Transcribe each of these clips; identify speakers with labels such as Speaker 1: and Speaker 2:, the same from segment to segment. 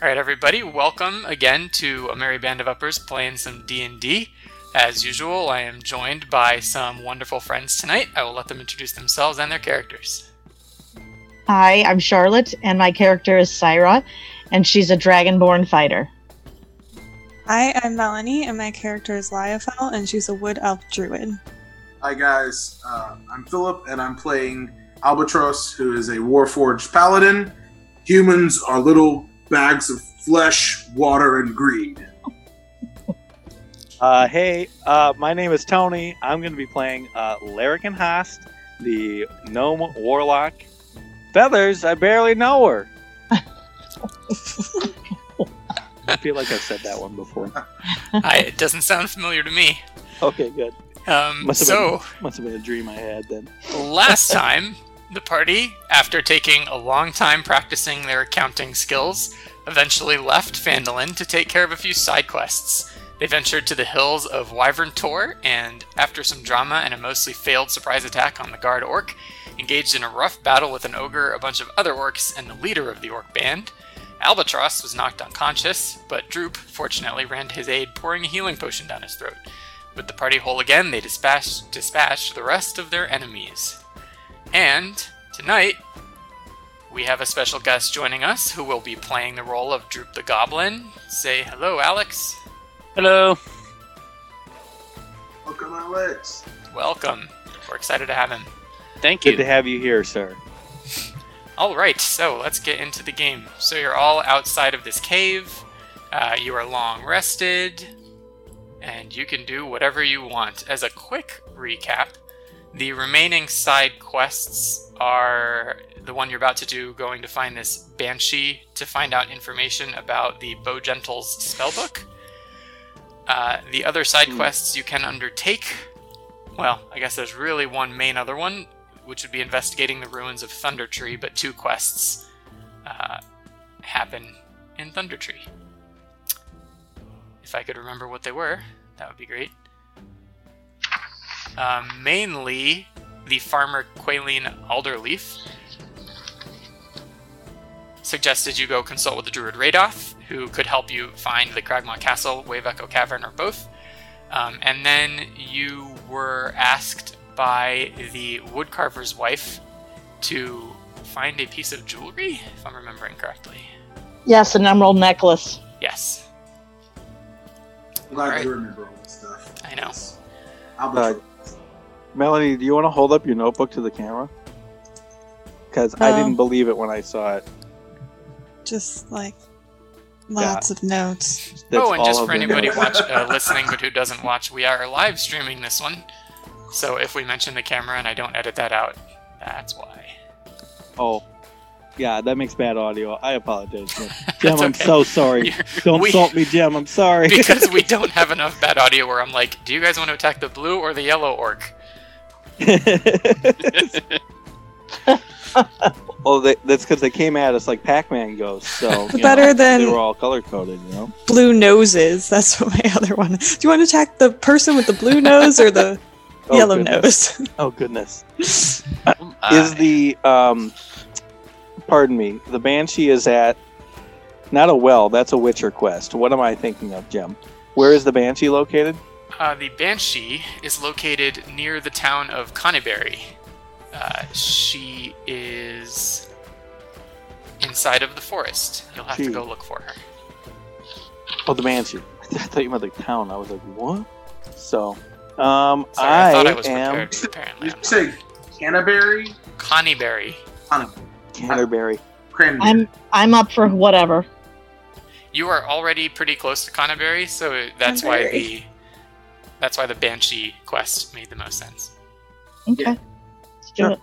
Speaker 1: All right, everybody, welcome again to a merry band of uppers playing some D&D. As usual, I am joined by some wonderful friends tonight. I will let them introduce themselves and their characters.
Speaker 2: Hi, I'm Charlotte, and my character is Syra, and she's a dragonborn fighter.
Speaker 3: Hi, I'm Melanie, and my character is Lyophel, and she's a wood elf druid.
Speaker 4: Hi guys, uh, I'm Philip, and I'm playing Albatross, who is a Warforged paladin. Humans are little bags of flesh, water, and greed.
Speaker 5: Uh, hey, uh, my name is Tony. I'm going to be playing uh, Larrikin Hast, the gnome warlock. Feathers, I barely know her. I feel like I've said that one before.
Speaker 1: I, it doesn't sound familiar to me.
Speaker 5: Okay, good.
Speaker 1: Um,
Speaker 5: Must have
Speaker 1: so,
Speaker 5: Must have been a dream I had then.
Speaker 1: Last time, the party, after taking a long time practicing their accounting skills, eventually left Phandalin to take care of a few side quests. They ventured to the hills of Wyvern Tor, and after some drama and a mostly failed surprise attack on the guard orc, engaged in a rough battle with an ogre, a bunch of other orcs, and the leader of the orc band. Albatross was knocked unconscious, but Droop fortunately ran to his aid, pouring a healing potion down his throat. With the party whole again, they dispatched, dispatched the rest of their enemies. And tonight, we have a special guest joining us who will be playing the role of Droop the Goblin. Say hello, Alex.
Speaker 6: Hello.
Speaker 4: Welcome, Alex.
Speaker 1: Welcome. We're excited to have him.
Speaker 6: Thank
Speaker 5: Good to
Speaker 6: you.
Speaker 5: have you here, sir.
Speaker 1: All right, so let's get into the game. So you're all outside of this cave. Uh, you are long rested, and you can do whatever you want. As a quick recap, the remaining side quests are the one you're about to do, going to find this banshee to find out information about the Bow Gentle's spellbook. Uh, the other side
Speaker 5: Hmm.
Speaker 1: quests you can undertake. Well, I guess there's really one main other one, which would be investigating the ruins of Thunder Tree, but two quests uh, happen in Thunder Tree. If I could remember what they were, that would be great. Um, mainly the farmer Qualine Alderleaf suggested you go consult with the druid Radoth, who could help you find the Cragmaw Castle, Wave Echo Cavern, or both. Um, and then you were asked by the woodcarver's wife to find a piece of jewelry, if I'm remembering correctly.
Speaker 2: Yes, an emerald necklace.
Speaker 1: Yes,
Speaker 4: I'm glad
Speaker 1: Alright.
Speaker 4: you remember all this stuff.
Speaker 1: I know.
Speaker 4: Albatross.
Speaker 5: Melanie, do you want to hold up your notebook to the camera? Because I
Speaker 3: No.
Speaker 5: didn't believe it when I saw it.
Speaker 3: Just like lots of notes.
Speaker 5: That's
Speaker 1: oh, and
Speaker 5: all
Speaker 1: just
Speaker 5: of
Speaker 1: for
Speaker 5: the
Speaker 1: anybody
Speaker 5: notes.
Speaker 1: watch, uh, listening but who doesn't watch, we are live streaming this one. So if we mention the camera and I don't edit that out, that's why.
Speaker 5: Oh, yeah, that makes bad audio. I apologize, Jim. Jim I'm
Speaker 1: okay.
Speaker 5: so sorry. Don't
Speaker 1: we-
Speaker 5: salt me, Jim. I'm sorry.
Speaker 1: because we don't have enough bad audio where I'm like, do you guys want to attack the blue or the yellow orc?
Speaker 5: oh, they, that's because they came at us like Pac-Man goes. So you know,
Speaker 3: Better
Speaker 5: they
Speaker 3: than-
Speaker 5: were all color coded, you know.
Speaker 3: Blue noses. That's what my other one. Do you want to attack the person with the blue nose or the
Speaker 5: Oh,
Speaker 3: yellow
Speaker 5: goodness.
Speaker 3: nose?
Speaker 5: Oh goodness.
Speaker 6: Um,
Speaker 1: Uh,
Speaker 5: Is
Speaker 6: I-
Speaker 5: the um, pardon me, the banshee is at not a well. That's a Witcher quest. What am I thinking of, Jim? Where is the banshee located?
Speaker 1: Uh, the Banshee is located near the town of Conneberry. Uh, she is inside of the forest. You'll have to
Speaker 5: Gee.
Speaker 1: go look for her.
Speaker 5: Oh, the banshee. I thought you meant the town. I was like, what? So, um,
Speaker 1: Sorry, I, thought I was
Speaker 5: am
Speaker 1: prepared.
Speaker 5: Uh,
Speaker 1: Apparently,
Speaker 4: You
Speaker 1: I'm not.
Speaker 4: say Canterbury?
Speaker 1: Conneberry.
Speaker 5: Canterbury.
Speaker 4: Cranberry.
Speaker 2: I'm I'm up for whatever.
Speaker 1: You are already pretty close to Conneberry, so that's why the
Speaker 3: Conneberry.
Speaker 1: that's why the Banshee quest made the most sense.
Speaker 2: Okay.
Speaker 4: Yeah.
Speaker 2: Let's do
Speaker 5: Sure.
Speaker 2: it.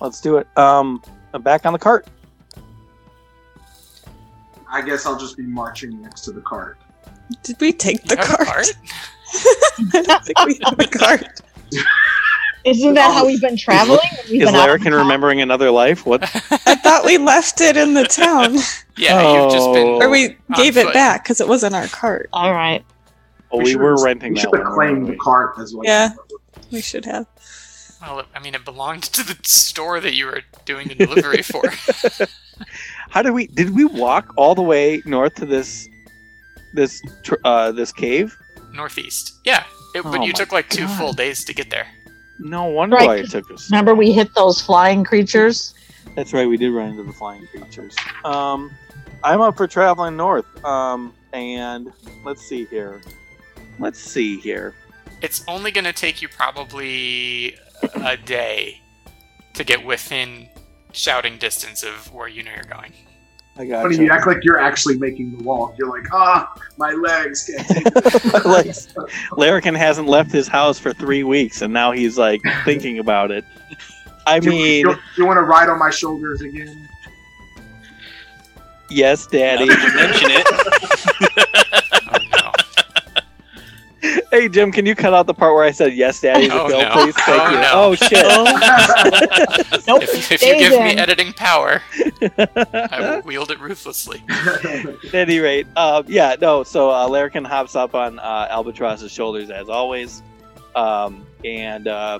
Speaker 5: Let's do it. Um, I'm back on the cart.
Speaker 4: I guess I'll just be marching next to the cart.
Speaker 3: Did we take the
Speaker 1: You have a
Speaker 3: cart? I don't think we have a cart.
Speaker 2: Isn't that how we've been traveling? We've
Speaker 5: Oh.
Speaker 2: been
Speaker 5: Is
Speaker 2: out-
Speaker 5: Larrikin remembering another life? What?
Speaker 3: I thought we left it in the town,
Speaker 1: Yeah, you've just been.
Speaker 5: Oh.
Speaker 3: or we
Speaker 1: On
Speaker 3: gave it
Speaker 1: foot.
Speaker 3: back because it wasn't our cart.
Speaker 2: All right.
Speaker 5: Oh, we
Speaker 4: should-
Speaker 5: were renting
Speaker 4: We
Speaker 5: that
Speaker 4: should
Speaker 5: one.
Speaker 4: have claimed the
Speaker 5: weren't
Speaker 4: cart as well.
Speaker 3: Yeah. We should have.
Speaker 1: Well, I mean, it belonged to the store that you were doing the delivery for.
Speaker 5: we? How did we? Did we walk all the way north to this this tr- uh, this cave?
Speaker 1: northeast. Yeah, it, but
Speaker 5: Oh
Speaker 1: you
Speaker 5: my
Speaker 1: took like two
Speaker 5: God.
Speaker 1: full days to get there.
Speaker 5: No wonder
Speaker 2: Right,
Speaker 5: why it
Speaker 2: 'cause
Speaker 5: took us.
Speaker 2: Remember, we hit those flying creatures.
Speaker 5: That's right. We did run into the flying creatures. Um, I'm up for traveling north. Um, and let's see here. Let's see here.
Speaker 1: It's only going to take you probably a day to get within shouting distance of where you know you're going.
Speaker 5: I
Speaker 4: Funny, you
Speaker 5: got
Speaker 4: act like you're actually making the walk. You're like, ah, my legs can't take
Speaker 5: like, Larrikin hasn't left his house for three weeks, and now he's like thinking about it. I
Speaker 4: Do you-
Speaker 5: mean,
Speaker 4: you, you want to ride on my shoulders again?
Speaker 5: yes, Daddy.
Speaker 7: Now that you mention it.
Speaker 1: Oh, no.
Speaker 5: hey, Jim, can you cut out the part where I said yes, Daddy? to
Speaker 1: Oh,
Speaker 5: Bill,
Speaker 1: no.
Speaker 5: please? Thank
Speaker 1: Oh,
Speaker 5: you.
Speaker 1: no.
Speaker 5: Oh shit.
Speaker 2: Nope.
Speaker 1: If, if you
Speaker 2: stay
Speaker 1: give me
Speaker 2: there.
Speaker 1: editing power, I will wield it ruthlessly.
Speaker 5: At any rate, uh, yeah, no. So uh, Larrikin hops up on uh, Albatross's shoulders as always, um, and uh,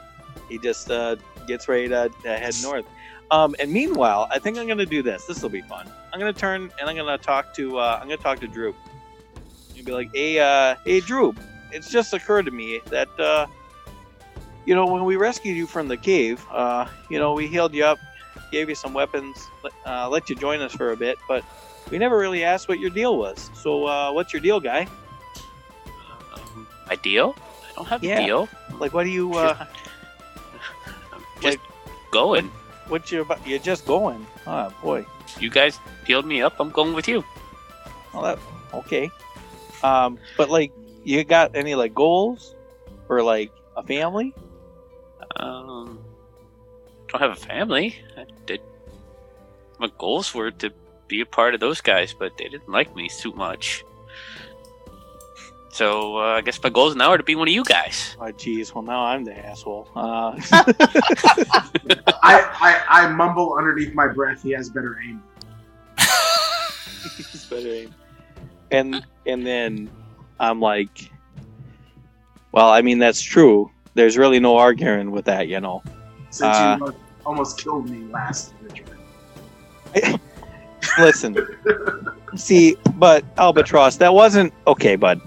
Speaker 5: he just uh, gets ready to, to head north. Um, and meanwhile, I think I'm going to do this. This will be fun. I'm going to turn and I'm going to talk to uh, I'm going to talk to Droop. And be like, "Hey, uh, hey, Droop. It's just occurred to me that uh, you know when we rescued you from the cave, uh, you know we healed you up, gave you some weapons, let- uh, let you join us for a bit, but." We never really asked what your deal was. So, uh, what's your deal, guy?
Speaker 7: Um, my deal? I don't have a
Speaker 5: Yeah.
Speaker 7: deal.
Speaker 5: Like, what do you, uh,
Speaker 7: I'm just going.
Speaker 5: what you, about- you're just going? Oh boy.
Speaker 7: You guys peeled me up. I'm going with you.
Speaker 5: Well, that, okay. Um, but like, you got any like goals or like a family?
Speaker 7: Um, don't have a family. I did. My goals were to be a part of those guys, but they didn't like me too much. So uh, I guess my goals now are to be one of you guys.
Speaker 5: Oh, geez. Well, now I'm the asshole. Uh,
Speaker 4: I, I, I mumble underneath my breath. He has better aim.
Speaker 5: it's better aim. And and then I'm like, well, I mean that's true. There's really no arguing with that, you know.
Speaker 4: Since
Speaker 5: Uh.
Speaker 4: you almost killed me last adventure.
Speaker 5: Listen, see, but Albatross, that wasn't okay, bud.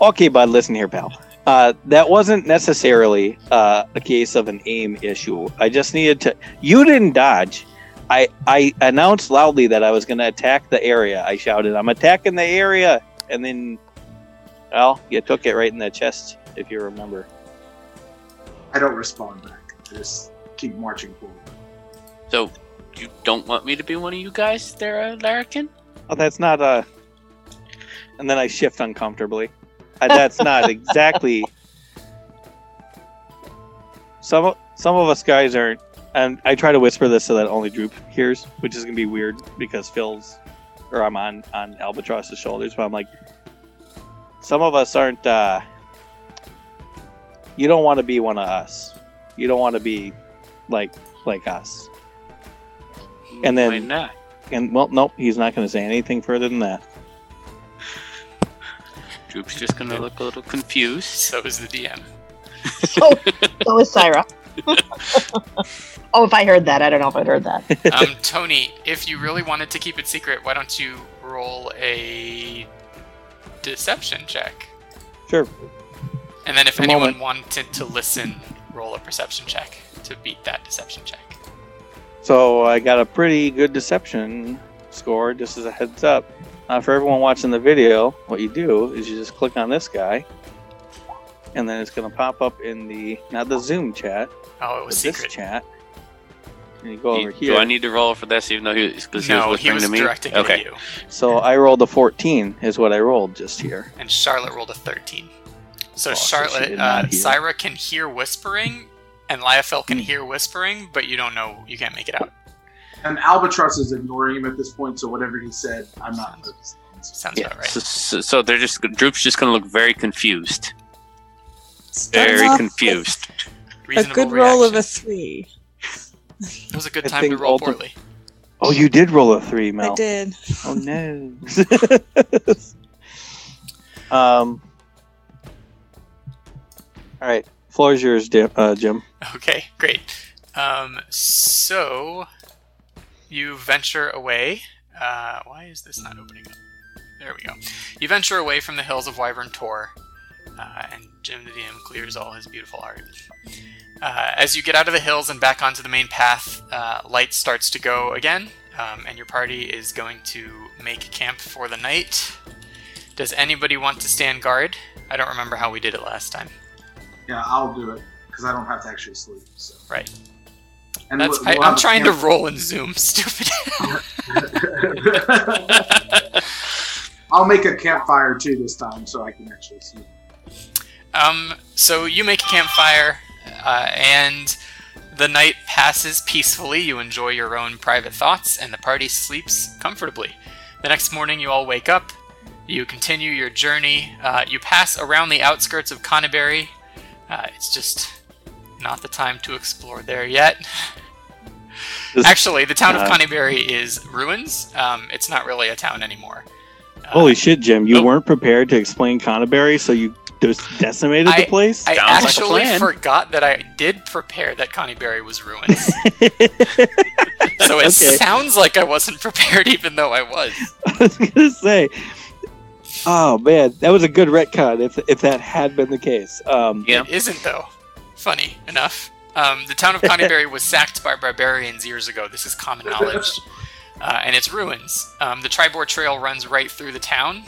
Speaker 5: Okay, bud, listen here, pal. Uh, that wasn't necessarily uh, a case of an aim issue. I just needed to. You didn't dodge. I I announced loudly that I was going to attack the area. I shouted, "I'm attacking the area!" And then, well, you took it right in the chest, if you remember.
Speaker 4: I don't respond back. I just keep marching forward.
Speaker 7: So you don't want me to be one of you guys, there, uh, Larrikin?
Speaker 5: Oh, that's not a. And then I shift uncomfortably. Uh, That's not exactly. Some o- some of us guys aren't, and I try to whisper this so that only Droop hears, which is gonna be weird because Phil's, or I'm on on Albatross's shoulders, but I'm like, some of us aren't. uh You don't want to be one of us. You don't want to be like like us. And
Speaker 7: why
Speaker 5: then-
Speaker 7: not?
Speaker 5: And well, nope, he's not gonna say anything further than that.
Speaker 7: Droop's just gonna look a little confused.
Speaker 1: So is the DM.
Speaker 2: So, so is Syra. oh, if I heard that, I don't know if I'd heard that.
Speaker 1: Um, Tony, if you really wanted to keep it secret, why don't you roll a deception check?
Speaker 5: Sure.
Speaker 1: And then if
Speaker 5: A
Speaker 1: anyone wanted to listen, roll a perception check to beat that deception check.
Speaker 5: So I got a pretty good deception score, just as a heads up. Uh, for everyone watching the video, what you do is you just click on this guy, and then it's going to pop up in the not the Zoom chat,
Speaker 1: Oh, it
Speaker 5: but
Speaker 1: was
Speaker 5: this
Speaker 1: secret.
Speaker 5: chat. And you go
Speaker 7: You-
Speaker 5: over
Speaker 7: Do I
Speaker 5: here.
Speaker 7: need to roll for this, even though he was, cause he
Speaker 1: no,
Speaker 7: was
Speaker 1: he
Speaker 7: whispering
Speaker 1: was
Speaker 7: to me?
Speaker 1: directing it
Speaker 7: okay.
Speaker 1: at you.
Speaker 5: So I rolled a 14, is what I rolled just here.
Speaker 1: And Charlotte rolled a 13. So
Speaker 5: Oh, so she
Speaker 1: Charlotte,
Speaker 5: did
Speaker 1: uh,
Speaker 5: not hear.
Speaker 1: Syra can hear whispering, and Lyafel can hear whispering, but you don't know, you can't make it out.
Speaker 4: And Albatross is ignoring him at this point, so whatever he said, I'm not focused on. So
Speaker 1: Sounds about right.
Speaker 7: So, so, so they're just Droop's just gonna look very confused.
Speaker 3: Starts
Speaker 7: Very
Speaker 3: off
Speaker 7: confused.
Speaker 3: with A
Speaker 1: Reasonable
Speaker 3: good roll of
Speaker 1: reaction.
Speaker 3: a three.
Speaker 1: It was a good
Speaker 5: I
Speaker 1: time to
Speaker 5: think
Speaker 1: roll
Speaker 5: ulti-
Speaker 1: poorly.
Speaker 5: Oh, you did roll a three, Mel.
Speaker 3: I did.
Speaker 5: Oh no. um. All right, floor's yours, Jim. Uh, Jim.
Speaker 1: Okay, great. Um, so you venture away Uh, why is this not opening up? There we go. You venture away from the hills of Wyvern Tor, uh, and Jim the DM clears all his beautiful art. Uh, as you get out of the hills and back onto the main path, uh, light starts to go again, um, and your party is going to make camp for the night. Does anybody want to stand guard? I don't remember how we did it last time.
Speaker 4: Yeah, I'll do it because I don't have to actually sleep. So.
Speaker 1: Right.
Speaker 4: And
Speaker 1: That's,
Speaker 4: we'll-
Speaker 1: I,
Speaker 4: we'll
Speaker 1: I'm
Speaker 4: have a
Speaker 1: trying to
Speaker 4: camp-
Speaker 1: roll in Zoom, stupid.
Speaker 4: I'll make a campfire too this time, so I can actually sleep.
Speaker 1: Um, so you make a campfire, uh, and the night passes peacefully. You enjoy your own private thoughts, and the party sleeps comfortably. The next morning, you all wake up. You continue your journey. Uh, you pass around the outskirts of Conneberry. Uh, it's just not the time to explore there yet.
Speaker 5: Does-
Speaker 1: Actually, the town of
Speaker 5: uh,
Speaker 1: Conneberry is ruins. Um, it's not really a town anymore. Uh,
Speaker 5: Holy shit, Jim! You
Speaker 1: oh.
Speaker 5: weren't prepared to explain Conterbury, so you just decimated
Speaker 1: I-
Speaker 5: the place.
Speaker 1: I
Speaker 7: Sounds like a
Speaker 1: actually
Speaker 7: plan.
Speaker 1: forgot that I did prepare that Connieberry was ruins. So it
Speaker 5: Okay.
Speaker 1: sounds like I wasn't prepared, even though I was.
Speaker 5: I was gonna say. Oh man, that was a good retcon. If if that had been the case, um,
Speaker 7: Yeah.
Speaker 1: It isn't, though. Funny enough. Um, the town of Conneberry was sacked by barbarians years ago. This is common knowledge. Uh, and its ruins. Um, the Tribor Trail runs right through the town.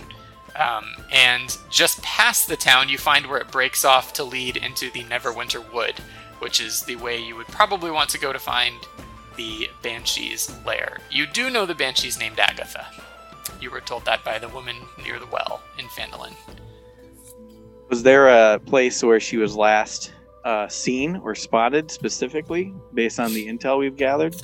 Speaker 1: Um, and just past the town, you find where it breaks off to lead into the Neverwinter Wood, which is the way you would probably want to go to find the Banshee's lair. You do know the Banshee's named Agatha. You were told that by the woman near the well in Phandalin.
Speaker 5: was there a place where she was last uh, seen or spotted specifically, based on the intel we've gathered?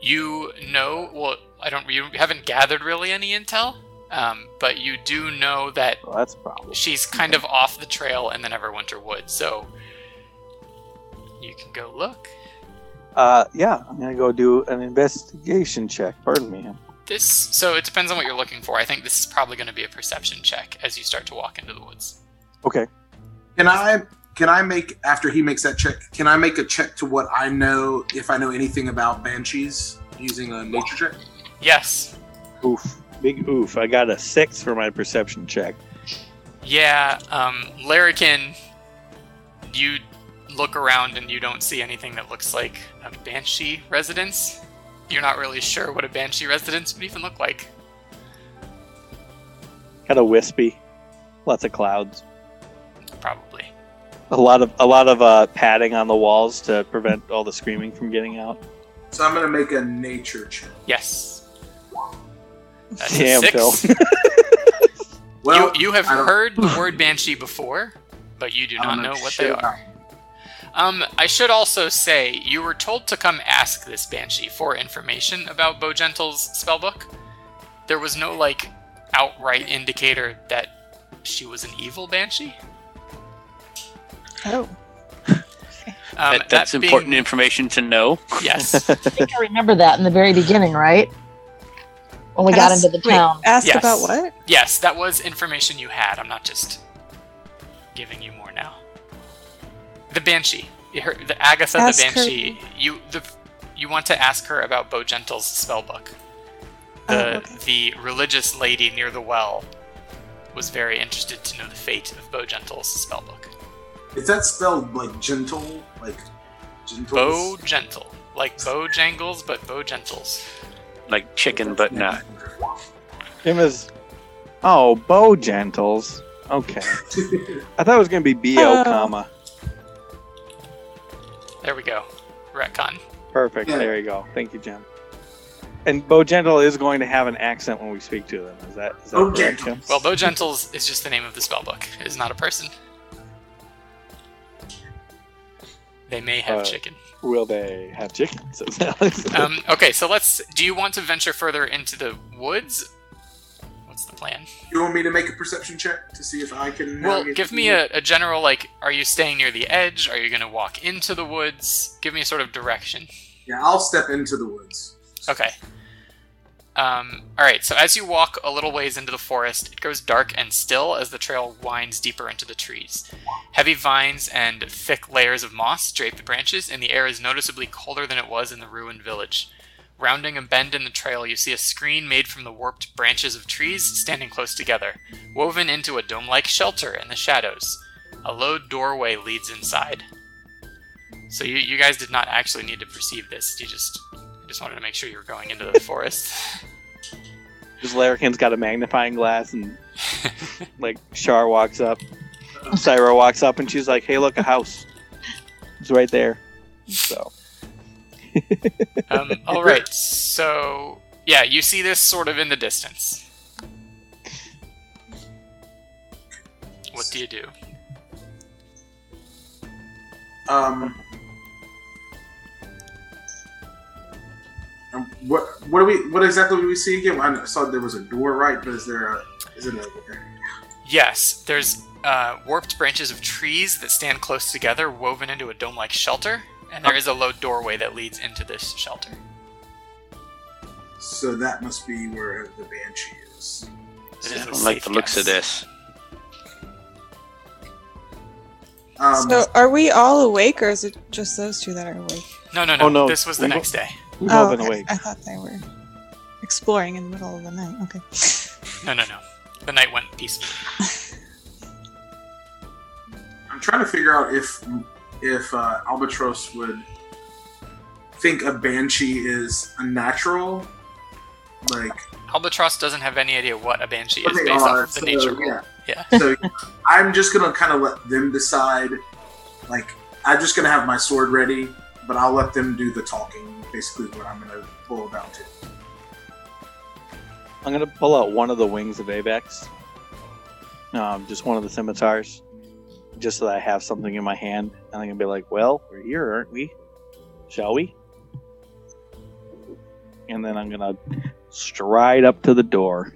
Speaker 1: You know, well, I don't. You haven't gathered really any intel, um, but you do know that
Speaker 5: Well, that's a problem.
Speaker 1: she's kind of off the trail in the Neverwinter Wood. So you can go look.
Speaker 5: Uh, yeah, I'm gonna go do an investigation check. Pardon me.
Speaker 1: This. So it depends on what you're looking for. I think this is probably going to be a perception check as you start to walk into the woods.
Speaker 5: Okay.
Speaker 4: Can I? Can I make after he makes that check? Can I make a check to what I know if I know anything about banshees using a nature check?
Speaker 1: Yes.
Speaker 5: Oof. Big oof. I got a six for my perception check.
Speaker 1: Yeah. Um, Larrikin, you look around and you don't see anything that looks like a banshee residence. You're not really sure what a banshee residence would even look like.
Speaker 5: Kind of wispy. Lots of clouds.
Speaker 1: Probably.
Speaker 5: A lot of a lot of uh, padding on the walls to prevent all the screaming from getting out.
Speaker 4: So I'm gonna make a nature check.
Speaker 1: Yes. That's a
Speaker 5: Damn,
Speaker 1: six.
Speaker 5: Phil.
Speaker 4: Well,
Speaker 1: you, you have
Speaker 4: I don't-
Speaker 1: heard the word banshee before, but you do
Speaker 4: I
Speaker 1: not
Speaker 4: don't
Speaker 1: know what
Speaker 4: shit
Speaker 1: they
Speaker 4: about
Speaker 1: are. Um, I should also say you were told to come ask this banshee for information about Bogentle's spellbook. There was no like outright indicator that she was an evil banshee.
Speaker 3: Oh.
Speaker 1: Um,
Speaker 7: that, that's
Speaker 1: that being-
Speaker 7: important information to know.
Speaker 1: Yes.
Speaker 2: I think I remember that in the very beginning, right? When we got
Speaker 3: Asked-
Speaker 2: into the
Speaker 3: wait,
Speaker 2: town.
Speaker 3: asked
Speaker 1: Yes.
Speaker 3: about what?
Speaker 1: yes, that was information you had. I'm not just giving you more now. The banshee, her, the Agatha
Speaker 3: Ask
Speaker 1: the
Speaker 3: her-
Speaker 1: banshee. You the you want to ask her about Bogentle's spellbook. The
Speaker 3: Oh, okay.
Speaker 1: the religious lady near the well was very interested to know the fate of Bogentle's spellbook.
Speaker 4: Is that spelled like gentle? Like gentle?
Speaker 1: Bogentle, like Bojangles, but Bogentles.
Speaker 7: Like chicken, but not.
Speaker 5: Jim is. Oh, Bo Gentles. Okay. I thought it was gonna be B O
Speaker 4: Uh,
Speaker 3: Oh.
Speaker 5: comma.
Speaker 1: There we go. Retcon.
Speaker 5: Perfect.
Speaker 4: Yeah.
Speaker 5: There you go. Thank you, Jim. And Bo Gentle is going to have an accent when we speak to them. Is that? Is that
Speaker 4: Bo
Speaker 5: correct,
Speaker 4: Gentle.
Speaker 5: Jim?
Speaker 1: Well, Bogentles is just the name of the spellbook. It is not a person. They may have
Speaker 5: Uh,
Speaker 1: chicken.
Speaker 5: Will they have chickens? Says Alex.
Speaker 1: Um, okay, so let's. Do you want to venture further into the woods? What's the plan?
Speaker 4: You want me to make a perception check to see if I can?
Speaker 1: Well,
Speaker 4: navigate
Speaker 1: give
Speaker 4: through
Speaker 1: me
Speaker 4: the-
Speaker 1: a, a general like. Are you staying near the edge? Are you going to walk into the woods? Give me a sort of direction.
Speaker 4: Yeah, I'll step into the woods.
Speaker 1: Okay. Um, all right. So as you walk a little ways into the forest, it goes dark and still as the trail winds deeper into the trees. Heavy vines and thick layers of moss drape the branches, and the air is noticeably colder than it was in the ruined village. Rounding a bend in the trail, you see a screen made from the warped branches of trees standing close together, woven into a dome like shelter in the shadows. A low doorway leads inside. So you, you guys did not actually need to perceive this. You just just wanted to make sure you were going into the forest.
Speaker 5: This larrikin's got a magnifying glass, and like Char walks up, Syra walks up, and she's like, "Hey, look, a house. It's right there." So
Speaker 1: Um, all right. So yeah, you see this sort of in the distance. What do you do?
Speaker 4: Um, um, what what do we what exactly do we see again? I saw there was a door, right? But is there a is it a
Speaker 1: Yes, there's uh, warped branches of trees that stand close together, woven into a dome-like shelter, and
Speaker 7: Oh.
Speaker 1: there is a low doorway that leads into this shelter.
Speaker 4: so that must be where the banshee is.
Speaker 1: It is
Speaker 7: I
Speaker 1: a
Speaker 7: don't like
Speaker 1: safe
Speaker 7: the looks of
Speaker 1: guess.
Speaker 7: this.
Speaker 4: Um,
Speaker 3: so, are we all awake, or is it just those two that are awake? Oh,
Speaker 1: No, no, no.
Speaker 5: Oh, no.
Speaker 1: This was the
Speaker 5: We-
Speaker 1: next day.
Speaker 5: we've all been
Speaker 3: okay.
Speaker 5: awake.
Speaker 3: I thought they were exploring in the middle of the night. Okay.
Speaker 1: No, no, no. The night went peacefully.
Speaker 4: I'm trying to figure out if if uh, albatross would think a banshee is unnatural, like
Speaker 1: Albatross doesn't have any idea what a banshee
Speaker 4: what
Speaker 1: is
Speaker 4: they
Speaker 1: based
Speaker 4: are,
Speaker 1: off of the
Speaker 4: uh, so,
Speaker 1: nature rule.
Speaker 4: Yeah.
Speaker 1: Yeah.
Speaker 4: so I'm just gonna kind of let them decide. Like I'm just gonna have my sword ready, but I'll let them do the talking. Basically, what I'm gonna pull down to.
Speaker 5: I'm gonna pull out one of the wings of Avex, um, just one of the scimitars, just so that I have something in my hand, and I'm gonna be like, "Well, we're here, aren't we? Shall we?" And then I'm gonna stride up to the door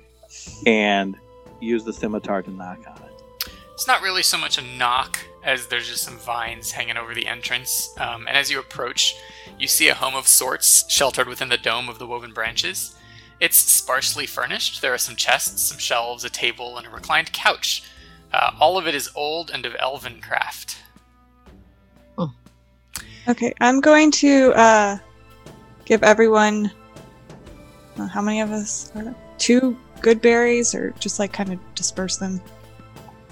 Speaker 5: and use the scimitar to knock on it.
Speaker 1: It's not really so much a knock as there's just some vines hanging over the entrance. Um, and as you approach, you see a home of sorts sheltered within the dome of the woven branches. It's sparsely furnished. There are some chests, some shelves, a table, and a reclined couch. Uh, all of it is old and of elven craft.
Speaker 3: Okay, I'm going to uh, give everyone uh, how many of us? are there? Two good berries, or just like kind of disperse them.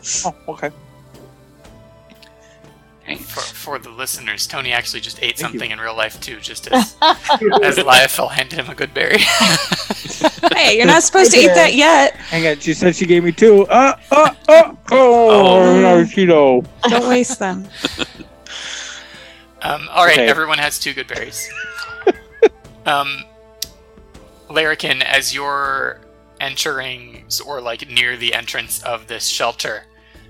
Speaker 5: Oh, okay.
Speaker 1: For,
Speaker 7: Thanks.
Speaker 1: for the listeners, Tony actually just ate
Speaker 5: Thank you.
Speaker 1: something in real life too, just as, as Liefel handed him a good berry.
Speaker 3: hey, you're not supposed to eat that yet.
Speaker 5: Hang on, she said she gave me two. Uh, uh, uh, oh,
Speaker 3: Oh.
Speaker 5: Narciso.
Speaker 3: Don't waste them.
Speaker 1: Um, all right,
Speaker 5: Okay.
Speaker 1: everyone has two good berries. um, Larrikin, as you're entering s- or like near the entrance of this shelter,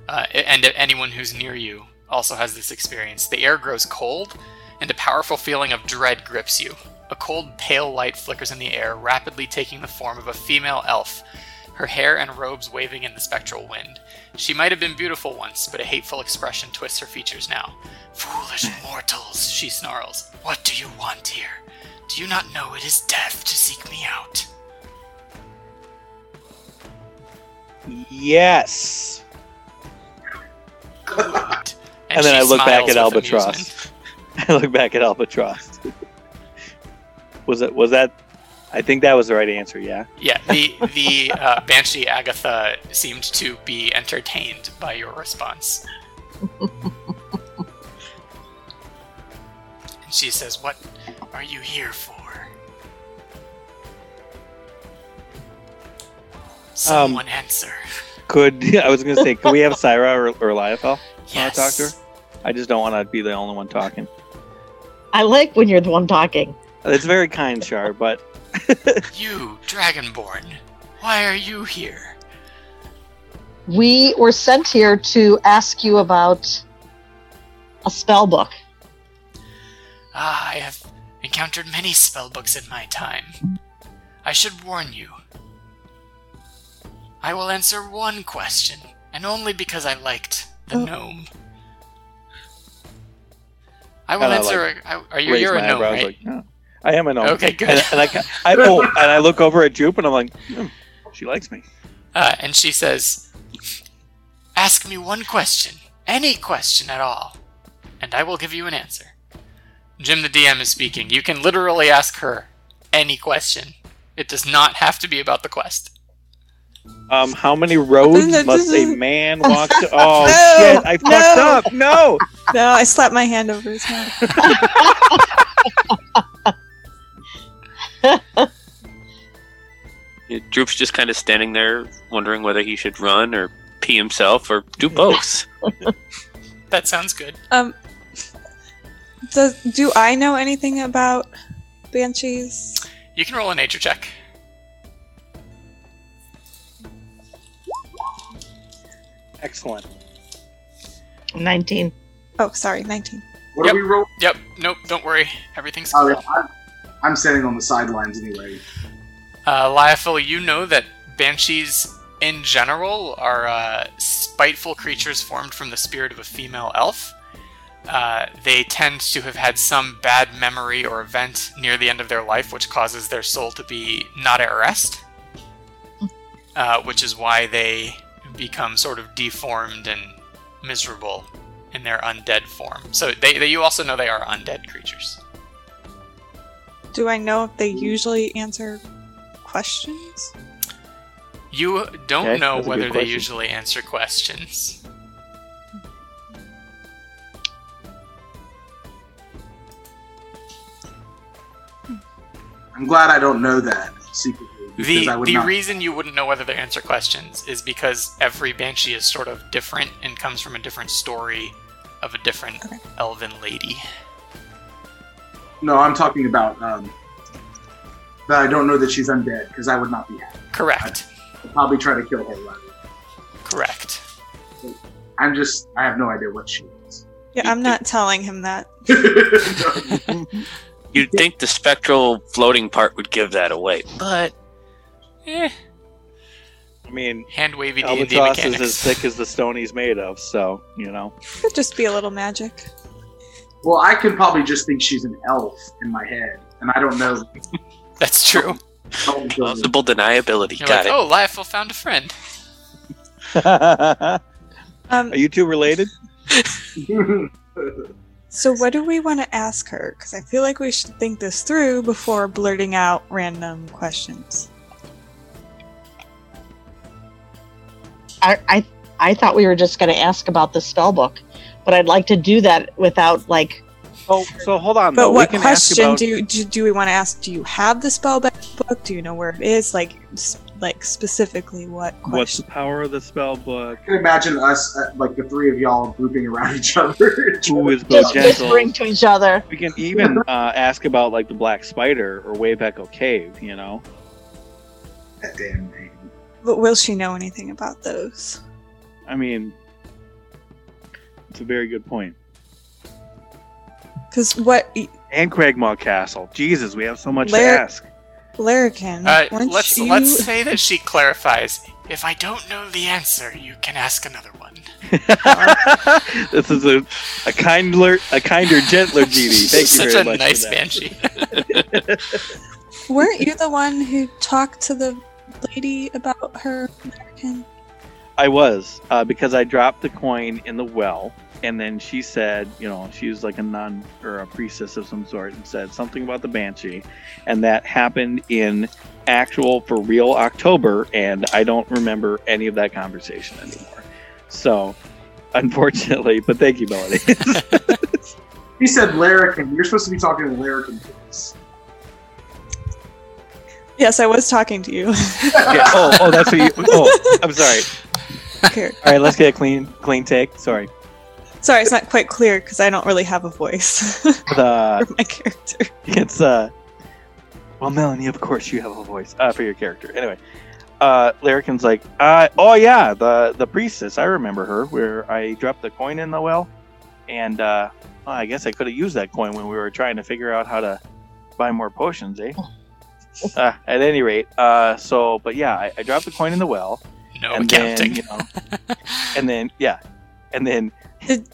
Speaker 1: uh, a- and anyone who's near you also has this experience. The air grows cold, and a powerful feeling of dread grips you. A cold, pale light flickers in the air, rapidly taking the form of a female elf, her hair and robes waving in the spectral wind. She might have been beautiful once, but a hateful expression twists her features now. Foolish mortals, she snarls. What do you want here? Do you not know it is death to seek me out?
Speaker 5: Yes.
Speaker 1: Good.
Speaker 5: And, then I
Speaker 1: she
Speaker 5: look
Speaker 1: smiles
Speaker 5: back at
Speaker 1: with
Speaker 5: Albatross.
Speaker 1: amusement.
Speaker 5: I look back at Albatross. was it? Was that? I think that was the right answer. Yeah.
Speaker 1: Yeah, the the uh, banshee Agatha seemed to be entertained by your response. and she says, "What are you here for?"
Speaker 5: Um,
Speaker 1: Someone answer.
Speaker 5: Could I was gonna say? Could we have Syra or, or Liefel?
Speaker 1: Yes.
Speaker 5: talk to her? I just don't want to be the only one talking.
Speaker 2: I like when you're the one talking.
Speaker 5: It's very kind, Char, but
Speaker 1: You, Dragonborn, why are you here?
Speaker 2: We were sent here to ask you about a spell book.
Speaker 1: Ah, I have encountered many spellbooks in my time. I should warn you. I will answer one question, and only because I liked the
Speaker 3: Oh.
Speaker 1: gnome. I will
Speaker 5: Kinda
Speaker 1: answer. a- I- are you?
Speaker 5: raise
Speaker 1: You're
Speaker 5: my
Speaker 1: a gnome,
Speaker 5: eyebrows
Speaker 1: right?
Speaker 5: like, "Yeah, I am a gnome.
Speaker 1: Okay, good.
Speaker 5: And, and I, ca- I, oh, and I look over at Jupe and I'm like, "Hmm, she likes me.
Speaker 1: Uh, and she says, "Ask me one question, any question at all, and I will give you an answer." Jim, the DM, is speaking. You can literally ask her any question. It does not have to be about the quest.
Speaker 5: Um, how many roads
Speaker 3: This is-
Speaker 5: must
Speaker 3: this
Speaker 5: a
Speaker 3: is-
Speaker 5: man walk to? Oh
Speaker 3: No,
Speaker 5: shit! I
Speaker 3: no.
Speaker 5: fucked up. No.
Speaker 3: No, I slapped my hand over his mouth.
Speaker 7: Yeah, Droop's just kind of standing there, wondering whether he should run or pee himself or do both.
Speaker 1: That sounds good.
Speaker 3: Um, does do I know anything about banshees?
Speaker 1: You can roll a nature check.
Speaker 5: Excellent.
Speaker 2: 19.
Speaker 3: Oh, sorry, nineteen.
Speaker 4: What
Speaker 1: Yep.
Speaker 4: are we rolling?
Speaker 1: Yep. Nope. Don't worry. Everything's
Speaker 4: Oh,
Speaker 1: cool.
Speaker 4: yeah, I'm, I'm standing on the sidelines anyway.
Speaker 1: Uh, Liafel, you know that banshees in general are uh, spiteful creatures formed from the spirit of a female elf. Uh, they tend to have had some bad memory or event near the end of their life, which causes their soul to be not at rest, uh, which is why they become sort of deformed and miserable in their undead form. So they, they, you also know they are undead creatures.
Speaker 3: Do I know if they usually answer questions?
Speaker 1: You don't
Speaker 5: Okay,
Speaker 1: know
Speaker 5: that's a good
Speaker 1: whether they
Speaker 5: question.
Speaker 1: usually answer questions.
Speaker 4: I'm glad I don't know that secretly because I
Speaker 1: The
Speaker 4: would
Speaker 1: the
Speaker 4: not.
Speaker 1: reason you wouldn't know whether they answer questions is because every banshee is sort of different and comes from a different story of a different
Speaker 3: Okay.
Speaker 1: elven lady.
Speaker 4: no, I'm talking about um, that. I don't know that she's undead because I would not be happy.
Speaker 1: Correct.
Speaker 4: I'd probably try to kill her. rather.
Speaker 1: Correct.
Speaker 4: I'm just. I have no idea what she is.
Speaker 3: Yeah, I'm not telling him that.
Speaker 7: You'd think the spectral floating part would give that away, but
Speaker 1: Eh,
Speaker 5: I mean,
Speaker 1: hand wavy D and D
Speaker 5: albatross is
Speaker 1: mechanics.
Speaker 5: as thick as the stone he's made of. So you know.
Speaker 3: Could just be a little magic.
Speaker 4: well, I can probably just think she's an elf in my head, and I don't know.
Speaker 1: That's true.
Speaker 7: plausible deniability.
Speaker 1: You're
Speaker 7: Got
Speaker 1: like, oh, Liefel found a friend.
Speaker 5: Are
Speaker 3: Um,
Speaker 5: you two related?
Speaker 3: so what do we want to ask her? Because I feel like we should think this through before blurting out random questions.
Speaker 2: I, I, I thought we were just going to ask about the spell book, but I'd like to do that without, like,
Speaker 5: So, Oh, so hold on.
Speaker 3: But
Speaker 5: though.
Speaker 3: what
Speaker 5: we can ask
Speaker 3: question
Speaker 5: about-
Speaker 3: do, do do we want to ask? Do you have the spell ba- book? Do you know where it is? Like s- like specifically what
Speaker 5: What's
Speaker 3: question?
Speaker 5: the power of the spell book?
Speaker 4: I can imagine us, uh, like the three of y'all, grouping around each other.
Speaker 5: Who is
Speaker 2: just
Speaker 5: Bojangles?
Speaker 2: whispering to each other.
Speaker 5: We can even uh, ask about like the Black Spider or Wayback Cave. You know.
Speaker 4: that damn thing.
Speaker 3: But will she know anything about those?
Speaker 5: I mean, it's a very good point.
Speaker 3: Because what
Speaker 5: And Cragmaw Castle. Jesus, we have so much
Speaker 3: Lair-
Speaker 5: to ask.
Speaker 3: Larrikin?
Speaker 1: Uh,
Speaker 3: weren't
Speaker 1: let's
Speaker 3: you-
Speaker 1: let's say that she clarifies. If I don't know the answer, you can ask another one.
Speaker 5: this is a, a kindler, a kinder, gentler genie. Thank you
Speaker 1: Such
Speaker 5: very
Speaker 1: a
Speaker 5: much. for
Speaker 1: nice
Speaker 5: that.
Speaker 1: banshee.
Speaker 3: weren't you the one who talked to the lady about her Larrikin?
Speaker 5: I was uh, because I dropped the coin in the well, and then she said, you know, she was like a nun or a priestess of some sort, and said something about the banshee, and that happened in actual for real October, and I don't remember any of that conversation anymore. So, unfortunately, but thank you, Melody.
Speaker 4: He said Larrikin. You're supposed to be talking in Larrikin voice.
Speaker 3: Yes, I was talking to you.
Speaker 5: Yeah, Oh, oh, that's what you. Oh, I'm sorry.
Speaker 3: Here.
Speaker 5: All right, let's get a clean, clean take. Sorry.
Speaker 3: Sorry, it's not quite clear because I don't really have a voice
Speaker 5: The
Speaker 3: for my character.
Speaker 5: it's uh. Well, Melanie, of course you have a voice uh, for your character. Anyway, uh, Larrikin's like, uh, oh yeah, the the priestess. I remember her. Where I dropped the coin in the well, and uh, well, I guess I could have used that coin when we were trying to figure out how to buy more potions, eh? Uh, at any rate, uh, so but yeah, I, I dropped the coin in the well,
Speaker 1: No
Speaker 5: and
Speaker 1: accounting.
Speaker 5: then you know, and then yeah, and then
Speaker 3: Did-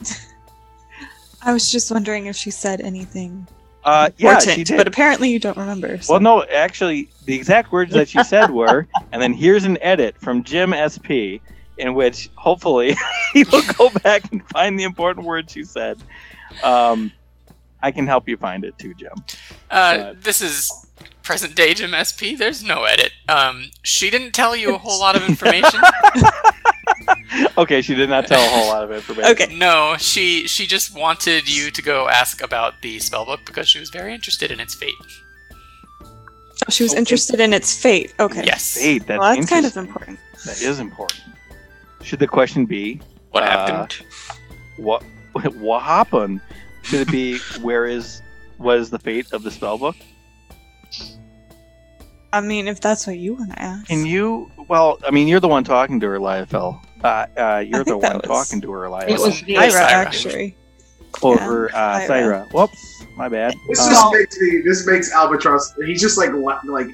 Speaker 3: I was just wondering if she said anything.
Speaker 5: Uh, yeah,
Speaker 3: important,
Speaker 5: she did.
Speaker 3: But apparently you don't remember. so-
Speaker 5: well, no, actually, the exact words that she said were, and then here's an edit from Jim SP, in which hopefully he will go back and find the important words she said. Um, I can help you find it too, Jim.
Speaker 1: Uh,
Speaker 5: But-
Speaker 1: this is present day Jim SP, there's no edit. Um, she didn't tell you a whole lot of information.
Speaker 8: okay, she did not tell a whole lot of information.
Speaker 3: Okay.
Speaker 1: No, she she just wanted you to go ask about the spellbook because she was very interested in its fate.
Speaker 3: Oh, she was interested in its fate. Okay.
Speaker 1: Yes.
Speaker 8: Wait, that's,
Speaker 3: well, that's kind of
Speaker 8: interesting.
Speaker 3: important.
Speaker 8: That is important. Should the question be
Speaker 1: "Oh,
Speaker 7: What
Speaker 8: Uh,
Speaker 7: happened?
Speaker 8: what what happened? Should it be where is what is the fate of the spellbook?
Speaker 3: I mean, if that's what you want to ask.
Speaker 8: Can you? Well, I mean, you're the one talking to her, Liefel. Uh, uh, you're
Speaker 3: think
Speaker 8: the
Speaker 3: that
Speaker 8: one
Speaker 3: was-
Speaker 8: talking to her, Liefel.
Speaker 2: It was me.
Speaker 3: Ira,
Speaker 1: Ira.
Speaker 3: actually.
Speaker 8: over uh,
Speaker 3: Syra.
Speaker 8: Syra. Whoops, my bad.
Speaker 4: This
Speaker 8: Uh,
Speaker 4: just makes me. This makes Albatross. He's just like la- like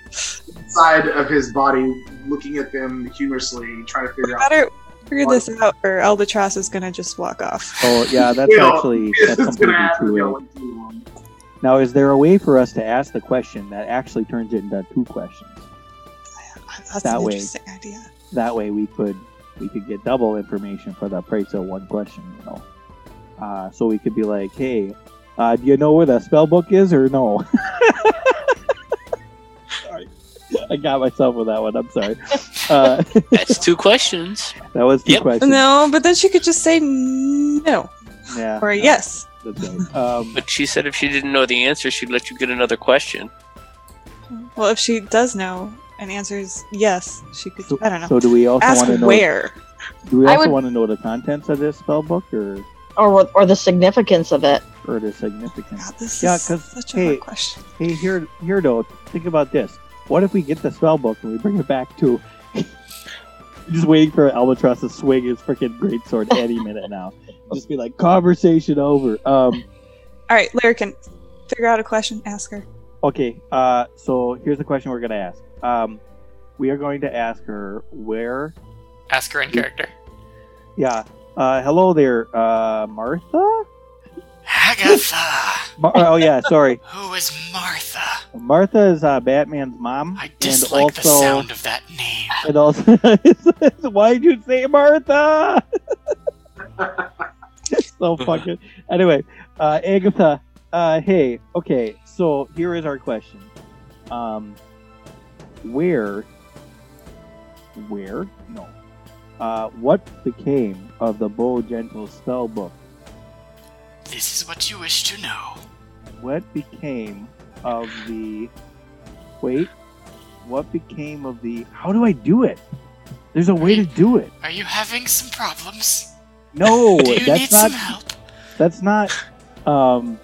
Speaker 4: inside of his body, looking at them humorously, trying to
Speaker 3: We
Speaker 4: figure out.
Speaker 3: better figure this out, or Albatross is gonna just walk off.
Speaker 8: oh yeah, that's
Speaker 4: Yeah.
Speaker 8: actually
Speaker 4: This
Speaker 8: that's
Speaker 4: is gonna
Speaker 8: completely
Speaker 4: happen.
Speaker 8: too
Speaker 4: you
Speaker 8: late.
Speaker 4: know, like, too long.
Speaker 8: Now, is there a way for us to ask the question that actually turns it into two questions?
Speaker 3: That's
Speaker 8: That
Speaker 3: an
Speaker 8: way.
Speaker 3: interesting idea.
Speaker 8: That way, we could we could get double information for the price of one question. You know, uh, so we could be like, hey, uh, do you know where the spell book is or no? sorry, I got myself with that one. I'm sorry. Uh,
Speaker 7: That's two questions.
Speaker 8: that was two
Speaker 7: Yep.
Speaker 8: questions.
Speaker 3: No, but then she could just say no
Speaker 8: Yeah.
Speaker 3: or
Speaker 8: yeah,
Speaker 3: yes.
Speaker 8: That's right. Um,
Speaker 7: But she said if she didn't know the answer, she'd let you get another question.
Speaker 3: Well, if she does know and answers yes, she could.
Speaker 8: so,
Speaker 3: I don't know.
Speaker 8: so do we also
Speaker 3: ask
Speaker 8: want to know?
Speaker 3: where.
Speaker 8: Do we
Speaker 2: I
Speaker 8: also
Speaker 2: would-
Speaker 8: want to know the contents of this spell book or
Speaker 2: or or the significance of it.
Speaker 8: or the significance?
Speaker 3: God, this
Speaker 8: Yeah,
Speaker 3: is
Speaker 8: 'cause,
Speaker 3: such a
Speaker 8: hey,
Speaker 3: hard question.
Speaker 8: Hey, here, here, though. Think about this. What if we get the spell book and we bring it back to? just waiting for Albatross to swing his freaking greatsword any minute now. Just be like, conversation over. Um,
Speaker 3: All right, Larrikin, figure out a question. Ask her.
Speaker 8: okay. Uh, so here's the question we're gonna ask. Um, we are going to ask her where.
Speaker 1: Ask her in character.
Speaker 8: Yeah. Uh, hello there, uh, Martha.
Speaker 1: Agatha,
Speaker 8: Mar- oh yeah, sorry.
Speaker 1: who is Martha?
Speaker 8: Martha is uh, Batman's mom.
Speaker 1: I dislike
Speaker 8: and also,
Speaker 1: the sound of that name.
Speaker 8: And also, why'd you say Martha? so fucking. Anyway, uh, Agatha. Uh, hey, okay. So here is our question. Um, where? Where? No. Uh, what became of the Bow Gentle spell book?
Speaker 1: This is what you wish to know.
Speaker 8: What became of the? Wait. What became of the? How do I do it? There's a way to do it.
Speaker 1: Are you having some problems?
Speaker 8: No,
Speaker 1: Do you need
Speaker 8: Oh, that's not.
Speaker 1: some help?
Speaker 8: That's not. Um,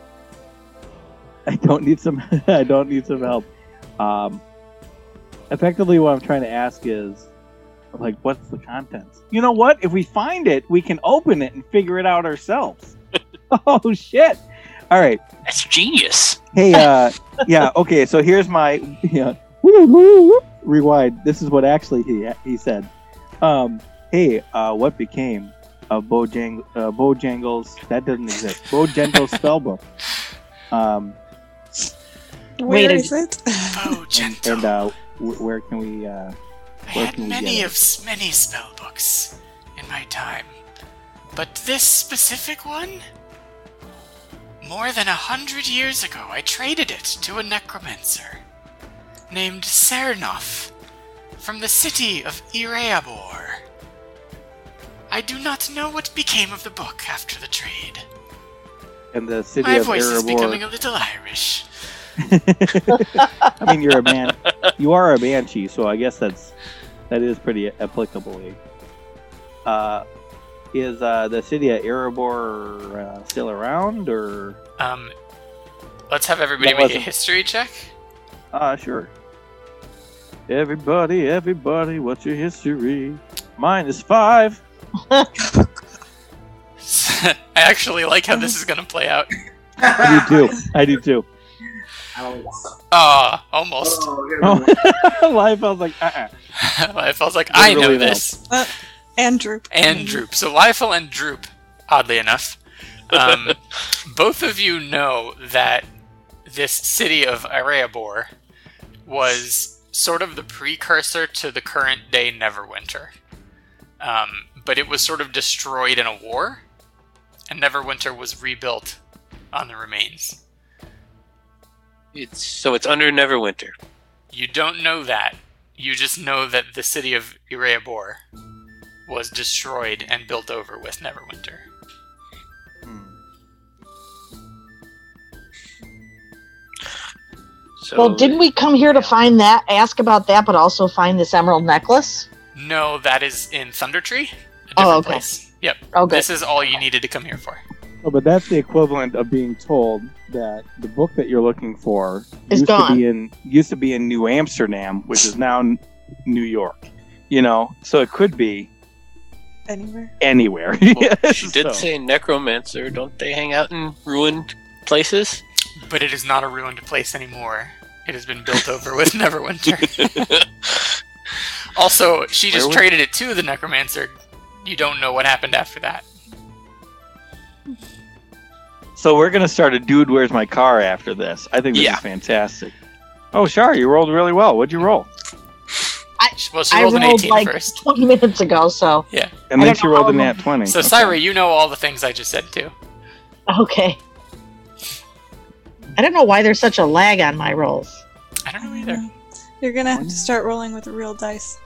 Speaker 8: I don't need some. I don't need some help. Um, effectively, what I'm trying to ask is, like, what's the contents? You know what? If we find it, we can open it and figure it out ourselves. oh shit! All right.
Speaker 7: That's genius.
Speaker 8: Hey. Uh, yeah. Okay. So here's my. Yeah. woo, woo, woo, Rewind. This is what actually he he said. Um. Hey. Uh. What became of Bojang uh, Bojangles? That doesn't exist. Bojangles spellbook. Um.
Speaker 3: Where
Speaker 2: Wait,
Speaker 3: is it?
Speaker 1: Oh,
Speaker 8: And,
Speaker 1: gentle.
Speaker 8: and uh, w- where can we? Uh,
Speaker 1: I
Speaker 8: where
Speaker 1: had
Speaker 8: can we get
Speaker 1: many
Speaker 8: it?
Speaker 1: of s- many spell books in my time, but this specific one, more than a hundred years ago, I traded it to a necromancer named Sernoth from the city of Ereabor. I do not know what became of the book after the trade.
Speaker 8: in the city
Speaker 1: my
Speaker 8: of
Speaker 1: voice is becoming
Speaker 8: Erebor.
Speaker 1: a little Irish.
Speaker 8: I mean, you're a man. You are a banshee, so I guess that's that is pretty applicable. eh? Uh, is uh, the city of Erebor uh, still around, or
Speaker 1: Um, let's have everybody
Speaker 8: That
Speaker 1: make a
Speaker 8: wasn't-
Speaker 1: history check.
Speaker 8: Ah, sure. Everybody, everybody, what's your history? Mine is five.
Speaker 1: I actually like how this is gonna play out.
Speaker 8: I do too. I do too.
Speaker 4: Ow.
Speaker 1: Ah, almost.
Speaker 4: Oh, here Oh, we
Speaker 8: Oh.
Speaker 4: go.
Speaker 8: Life, I was like, uh-uh.
Speaker 1: Liefel's like,
Speaker 8: I
Speaker 1: I know
Speaker 8: really
Speaker 1: this.
Speaker 3: Andrew.
Speaker 1: And Droop. So Liefel and Droop, oddly enough, um, both of you know that this city of Erebor was sort of the precursor to the current day Neverwinter. Um, but it was sort of destroyed in a war, and Neverwinter was rebuilt on the remains.
Speaker 7: It's so it's under Neverwinter.
Speaker 1: You don't know that. You just know that the city of Erebor was destroyed and built over with Neverwinter.
Speaker 7: So
Speaker 2: well, didn't we come here to find that, ask about that, but also find this emerald necklace?
Speaker 1: No, that is in Thundertree. A different
Speaker 2: Oh, okay.
Speaker 1: place. Yep.
Speaker 2: Oh, good.
Speaker 1: This is all you needed to come here for.
Speaker 5: Oh, but that's the equivalent of being told that the book that you're looking for
Speaker 2: Is
Speaker 5: used
Speaker 2: gone.
Speaker 5: to be in used to be in New Amsterdam, which is now n- New York. You know, so it could be
Speaker 3: Anywhere.
Speaker 5: anywhere.
Speaker 7: Well, she did
Speaker 5: So-
Speaker 7: say necromancer. Don't they hang out in ruined places?
Speaker 1: But it is not a ruined place anymore. It has been built over with Neverwinter. also, she just
Speaker 7: Where would-
Speaker 1: traded it to the Necromancer. You don't know what happened after that.
Speaker 5: So we're gonna start a dude. Where's my car? After this, I think this
Speaker 7: Yeah.
Speaker 5: is fantastic. Oh, Shar, you rolled really well. What'd you roll?
Speaker 1: Well, she
Speaker 2: I
Speaker 1: rolled an
Speaker 2: rolled,
Speaker 1: 18
Speaker 2: like-
Speaker 1: first.
Speaker 2: 20 minutes ago, so.
Speaker 5: And
Speaker 2: I
Speaker 5: then
Speaker 2: don't
Speaker 5: she
Speaker 2: know
Speaker 5: rolled a
Speaker 2: how
Speaker 5: nat twenty.
Speaker 1: So,
Speaker 5: Okay.
Speaker 1: Syra, you know all the things I just said too.
Speaker 2: Okay. I don't know why there's such a lag on my rolls.
Speaker 1: I don't know either.
Speaker 3: Um, You're gonna have to start rolling with the real dice.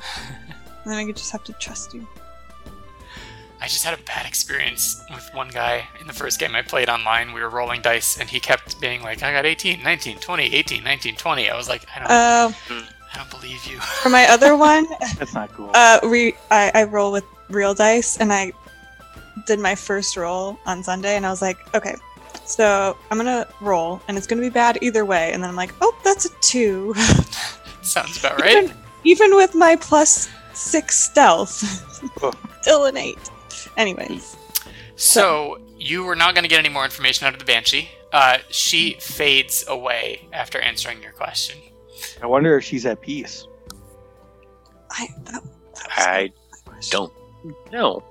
Speaker 3: and then I could just have to trust you.
Speaker 1: I just had a bad experience with one guy in the first game I played online. We were rolling dice, and he kept being like, I got 18, 19, 20, 18, 19, 20. I was like, I don't,
Speaker 3: Uh,
Speaker 1: I don't believe you.
Speaker 3: for my other one,
Speaker 5: that's not cool.
Speaker 3: uh, re- I, I roll with real dice, and I did my first roll on Sunday, and I was like, okay, so I'm gonna roll, and it's gonna be bad either way. And then I'm like, oh, that's a two.
Speaker 1: Sounds about right.
Speaker 3: Even with my plus six stealth,
Speaker 5: Oh.
Speaker 3: still an eight. Anyways,
Speaker 1: So you were not going to get any more information out of the banshee. Uh, she fades away after answering your question.
Speaker 5: I wonder if she's at peace.
Speaker 3: I, that, that was
Speaker 7: I
Speaker 3: my question.
Speaker 7: don't know.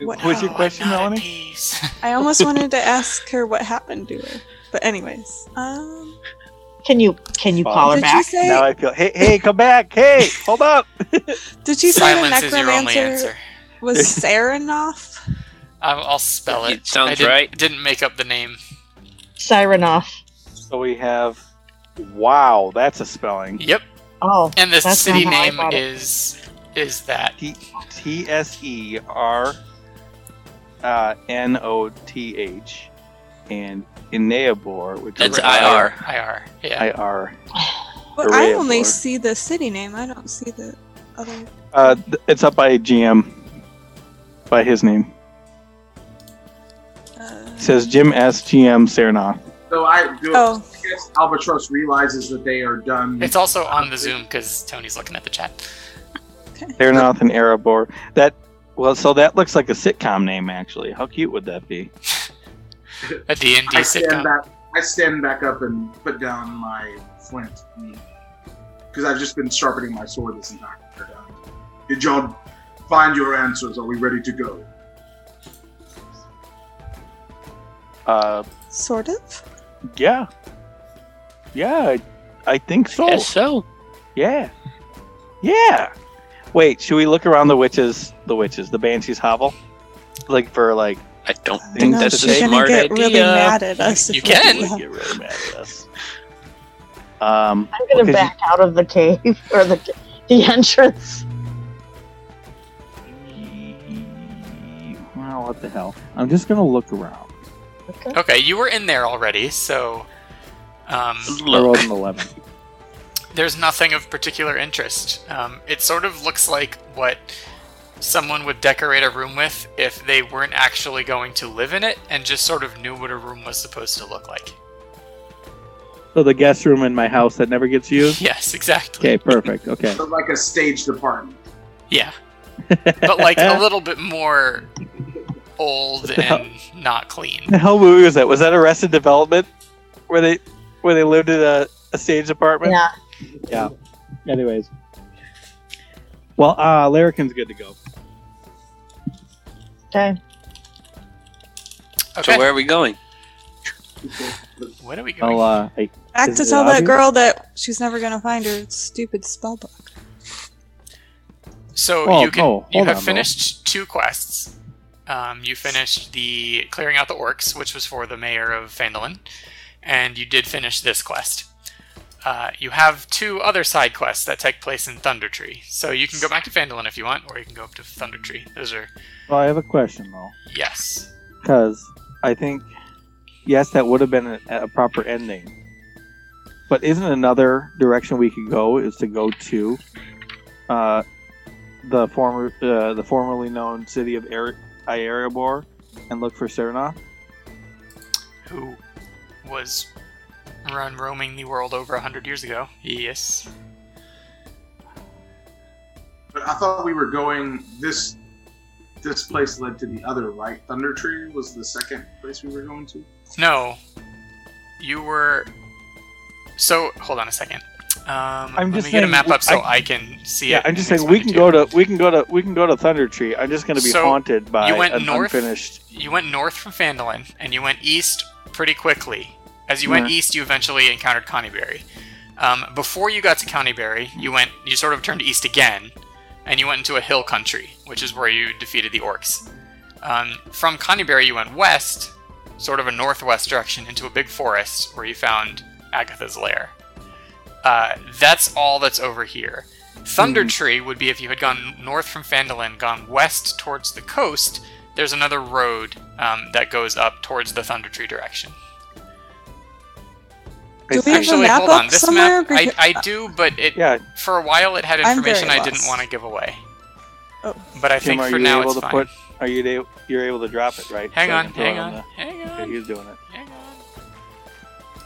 Speaker 3: What-
Speaker 5: What was
Speaker 1: Oh,
Speaker 5: your
Speaker 1: I'm
Speaker 5: question,
Speaker 1: not at
Speaker 5: Melanie?
Speaker 1: peace.
Speaker 3: I almost wanted to ask her what happened to her, but anyways, um,
Speaker 2: Can you can you
Speaker 5: Fine.
Speaker 2: call her
Speaker 3: did she
Speaker 2: back?
Speaker 3: say?
Speaker 5: Now I feel. Hey, hey, come back! Hey, hold up!
Speaker 3: did she say the
Speaker 1: Silence is your only
Speaker 3: necromancer
Speaker 1: answer.
Speaker 3: was Saranoff?
Speaker 1: I'll, I'll spell it.
Speaker 7: It sounds
Speaker 1: I didn't,
Speaker 7: right.
Speaker 1: Didn't make up the name.
Speaker 2: Sirenoff.
Speaker 5: So we have. Wow, that's a spelling.
Speaker 1: Yep.
Speaker 2: Oh,
Speaker 1: And the
Speaker 2: That's
Speaker 1: city
Speaker 2: not how I
Speaker 1: name
Speaker 2: thought it-
Speaker 1: is is that.
Speaker 5: T S E R uh, N O T H, and Ineabor, which
Speaker 7: That's
Speaker 5: is
Speaker 7: IR.
Speaker 1: IR. Yeah.
Speaker 5: I R.
Speaker 3: Well,
Speaker 5: Array
Speaker 3: I
Speaker 5: of
Speaker 3: only
Speaker 5: lore.
Speaker 3: see the city name. I don't see the other.
Speaker 5: Uh, th- it's up by GM, by his name.
Speaker 3: Uh,
Speaker 5: It says Jim S. GM Serna.
Speaker 4: So I do.
Speaker 3: oh,
Speaker 4: I guess Albatross realizes that they are done.
Speaker 1: It's also on the Zoom because Tony's looking at the chat.
Speaker 5: Sernoth and Erebor. That well, so that looks like a sitcom name actually. How cute would that be?
Speaker 1: A D and D
Speaker 4: I stand
Speaker 1: sitcom.
Speaker 4: back. I stand back up and put down my flint because I've just been sharpening my sword this entire time. Did y'all find your answers? Are we ready to go?
Speaker 5: Uh,
Speaker 3: sort of.
Speaker 5: yeah, yeah, I, I think so.
Speaker 7: Guess so.
Speaker 5: Yeah. Yeah. Wait, should we look around the witches the witches, the banshees hovel? Like for like
Speaker 7: I don't
Speaker 3: I
Speaker 7: think
Speaker 3: know,
Speaker 7: that's
Speaker 5: she's
Speaker 7: a smart
Speaker 3: get
Speaker 7: idea.
Speaker 3: really mad at us. if
Speaker 1: You
Speaker 3: we
Speaker 1: can.
Speaker 3: do
Speaker 5: people
Speaker 3: that.
Speaker 5: would get really mad at us. Um
Speaker 2: I'm gonna
Speaker 5: because
Speaker 2: back out of the cave or the the entrance.
Speaker 5: you- Well, what the hell? I'm just gonna look around.
Speaker 2: Okay.
Speaker 1: Okay, you were in there already, so um,
Speaker 5: I rolled
Speaker 7: Look,
Speaker 5: an eleven.
Speaker 1: there's nothing of particular interest. Um, it sort of looks like what someone would decorate a room with if they weren't actually going to live in it and just sort of knew what a room was supposed to look like.
Speaker 5: So the guest room in my house that never gets used?
Speaker 1: Yes, exactly.
Speaker 5: Okay, perfect. Okay.
Speaker 4: So like a staged apartment.
Speaker 1: Yeah. But like a little bit more old and not clean.
Speaker 5: the hell movie was that? Was that Arrested Development? Where they where they lived in a, a stage apartment?
Speaker 2: Yeah.
Speaker 5: Anyways. Well, uh Larrikin's good to go.
Speaker 2: Okay.
Speaker 7: So
Speaker 1: Okay.
Speaker 7: where are we going?
Speaker 1: What are we going?
Speaker 5: I'll uh I
Speaker 3: Back
Speaker 5: Is
Speaker 3: to
Speaker 5: it
Speaker 3: tell that
Speaker 5: obvious?
Speaker 3: girl that she's never gonna find her stupid spellbook.
Speaker 1: So
Speaker 5: Oh,
Speaker 1: you can
Speaker 5: oh,
Speaker 1: you have
Speaker 5: hold on, though.
Speaker 1: finished two quests. Um, you finished the clearing out the orcs, which was for the mayor of Phandalin, and you did finish this quest. Uh, you have two other side quests that take place in Thunder Tree, so you can go back to Vandalin if you want, or you can go up to Thunder Tree. Those are
Speaker 5: Well, I have a question though,
Speaker 1: yes.
Speaker 5: because I think yes, that would have been a, a proper ending. But isn't another direction we could go is to go to uh, the former uh, the formerly known city of Air- Iarabor and look for Serna?
Speaker 1: who was run roaming the world over a hundred years ago. Yes.
Speaker 4: But I thought we were going this. This place led to the other, right? Thunder Tree was the second place we were going to.
Speaker 1: No. You were. So hold on a second. Um,
Speaker 5: I'm
Speaker 1: let
Speaker 5: just
Speaker 1: me get a
Speaker 5: saying
Speaker 1: map
Speaker 5: we-
Speaker 1: up so
Speaker 5: I-
Speaker 1: I, can see
Speaker 5: Yeah,
Speaker 1: it.
Speaker 5: I'm just
Speaker 1: and
Speaker 5: saying we can
Speaker 1: explain
Speaker 5: go
Speaker 1: it
Speaker 5: to we can go to we can go to Thunder Tree. I'm just going to be
Speaker 1: So,
Speaker 5: haunted by
Speaker 1: you went
Speaker 5: an
Speaker 1: north?
Speaker 5: unfinished.
Speaker 1: you. You went north from Phandalin and you went east pretty quickly. As you went east, you eventually encountered Connieberry. Um, before you got to Connieberry, you went you sort of turned east again, and you went into a hill country, which is where you defeated the orcs. Um, from Connieberry, you went west, sort of a northwest direction, into a big forest where you found Agatha's lair. Uh, that's all that's over here. Thunder Tree would be if you had gone north from Phandalin, gone west towards the coast. There's another road um, that goes up towards the Thunder Tree direction.
Speaker 5: I
Speaker 3: Do we
Speaker 5: see.
Speaker 3: have a
Speaker 1: Actually,
Speaker 3: map
Speaker 1: hold on.
Speaker 3: up
Speaker 1: This
Speaker 3: somewhere?
Speaker 1: map, I,
Speaker 3: Because- uh,
Speaker 1: I do, but it
Speaker 5: Yeah,
Speaker 1: for a while it had
Speaker 3: I'm
Speaker 1: information
Speaker 3: very
Speaker 1: I didn't
Speaker 3: lost.
Speaker 1: want to give away.
Speaker 3: Oh.
Speaker 1: But I
Speaker 5: Jim,
Speaker 1: think
Speaker 5: are
Speaker 1: for
Speaker 5: you
Speaker 1: now
Speaker 5: able
Speaker 1: it's
Speaker 5: to
Speaker 1: fine.
Speaker 5: put? Are you da- you're able to drop it right?
Speaker 1: hang
Speaker 5: So I
Speaker 1: on,
Speaker 5: can throw
Speaker 1: hang
Speaker 5: it
Speaker 1: on,
Speaker 5: the-
Speaker 1: hang
Speaker 5: Okay,
Speaker 1: on,
Speaker 5: he's doing it.
Speaker 1: hang on.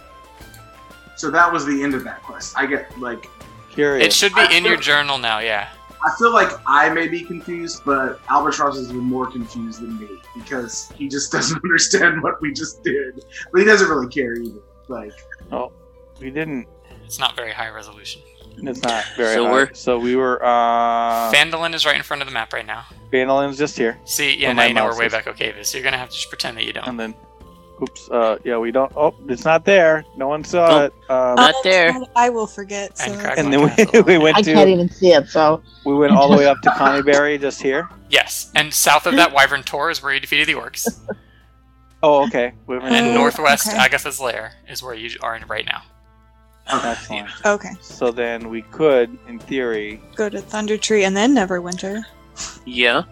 Speaker 4: So that was the end of that quest. I get like
Speaker 1: It
Speaker 5: Curious.
Speaker 1: should be
Speaker 4: I
Speaker 1: in your
Speaker 4: feel-
Speaker 1: journal now, yeah.
Speaker 4: I feel like I may be confused, but Albatross is even more confused than me because he just doesn't understand what we just did. But he doesn't really care either. Like,
Speaker 5: we didn't.
Speaker 1: It's not very high resolution.
Speaker 5: It's not very.
Speaker 7: So
Speaker 5: high.
Speaker 7: we're-
Speaker 5: so we were. Uh,
Speaker 1: Phandalin is right in front of the map right now.
Speaker 5: Vandalin's just here,
Speaker 1: See, yeah,
Speaker 5: Where
Speaker 1: now
Speaker 5: my
Speaker 1: you know where
Speaker 5: mouse is. Um,
Speaker 1: Wayback Cave is. So you're gonna have to just pretend that you don't.
Speaker 5: and then, oops. Uh, yeah, we don't. Oh, it's not there. No one
Speaker 1: Oh.
Speaker 5: saw
Speaker 7: Nope.
Speaker 5: it. Um,
Speaker 7: Not
Speaker 3: Um,
Speaker 7: there.
Speaker 3: I will forget. So.
Speaker 1: And crack
Speaker 5: and
Speaker 1: my
Speaker 5: then we,
Speaker 1: castle.
Speaker 5: we went
Speaker 2: I can't
Speaker 5: to
Speaker 2: even see it, so
Speaker 5: we went all the way up to Connieberry just here.
Speaker 1: Yes, and south of that Wyvern Tor is where you defeated the orcs,
Speaker 5: Oh, okay. We went
Speaker 1: and
Speaker 3: Oh,
Speaker 1: northwest
Speaker 3: okay.
Speaker 1: Agatha's lair is where you are in right now.
Speaker 5: Excellent.
Speaker 3: Okay,
Speaker 5: So then we could, in theory,
Speaker 3: go to Thunder Tree and then Neverwinter,
Speaker 7: Yeah.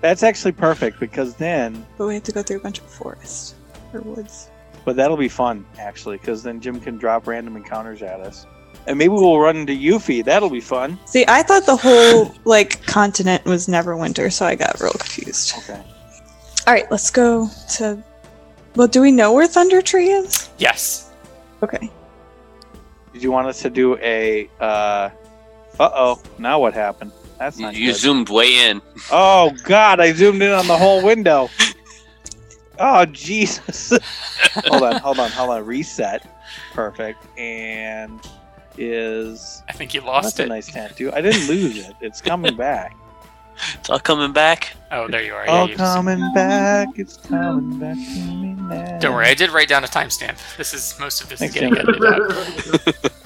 Speaker 5: that's actually perfect because then,
Speaker 3: but we have to go through a bunch of forests or woods.
Speaker 5: but that'll be fun actually because then Jim can drop random encounters at us, and maybe we'll run into Yuffie. That'll be fun.
Speaker 3: See, I thought the whole like continent was Neverwinter, so I got real confused.
Speaker 5: Okay.
Speaker 3: All right, let's go to. Well, do we know where Thunder Tree is?
Speaker 1: Yes,
Speaker 3: Okay.
Speaker 5: Did you want us to do a? Uh oh, now what happened? That's
Speaker 7: You,
Speaker 5: not
Speaker 7: you
Speaker 5: good.
Speaker 7: zoomed way in.
Speaker 5: oh God, I zoomed in on the whole window. Oh Jesus! hold on, hold on, hold on. Reset. Perfect. And is
Speaker 1: I think you lost
Speaker 5: that's
Speaker 1: it.
Speaker 5: a nice tattoo. I didn't lose it. It's coming back.
Speaker 7: It's all coming back.
Speaker 1: Oh, there you are. Yeah,
Speaker 5: Oh,
Speaker 1: you just-
Speaker 5: coming back. It's coming back to me now.
Speaker 1: Don't worry, I did write down a timestamp. This is most of this is
Speaker 5: Thanks,
Speaker 1: getting
Speaker 5: Jim.
Speaker 1: edited out.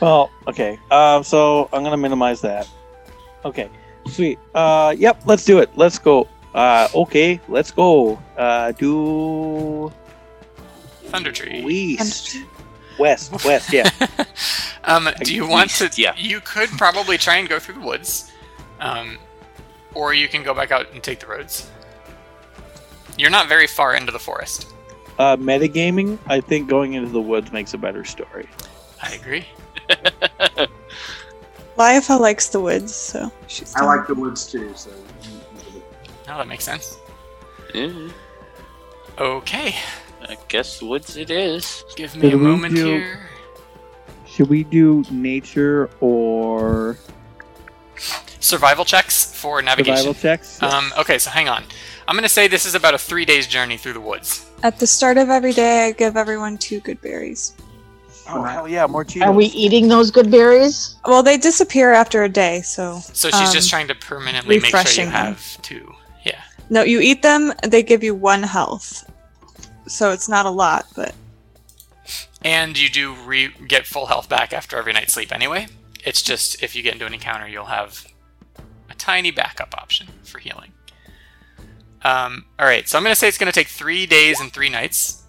Speaker 5: Well, okay. Um, so I'm gonna minimize that. Okay, sweet. Uh, yep. Let's do it. Let's go. Uh, okay. Let's go. Uh, do
Speaker 1: Thunder Tree.
Speaker 5: east, west, west. Yeah.
Speaker 1: um, do you want to?
Speaker 7: East, yeah.
Speaker 1: You could probably try and go through the woods, um, or you can go back out and take the roads. You're not very far into the forest.
Speaker 5: Uh, metagaming. I think going into the woods makes a better story.
Speaker 1: I agree.
Speaker 3: Laifa likes the woods, so she's.
Speaker 4: I
Speaker 3: done.
Speaker 4: like the woods too, so.
Speaker 1: No, that makes sense.
Speaker 7: Yeah,
Speaker 1: Okay,
Speaker 7: I guess woods it is.
Speaker 1: give me
Speaker 5: Did
Speaker 1: a
Speaker 5: we
Speaker 1: moment
Speaker 5: do-
Speaker 1: here.
Speaker 5: Should we do nature or
Speaker 1: Survival checks for navigation.
Speaker 5: survival checks?
Speaker 1: Um, okay, so hang on. I'm gonna say this is about a three days journey through the woods.
Speaker 3: At the start of every day, I give everyone two good berries.
Speaker 5: oh hell yeah! More cheese.
Speaker 2: are we eating those good berries?
Speaker 3: Well, they disappear after a day, so
Speaker 1: So she's just
Speaker 3: Um,
Speaker 1: trying to permanently make sure
Speaker 3: refreshing
Speaker 1: you
Speaker 3: them.
Speaker 1: have two. Yeah.
Speaker 3: no, you eat them. They give you one health, so it's not a lot, but
Speaker 1: And you do re- get full health back after every night's sleep anyway. It's just if you get into an encounter, you'll have a tiny backup option for healing. Um, all right, so I'm going to say it's going to take three days and three nights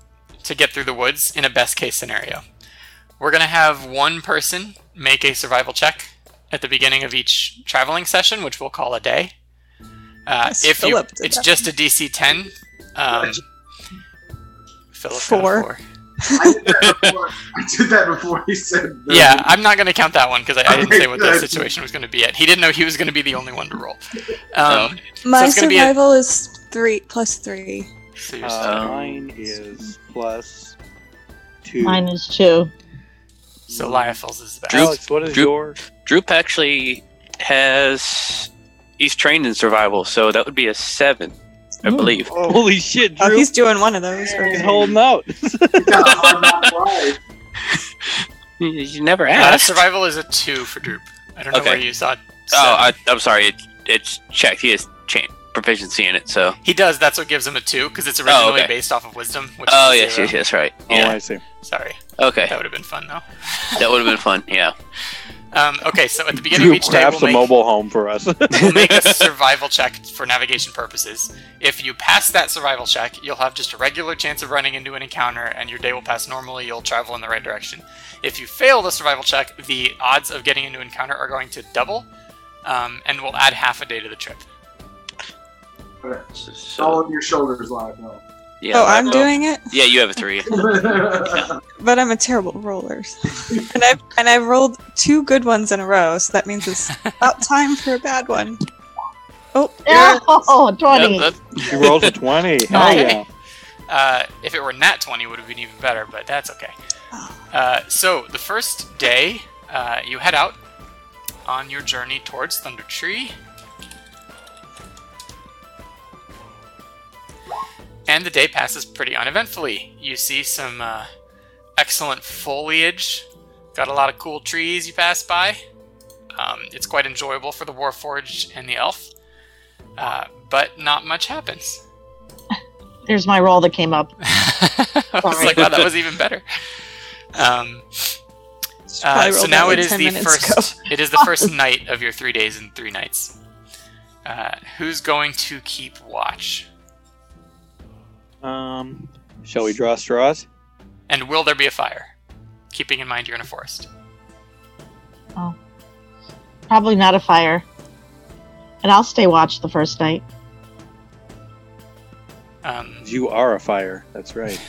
Speaker 1: to get through the woods in a best case scenario. We're going to have one person make a survival check at the beginning of each traveling session, which we'll call a day. Uh,
Speaker 3: Yes,
Speaker 1: if you,
Speaker 3: Philip did
Speaker 1: it's
Speaker 3: that.
Speaker 1: just a DC 10. Um, Philip got a
Speaker 3: Four.
Speaker 1: four.
Speaker 4: I did that before, I did that before he said. that.
Speaker 1: Yeah, I'm not going to count that one because I, I didn't say what the
Speaker 4: Okay, good.
Speaker 1: situation was going to be at. He didn't know he was going to be the only one to roll. Um,
Speaker 3: My
Speaker 1: it's gonna be a-
Speaker 3: survival is three plus three.
Speaker 1: so you're
Speaker 7: Um,
Speaker 1: stuck.
Speaker 5: Uh, mine
Speaker 1: um,
Speaker 5: is plus two.
Speaker 2: Mine is two.
Speaker 1: so Lyophil's is Uh, back.
Speaker 5: Alex, what is
Speaker 7: Droop.
Speaker 5: your?
Speaker 7: Droop actually has. He's trained in survival, so that would be a seven, I
Speaker 2: Ooh.
Speaker 7: believe.
Speaker 5: Holy shit,
Speaker 3: Oh,
Speaker 5: Drew!
Speaker 3: he's doing one of those.
Speaker 5: He's
Speaker 3: Okay.
Speaker 5: holding out.
Speaker 4: He got a hard knock life.
Speaker 7: You- You never
Speaker 1: Uh,
Speaker 7: asked.
Speaker 1: survival is a two for Droop. I don't know
Speaker 7: Okay.
Speaker 1: where you saw.
Speaker 7: oh,
Speaker 1: seven.
Speaker 7: I, I'm sorry. It, it's checked. He has cha- proficiency in it, so.
Speaker 1: He does. That's what gives him a two because it's originally
Speaker 7: Oh, okay.
Speaker 1: based off of wisdom. Which
Speaker 7: Oh,
Speaker 1: is a
Speaker 7: yes,
Speaker 1: zero.
Speaker 7: yes, yes, right.
Speaker 5: Oh,
Speaker 7: Yeah.
Speaker 5: I see.
Speaker 1: Sorry,
Speaker 7: okay.
Speaker 1: that would have been fun though.
Speaker 7: That would have been fun. Yeah.
Speaker 1: Um, okay, so at the beginning
Speaker 5: Drew
Speaker 1: of each day,
Speaker 5: crafts
Speaker 1: we'll
Speaker 5: a
Speaker 1: make,
Speaker 5: mobile home for us.
Speaker 1: we'll make a survival check for navigation purposes. If you pass that survival check, you'll have just a regular chance of running into an encounter, and your day will pass normally. You'll travel in the right direction. If you fail the survival check, the odds of getting into encounter are going to double, um, and we'll add half a day to the trip.
Speaker 7: So,
Speaker 4: All on your shoulders, live now.
Speaker 7: yeah,
Speaker 3: Oh, I'm
Speaker 7: Lyophil-
Speaker 3: doing it,
Speaker 7: Yeah, you have a three.
Speaker 3: but I'm a terrible roller. and I've and I've rolled two good ones in a row, so that means it's about time for a bad one. Oh, yeah.
Speaker 1: Uh,
Speaker 2: Oh, 20.
Speaker 7: Yep,
Speaker 5: She rolls a twenty. Hell
Speaker 2: Nice.
Speaker 5: yeah!
Speaker 1: Uh, if it were nat 20, it would have been even better, but that's okay. Uh, so, the first day, uh, you head out on your journey towards Thunder Tree. And the day passes pretty uneventfully. You see some uh, excellent foliage, got a lot of cool trees you pass by. Um, it's quite enjoyable for the Warforged and the Elf, uh, but not much happens.
Speaker 2: There's my roll that came up.
Speaker 1: I was
Speaker 2: Sorry.
Speaker 1: like, wow, that was even better. Um, uh,
Speaker 3: Probably
Speaker 1: so
Speaker 3: rolled
Speaker 1: now
Speaker 3: that
Speaker 1: it
Speaker 3: like
Speaker 1: is
Speaker 3: 10
Speaker 1: the
Speaker 3: minutes ago.
Speaker 1: first. It is the first night of your three days and three nights. Uh, who's going to keep watch?
Speaker 5: Um, shall we draw straws?
Speaker 1: And will there be a fire? Keeping in mind you're in a forest.
Speaker 2: Probably not a fire. And I'll stay watch the first night.
Speaker 1: Um,
Speaker 5: You are a fire. That's right.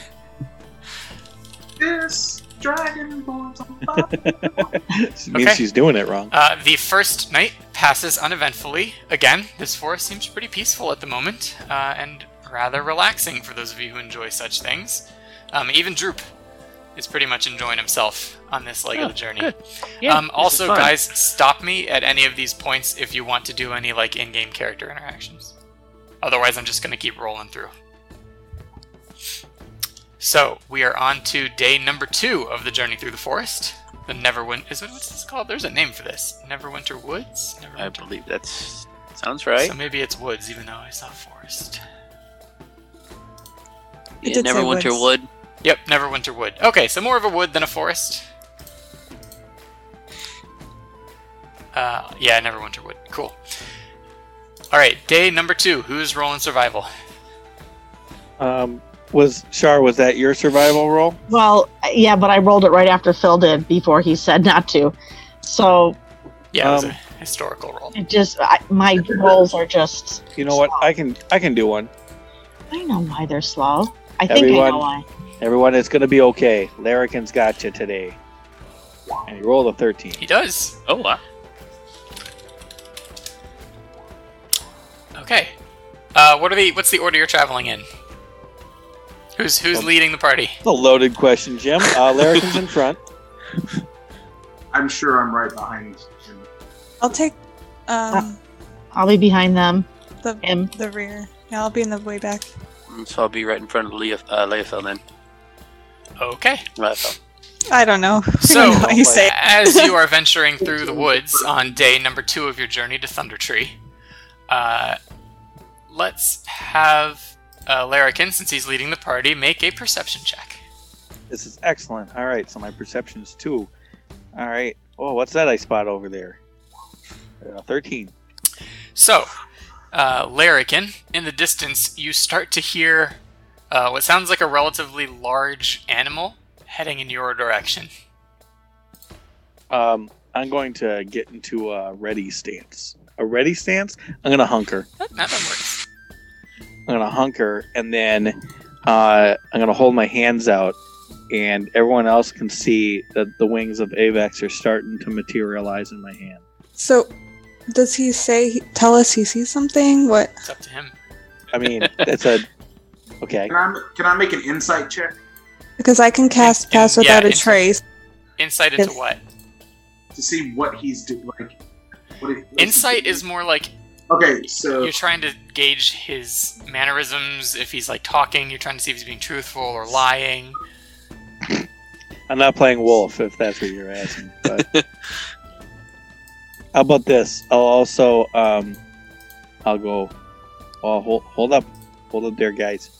Speaker 4: This dragonborn's on fire.
Speaker 5: It means
Speaker 1: Okay.
Speaker 5: she's doing it wrong.
Speaker 1: Uh, the first night passes uneventfully. Again, this forest seems pretty peaceful at the moment, uh, and rather relaxing for those of you who enjoy such things. Um, even Droop is pretty much enjoying himself on this leg
Speaker 3: Oh,
Speaker 1: of the journey.
Speaker 7: Yeah,
Speaker 1: um,
Speaker 7: this is
Speaker 1: also,
Speaker 7: fun.
Speaker 1: guys, stop me at any of these points if you want to do any like in-game character interactions. Otherwise, I'm just going to keep rolling through. So we are on to day number two of the journey through the forest. The Neverwinter is it, what's this called? There's a name for this. Neverwinter Woods.
Speaker 7: I
Speaker 1: Neverwinter.
Speaker 7: believe that's sounds right.
Speaker 1: So maybe it's woods, even though I saw forest.
Speaker 3: It
Speaker 7: Yeah,
Speaker 3: did say
Speaker 7: Neverwinter
Speaker 3: woods.
Speaker 7: Wood.
Speaker 1: Yep, Neverwinter Wood. Okay, so more of a wood than a forest. Uh, yeah, Neverwinter Wood. Cool. All right, day number two. Who's rolling survival?
Speaker 5: Um, was Shar? Was that your survival roll?
Speaker 2: Well, yeah, but I rolled it right after Phil did before he said not to. So
Speaker 1: Yeah, it was a
Speaker 5: Um,
Speaker 1: historical roll.
Speaker 2: it just, I, my rolls are just,
Speaker 5: You know what? I can I can do one.
Speaker 2: I know why they're slow. I think I know
Speaker 5: Everyone-
Speaker 2: why.
Speaker 5: Everyone, it's gonna be okay. Larrikin's got you today. And he rolled a thirteen.
Speaker 1: He does.
Speaker 7: Oh wow.
Speaker 1: Okay. Uh, what are the? What's the order you're traveling in? Who's who's
Speaker 5: Um,
Speaker 1: leading the party?
Speaker 5: That's a loaded question, Jim. Uh, Larrikin's in front.
Speaker 4: I'm sure I'm right behind him.
Speaker 3: I'll take um,
Speaker 2: I'll be behind them.
Speaker 3: the
Speaker 2: Him.
Speaker 3: the rear. Yeah, I'll be in the way back.
Speaker 7: Mm, So I'll be right in front of Leo, uh, Leofel then.
Speaker 1: Okay.
Speaker 7: Leofel.
Speaker 3: I don't know. I don't
Speaker 1: So,
Speaker 3: know what you say.
Speaker 1: as you are venturing through the woods on day number two of your journey to Thunder Tree, uh, let's have uh, Larrikin, since he's leading the party, make a perception check.
Speaker 5: This is excellent. All right, so my perception's two. All right. Oh, what's that I spot over there? Uh, Thirteen.
Speaker 1: So, uh, Larrikin, in the distance, you start to hear uh, what sounds like a relatively large animal heading in your direction.
Speaker 5: Um, I'm going to get into a ready stance. A ready stance. I'm gonna hunker.
Speaker 1: That, that works.
Speaker 5: I'm gonna hunker, and then uh, I'm gonna hold my hands out, and everyone else can see that the wings of Avex are starting to materialize in my hand.
Speaker 3: So, does he say? He, tell us he sees something. What?
Speaker 1: It's up to him.
Speaker 5: I mean, that's a okay.
Speaker 4: Can I can I make an insight check?
Speaker 3: Because I can cast
Speaker 1: Yeah,
Speaker 3: pass without a
Speaker 1: it's-
Speaker 3: trace.
Speaker 1: Insight into
Speaker 3: Yes.
Speaker 1: what?
Speaker 4: to see what he's doing. Like, what he- what
Speaker 1: Insight
Speaker 4: he's
Speaker 1: is
Speaker 4: doing.
Speaker 1: more like
Speaker 4: okay. So
Speaker 1: you're trying to gauge his mannerisms. If he's like talking, you're trying to see if he's being truthful or lying.
Speaker 5: I'm not playing wolf if that's what you're asking. But how about this? I'll also um, I'll go. Oh, hold, hold up, hold up there, guys.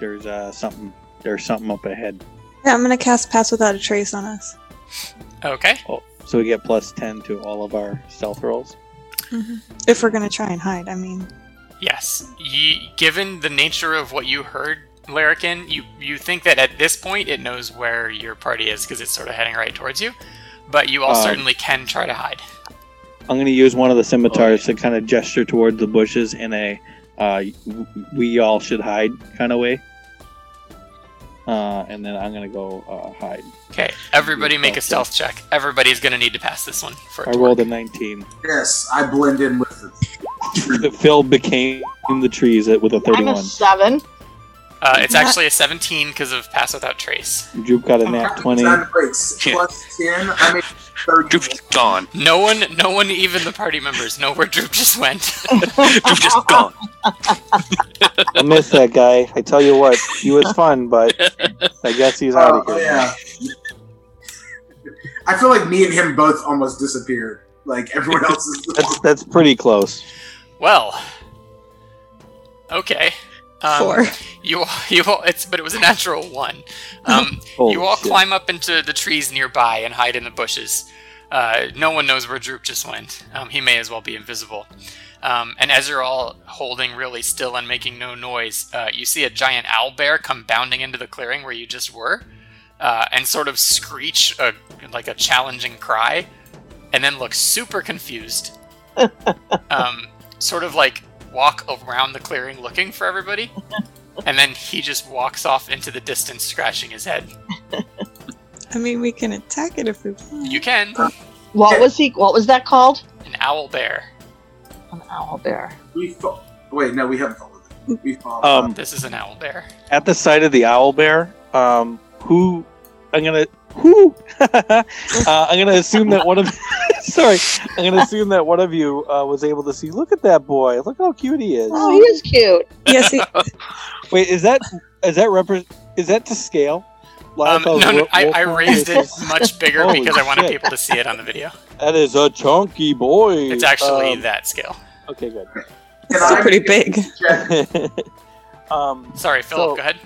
Speaker 5: There's uh, something. There's something up ahead.
Speaker 3: Yeah, I'm gonna cast pass without a trace on us.
Speaker 1: Okay.
Speaker 5: Oh, so we get plus ten to all of our stealth rolls.
Speaker 3: If we're gonna try and hide, I mean,
Speaker 1: Yes. Ye, given the nature of what you heard, Larrikin, you, you think that at this point it knows where your party is because it's sort of heading right towards you. But you all
Speaker 5: Um,
Speaker 1: certainly can try to hide.
Speaker 5: I'm gonna use one of the scimitars to kind of gesture toward the bushes in a uh, w- "we all should hide" kind of way. Uh, and then I'm gonna go uh, hide.
Speaker 1: Okay. Everybody make a
Speaker 5: Okay.
Speaker 1: stealth check. Everybody's going to need to pass this one for it
Speaker 5: I
Speaker 1: to
Speaker 5: rolled a
Speaker 1: work.
Speaker 5: 19.
Speaker 4: yes, I blend in with
Speaker 5: The
Speaker 4: it.
Speaker 5: Phil became the trees at- with a
Speaker 2: I'm a
Speaker 5: 31.
Speaker 2: seven.
Speaker 1: Uh, it's
Speaker 3: Not-
Speaker 1: actually a 17 because of Pass Without Trace.
Speaker 5: Juke got a nat 20.
Speaker 4: Nine breaks.
Speaker 7: Yeah.
Speaker 4: Plus ten. I make thirty.
Speaker 7: Droop's gone.
Speaker 1: No one, no one, even the party members know where Droop just went.
Speaker 7: Droop just gone.
Speaker 5: I miss that guy. I tell you what, he was fun, but I guess he's out
Speaker 4: Oh,
Speaker 5: of here.
Speaker 4: yeah. I feel like me and him both almost disappeared. Like everyone else is.
Speaker 5: That's that's pretty close.
Speaker 1: Well, okay. Um,
Speaker 3: four.
Speaker 1: You all, you all, it's but it was a natural one. Um,
Speaker 5: Holy
Speaker 1: you all
Speaker 5: shit.
Speaker 1: climb up into the trees nearby and hide in the bushes. Uh, no one knows where Droop just went. Um, he may as well be invisible. Um, and as you're all holding really still and making no noise, uh, you see a giant owl bear come bounding into the clearing where you just were, uh, and sort of screech a, like a challenging cry, and then look super confused. um, sort of like walk around the clearing looking for everybody, and then he just walks off into the distance, scratching his head.
Speaker 3: I mean, we can attack it if we want.
Speaker 1: You can.
Speaker 2: What was he? What was that called?
Speaker 1: An owl bear.
Speaker 2: An owl bear.
Speaker 4: We fo- wait, no, we haven't followed them. We followed.
Speaker 5: Um,
Speaker 1: This is an owl bear.
Speaker 5: at the sight of the owl bear, um, who I'm gonna who uh, I'm gonna assume that one of sorry I'm gonna assume that one of you uh, was able to see. Look at that boy! Look how cute he is.
Speaker 2: Oh, he is cute.
Speaker 3: Yes, he,
Speaker 5: Wait, is that is that repre- is that to scale?
Speaker 1: Um, no, no, I, I raised it
Speaker 5: Wolfman is-
Speaker 1: much bigger
Speaker 5: Holy
Speaker 1: because I wanted
Speaker 5: shit.
Speaker 1: people to see it on the video.
Speaker 5: That is a chunky boy.
Speaker 1: It's actually
Speaker 5: Um,
Speaker 1: that scale.
Speaker 5: Okay, good.
Speaker 4: Can
Speaker 3: still
Speaker 4: I
Speaker 3: pretty
Speaker 4: make
Speaker 3: big.
Speaker 4: a check-
Speaker 5: um,
Speaker 1: Sorry, Philip.
Speaker 5: so-
Speaker 1: go ahead.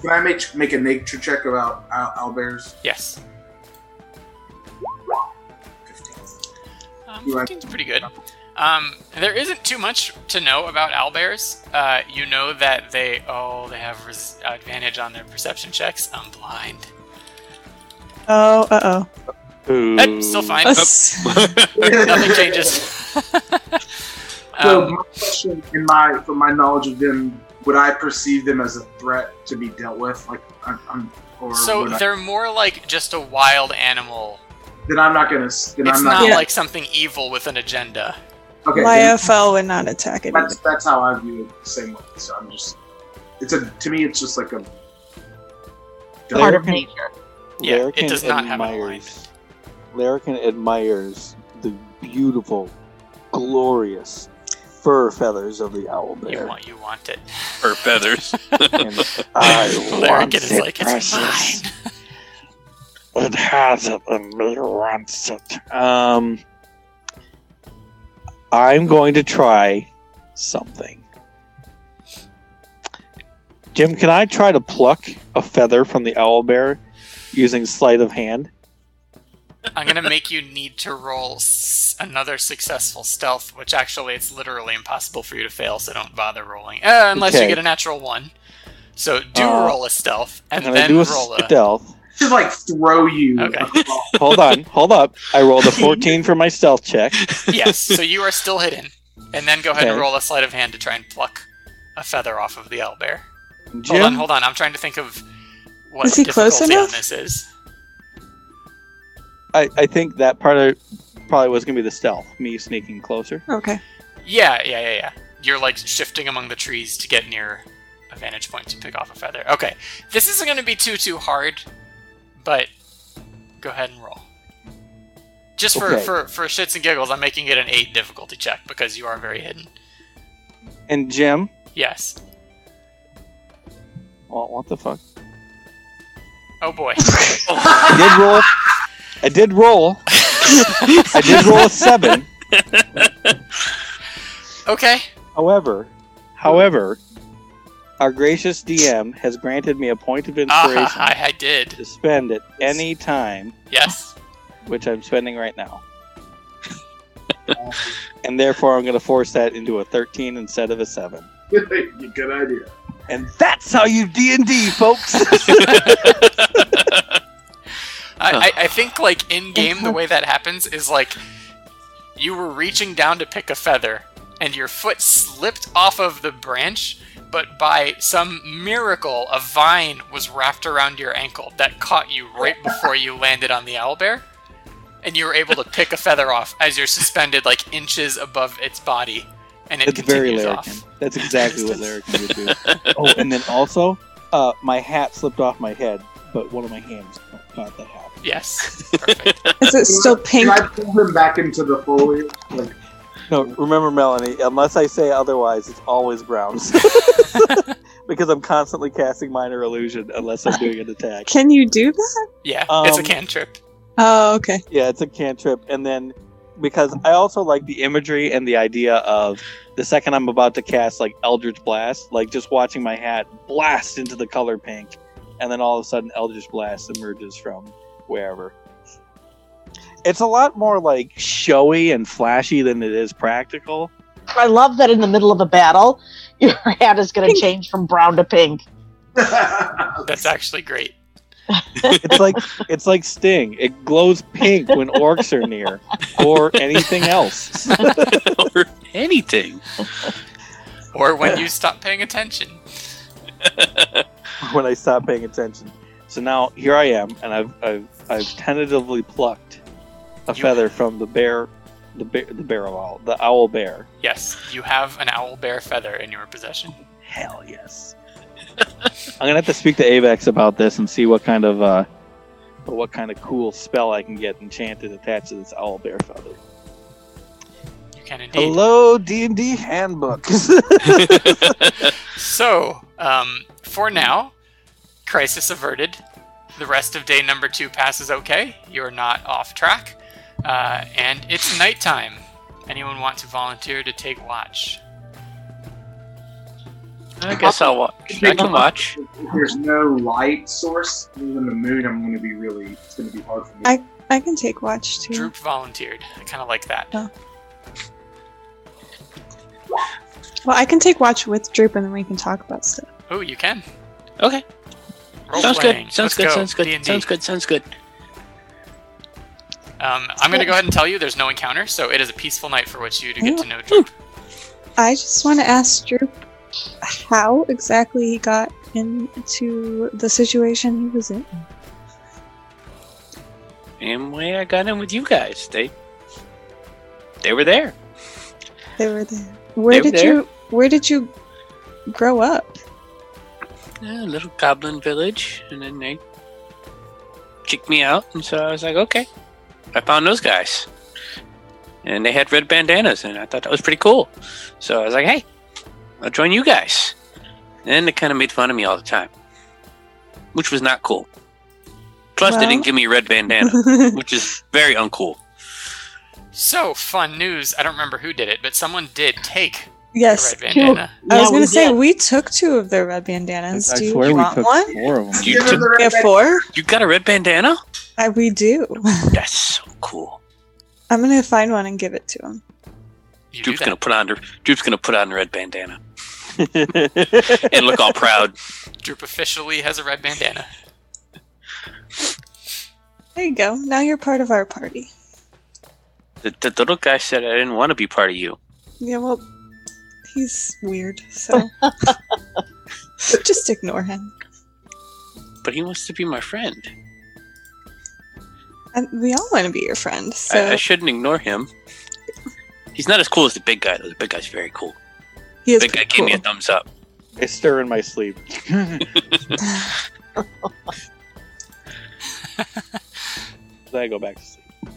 Speaker 4: Can I make make a nature check about Al- owlbears?
Speaker 1: Yes. Um,
Speaker 4: You are-
Speaker 1: 15's pretty good. Um, there isn't too much to know about owlbears. Uh, you know that they oh they have res- advantage on their perception checks. I'm blind.
Speaker 3: Oh, uh oh.
Speaker 1: That's Eh, still fine.
Speaker 3: Us.
Speaker 1: Nothing changes.
Speaker 4: So
Speaker 1: um,
Speaker 4: my question, in my from my knowledge of them, would I perceive them as a threat to be dealt with? Like, I'm, I'm or
Speaker 1: so
Speaker 4: would I-
Speaker 1: they're more like just a wild animal.
Speaker 4: then I'm not gonna. s- Then
Speaker 1: It's
Speaker 4: I'm
Speaker 1: not
Speaker 4: not.
Speaker 1: like something evil with an agenda.
Speaker 4: okay,
Speaker 3: My
Speaker 4: then
Speaker 3: FL would not attack it.
Speaker 4: that's that's how I view it. The same way. So I'm just. It's a to me. It's just like a.
Speaker 2: Part of
Speaker 5: Larrikin-
Speaker 2: nature.
Speaker 1: Yeah, it
Speaker 5: Larrikin
Speaker 1: does not have an
Speaker 5: admires- Larrikin admires the beautiful, glorious fur feathers of the owl
Speaker 1: You
Speaker 5: bear.
Speaker 1: want you want it.
Speaker 7: Her feathers.
Speaker 5: And I want
Speaker 1: Larrikin is
Speaker 5: it
Speaker 1: like, "It's
Speaker 5: precious. It has it, and me wants it. Um, I'm going to try something. Jim, can I try to pluck a feather from the owl bear using sleight of hand?
Speaker 1: I'm gonna make you need to roll s- another successful stealth, which actually it's literally impossible for you to fail, so don't bother rolling uh, unless you
Speaker 5: Okay.
Speaker 1: get a natural one. So do
Speaker 5: Uh,
Speaker 1: roll a stealth and
Speaker 5: I'm gonna
Speaker 1: then
Speaker 5: do a
Speaker 1: roll a.
Speaker 5: stealth.
Speaker 4: should like throw you.
Speaker 1: Okay.
Speaker 4: across.
Speaker 5: hold on, hold up. I rolled a 14 for my stealth check.
Speaker 1: yes, so you are still hidden. And then go ahead and
Speaker 5: Okay.
Speaker 1: roll a sleight of hand to try and pluck a feather off of the owlbear. Hold on,
Speaker 5: Jim,
Speaker 1: hold on. I'm trying to think of what
Speaker 3: Is he close
Speaker 1: difficulty on
Speaker 3: enough?
Speaker 1: this is.
Speaker 5: I, I think that part of probably was gonna be the stealth, me sneaking closer.
Speaker 3: Okay.
Speaker 1: Yeah, yeah, yeah, yeah. You're like shifting among the trees to get near a vantage point to pick off a feather. Okay, this isn't going to be too too hard, but go ahead and roll. Just for
Speaker 5: Okay.
Speaker 1: for for shits and giggles, I'm making it an eight difficulty check because you are very hidden.
Speaker 5: And Jim,
Speaker 1: Yes.
Speaker 5: well, what the fuck?
Speaker 1: Oh boy.
Speaker 5: I did roll. I did roll. I did roll a seven.
Speaker 1: Okay.
Speaker 5: However, however, our gracious DM has granted me a point of inspiration
Speaker 1: Ah, I, I did.
Speaker 5: to spend at any time,
Speaker 1: Yes.
Speaker 5: which I'm spending right now. and therefore, I'm going to force that into a 13 instead of a seven.
Speaker 4: Good idea.
Speaker 5: And that's how you D and D, folks.
Speaker 1: I, I, I think like in game the way that happens is like you were reaching down to pick a feather and your foot slipped off of the branch but by some miracle a vine was wrapped around your ankle that caught you right before you landed on the owlbear and you were able to pick a feather off as you're suspended like inches above its body and it
Speaker 5: That's very
Speaker 1: continues
Speaker 5: Larrikin.
Speaker 1: off
Speaker 5: That's exactly what Larrikin would do. Oh, and then also, uh, my hat slipped off my head, but one of my hands caught the hat.
Speaker 1: yes perfect
Speaker 3: Is it still
Speaker 4: Can
Speaker 3: pink?
Speaker 4: I pull him back into the foliage? Like,
Speaker 5: No, remember, Melanie, unless I say otherwise, it's always Browns. because I'm constantly casting minor illusion unless I'm doing an attack.
Speaker 3: Can you do that?
Speaker 1: yeah it's a
Speaker 5: Um,
Speaker 1: cantrip
Speaker 3: Oh, okay.
Speaker 5: Yeah, it's a cantrip. And then because I also like the imagery and the idea of the second I'm about to cast like Eldritch Blast, like just watching my hat blast into the color pink, and then all of a sudden Eldritch Blast emerges from wherever. It's a lot more like showy and flashy than it is practical.
Speaker 2: I love that in the middle of a battle, your hat is going to change from brown to pink.
Speaker 1: that's actually great
Speaker 5: It's like it's like Sting. It glows pink when orcs are near, or anything else.
Speaker 7: or anything.
Speaker 1: or when you stop paying attention
Speaker 5: when I stop paying attention. So now here I am, and I've I've, I've tentatively plucked a
Speaker 1: You-
Speaker 5: feather from the bear, the bear, the bear owl, the owl bear.
Speaker 1: Yes, you have an owl bear feather in your possession.
Speaker 5: Hell yes. I'm gonna have to speak to Avex about this and see what kind of uh, what kind of cool spell I can get enchanted attached to this owl bear feather.
Speaker 1: You can indeed.
Speaker 5: Hello, D and D handbook.
Speaker 1: So, um, for now, crisis averted. The rest of day number two passes okay. You're not off track. Uh, and it's nighttime. Anyone want to volunteer to take watch?
Speaker 7: I guess I'll watch. I can watch.
Speaker 4: if there's no light source, even in the moon, I'm going to be really. It's going to be hard for me.
Speaker 3: I can take watch too.
Speaker 1: Droop volunteered. I kind of like that.
Speaker 3: Well, I can take watch with Droop, and then we can talk about stuff.
Speaker 1: Oh, you can.
Speaker 7: Okay.
Speaker 1: Role
Speaker 7: Sounds
Speaker 1: playing.
Speaker 7: good. Sounds
Speaker 1: Let's
Speaker 7: good.
Speaker 1: go.
Speaker 7: Sounds good.
Speaker 1: D&D.
Speaker 7: Sounds good. Sounds good.
Speaker 1: Um, I'm going to go ahead and tell you there's no encounter, so it is a peaceful night for which you to get to know Droop.
Speaker 3: I just want to ask Droop how exactly he got into the situation he was in.
Speaker 7: Same way I got in with you guys. They they were there.
Speaker 3: They were there. Where
Speaker 7: They were
Speaker 3: did you Where did you grow up?
Speaker 7: Yeah, a little goblin village, and then they kicked me out, and so I was like, okay. I found those guys, and they had red bandanas, and I thought that was pretty cool. So I was like, hey, I'll join you guys. And they kind of made fun of me all the time, which was not cool. Plus, they
Speaker 3: Well-
Speaker 7: didn't give me a red bandana, which is very uncool.
Speaker 1: So, fun news. I don't remember who did it, but someone did take
Speaker 3: yes,
Speaker 1: the red bandana.
Speaker 3: I was
Speaker 2: Yeah, we
Speaker 3: going to say
Speaker 2: did.
Speaker 3: we took two of their red bandanas. do you want one?
Speaker 5: four of them.
Speaker 7: You
Speaker 4: Give her
Speaker 7: took-
Speaker 4: the
Speaker 3: We
Speaker 4: red
Speaker 3: have
Speaker 4: band-
Speaker 3: four.
Speaker 7: You got a red bandana?
Speaker 3: I, we do.
Speaker 7: That's so cool.
Speaker 3: I'm going to find one and give it to him.
Speaker 1: You do
Speaker 7: Droop's
Speaker 1: that.
Speaker 7: gonna put on the Droop's gonna put on the red bandana and look all proud.
Speaker 1: Droop officially has a red bandana.
Speaker 3: There you go. Now you're part of our party.
Speaker 7: The, the little guy said I didn't want to be part of you.
Speaker 3: Yeah, well, he's weird, so just ignore him.
Speaker 7: But he wants to be my friend.
Speaker 3: And we all want to be your friend, so
Speaker 7: I, I shouldn't ignore him. He's not as cool as the big guy, though. The big guy's very cool.
Speaker 3: he
Speaker 7: The
Speaker 3: is
Speaker 7: big guy
Speaker 3: pretty
Speaker 7: gave
Speaker 3: cool.
Speaker 7: me a thumbs up.
Speaker 5: I stir in my sleep.
Speaker 8: Then I go back to sleep.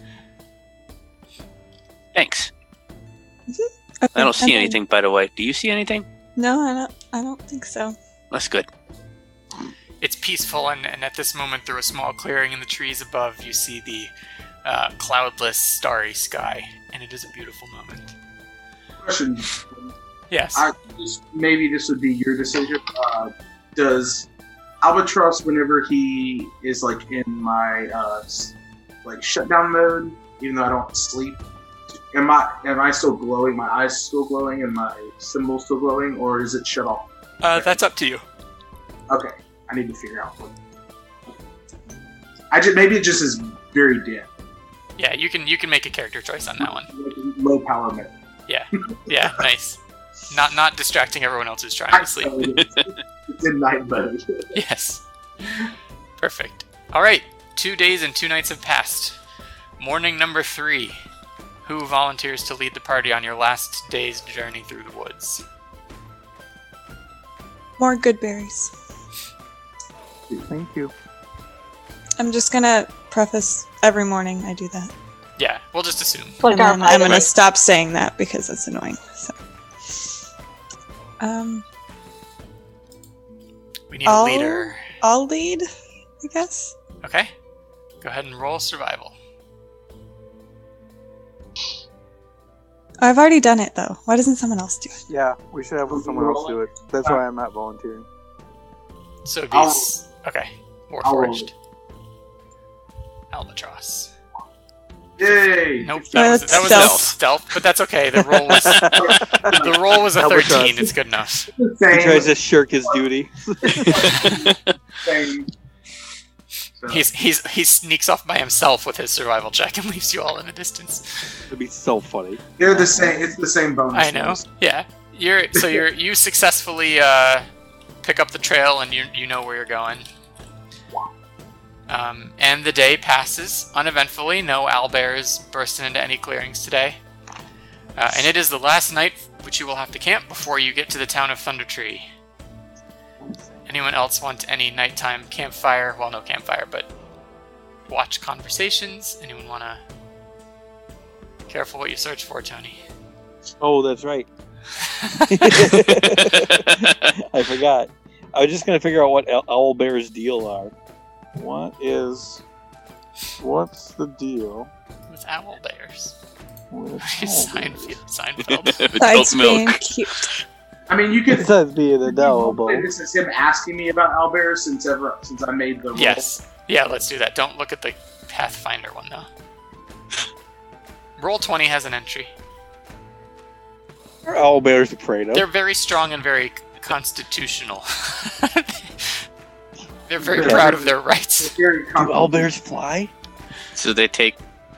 Speaker 7: Thanks.
Speaker 3: Okay,
Speaker 7: I don't see
Speaker 3: and then-
Speaker 7: anything, by the way. Do you see anything?
Speaker 3: No, I don't. I don't think so.
Speaker 7: That's good.
Speaker 1: It's peaceful, and, and at this moment, through a small clearing in the trees above, you see the uh, cloudless, starry sky, and it is a beautiful moment.
Speaker 4: Question:
Speaker 1: Yes.
Speaker 4: I, this, maybe this would be your decision. Uh, does Albatross, whenever he is like in my uh, s- like shutdown mode, even though I don't sleep, am I am I still glowing? My eyes still glowing, and my symbol still glowing, or is it shut off?
Speaker 1: Uh, that's up to you.
Speaker 4: Okay, I need to figure out. What. I just maybe it just is very dim,
Speaker 1: Yeah, you can you can make a character choice on that one.
Speaker 4: like low power mode.
Speaker 1: Yeah, nice. Not not distracting everyone else who's trying to sleep.
Speaker 4: it's in night mode.
Speaker 1: Yes. Perfect. All right. Two days and two nights have passed. Morning number three. Who volunteers to lead the party on your last day's journey through the woods?
Speaker 3: More good berries.
Speaker 5: Thank you.
Speaker 3: I'm just gonna preface every morning I do that.
Speaker 1: Yeah, we'll just assume.
Speaker 2: Like
Speaker 3: And
Speaker 2: our
Speaker 3: then I'm gonna
Speaker 2: pilot.
Speaker 3: stop saying that because it's annoying. So. Um,
Speaker 1: We need a
Speaker 3: Oh.
Speaker 1: leader.
Speaker 3: I'll lead, I guess.
Speaker 1: Okay. Go ahead and roll survival.
Speaker 3: I've already done it though. Why doesn't someone else do it?
Speaker 5: Yeah, we should have someone else do it. That's why I'm not volunteering.
Speaker 1: So it'd be
Speaker 4: I'll-
Speaker 1: s- okay.
Speaker 4: I'll roll
Speaker 1: Warforged. Albatross.
Speaker 4: Yay!
Speaker 1: Nope, that
Speaker 3: Yeah,
Speaker 1: was,
Speaker 3: that's
Speaker 1: that was
Speaker 3: stealth.
Speaker 1: stealth. stealth, but that's okay. The roll was the roll was a
Speaker 5: Albatross.
Speaker 1: thirteen. It's good enough.
Speaker 8: He
Speaker 4: Same,
Speaker 8: tries to shirk his duty.
Speaker 4: same. So,
Speaker 1: He's he's he sneaks off by himself with his survival check and leaves you all in the distance.
Speaker 5: It'd be so funny.
Speaker 4: they're the same. It's the same bonus.
Speaker 1: I know.
Speaker 4: rolls.
Speaker 1: Yeah, you're so you're you successfully uh, pick up the trail and you you know where you're going. Um, and the day passes uneventfully. No owlbears bursting into any clearings today. Uh, and it is the last night which you will have to camp before you get to the town of Thunder Tree. Anyone else want any nighttime campfire? Well, no campfire, but watch conversations. Anyone want to? Careful what you search for, Tony.
Speaker 8: Oh, that's right. I forgot. I was just gonna figure out what owl- owl bears deal are.
Speaker 5: What is. What's the deal
Speaker 1: with owl bears.
Speaker 5: with.
Speaker 1: Seinfeld. Seinfeld.
Speaker 3: Besides
Speaker 7: Adult
Speaker 3: being
Speaker 7: milk.
Speaker 3: cute.
Speaker 4: I mean, you could.
Speaker 5: Besides being adorable.
Speaker 4: This is him asking me about Albert since ever since I made the roll.
Speaker 1: yes. Yeah, let's do that. Don't look at the Pathfinder one though. Roll twenty has an entry.
Speaker 8: Are owl bears afraid of?
Speaker 1: They're very strong and very constitutional. They're very
Speaker 4: Yeah.
Speaker 1: proud of their rights.
Speaker 4: Very
Speaker 8: Do owl
Speaker 4: confident.
Speaker 8: bears fly?
Speaker 7: so they take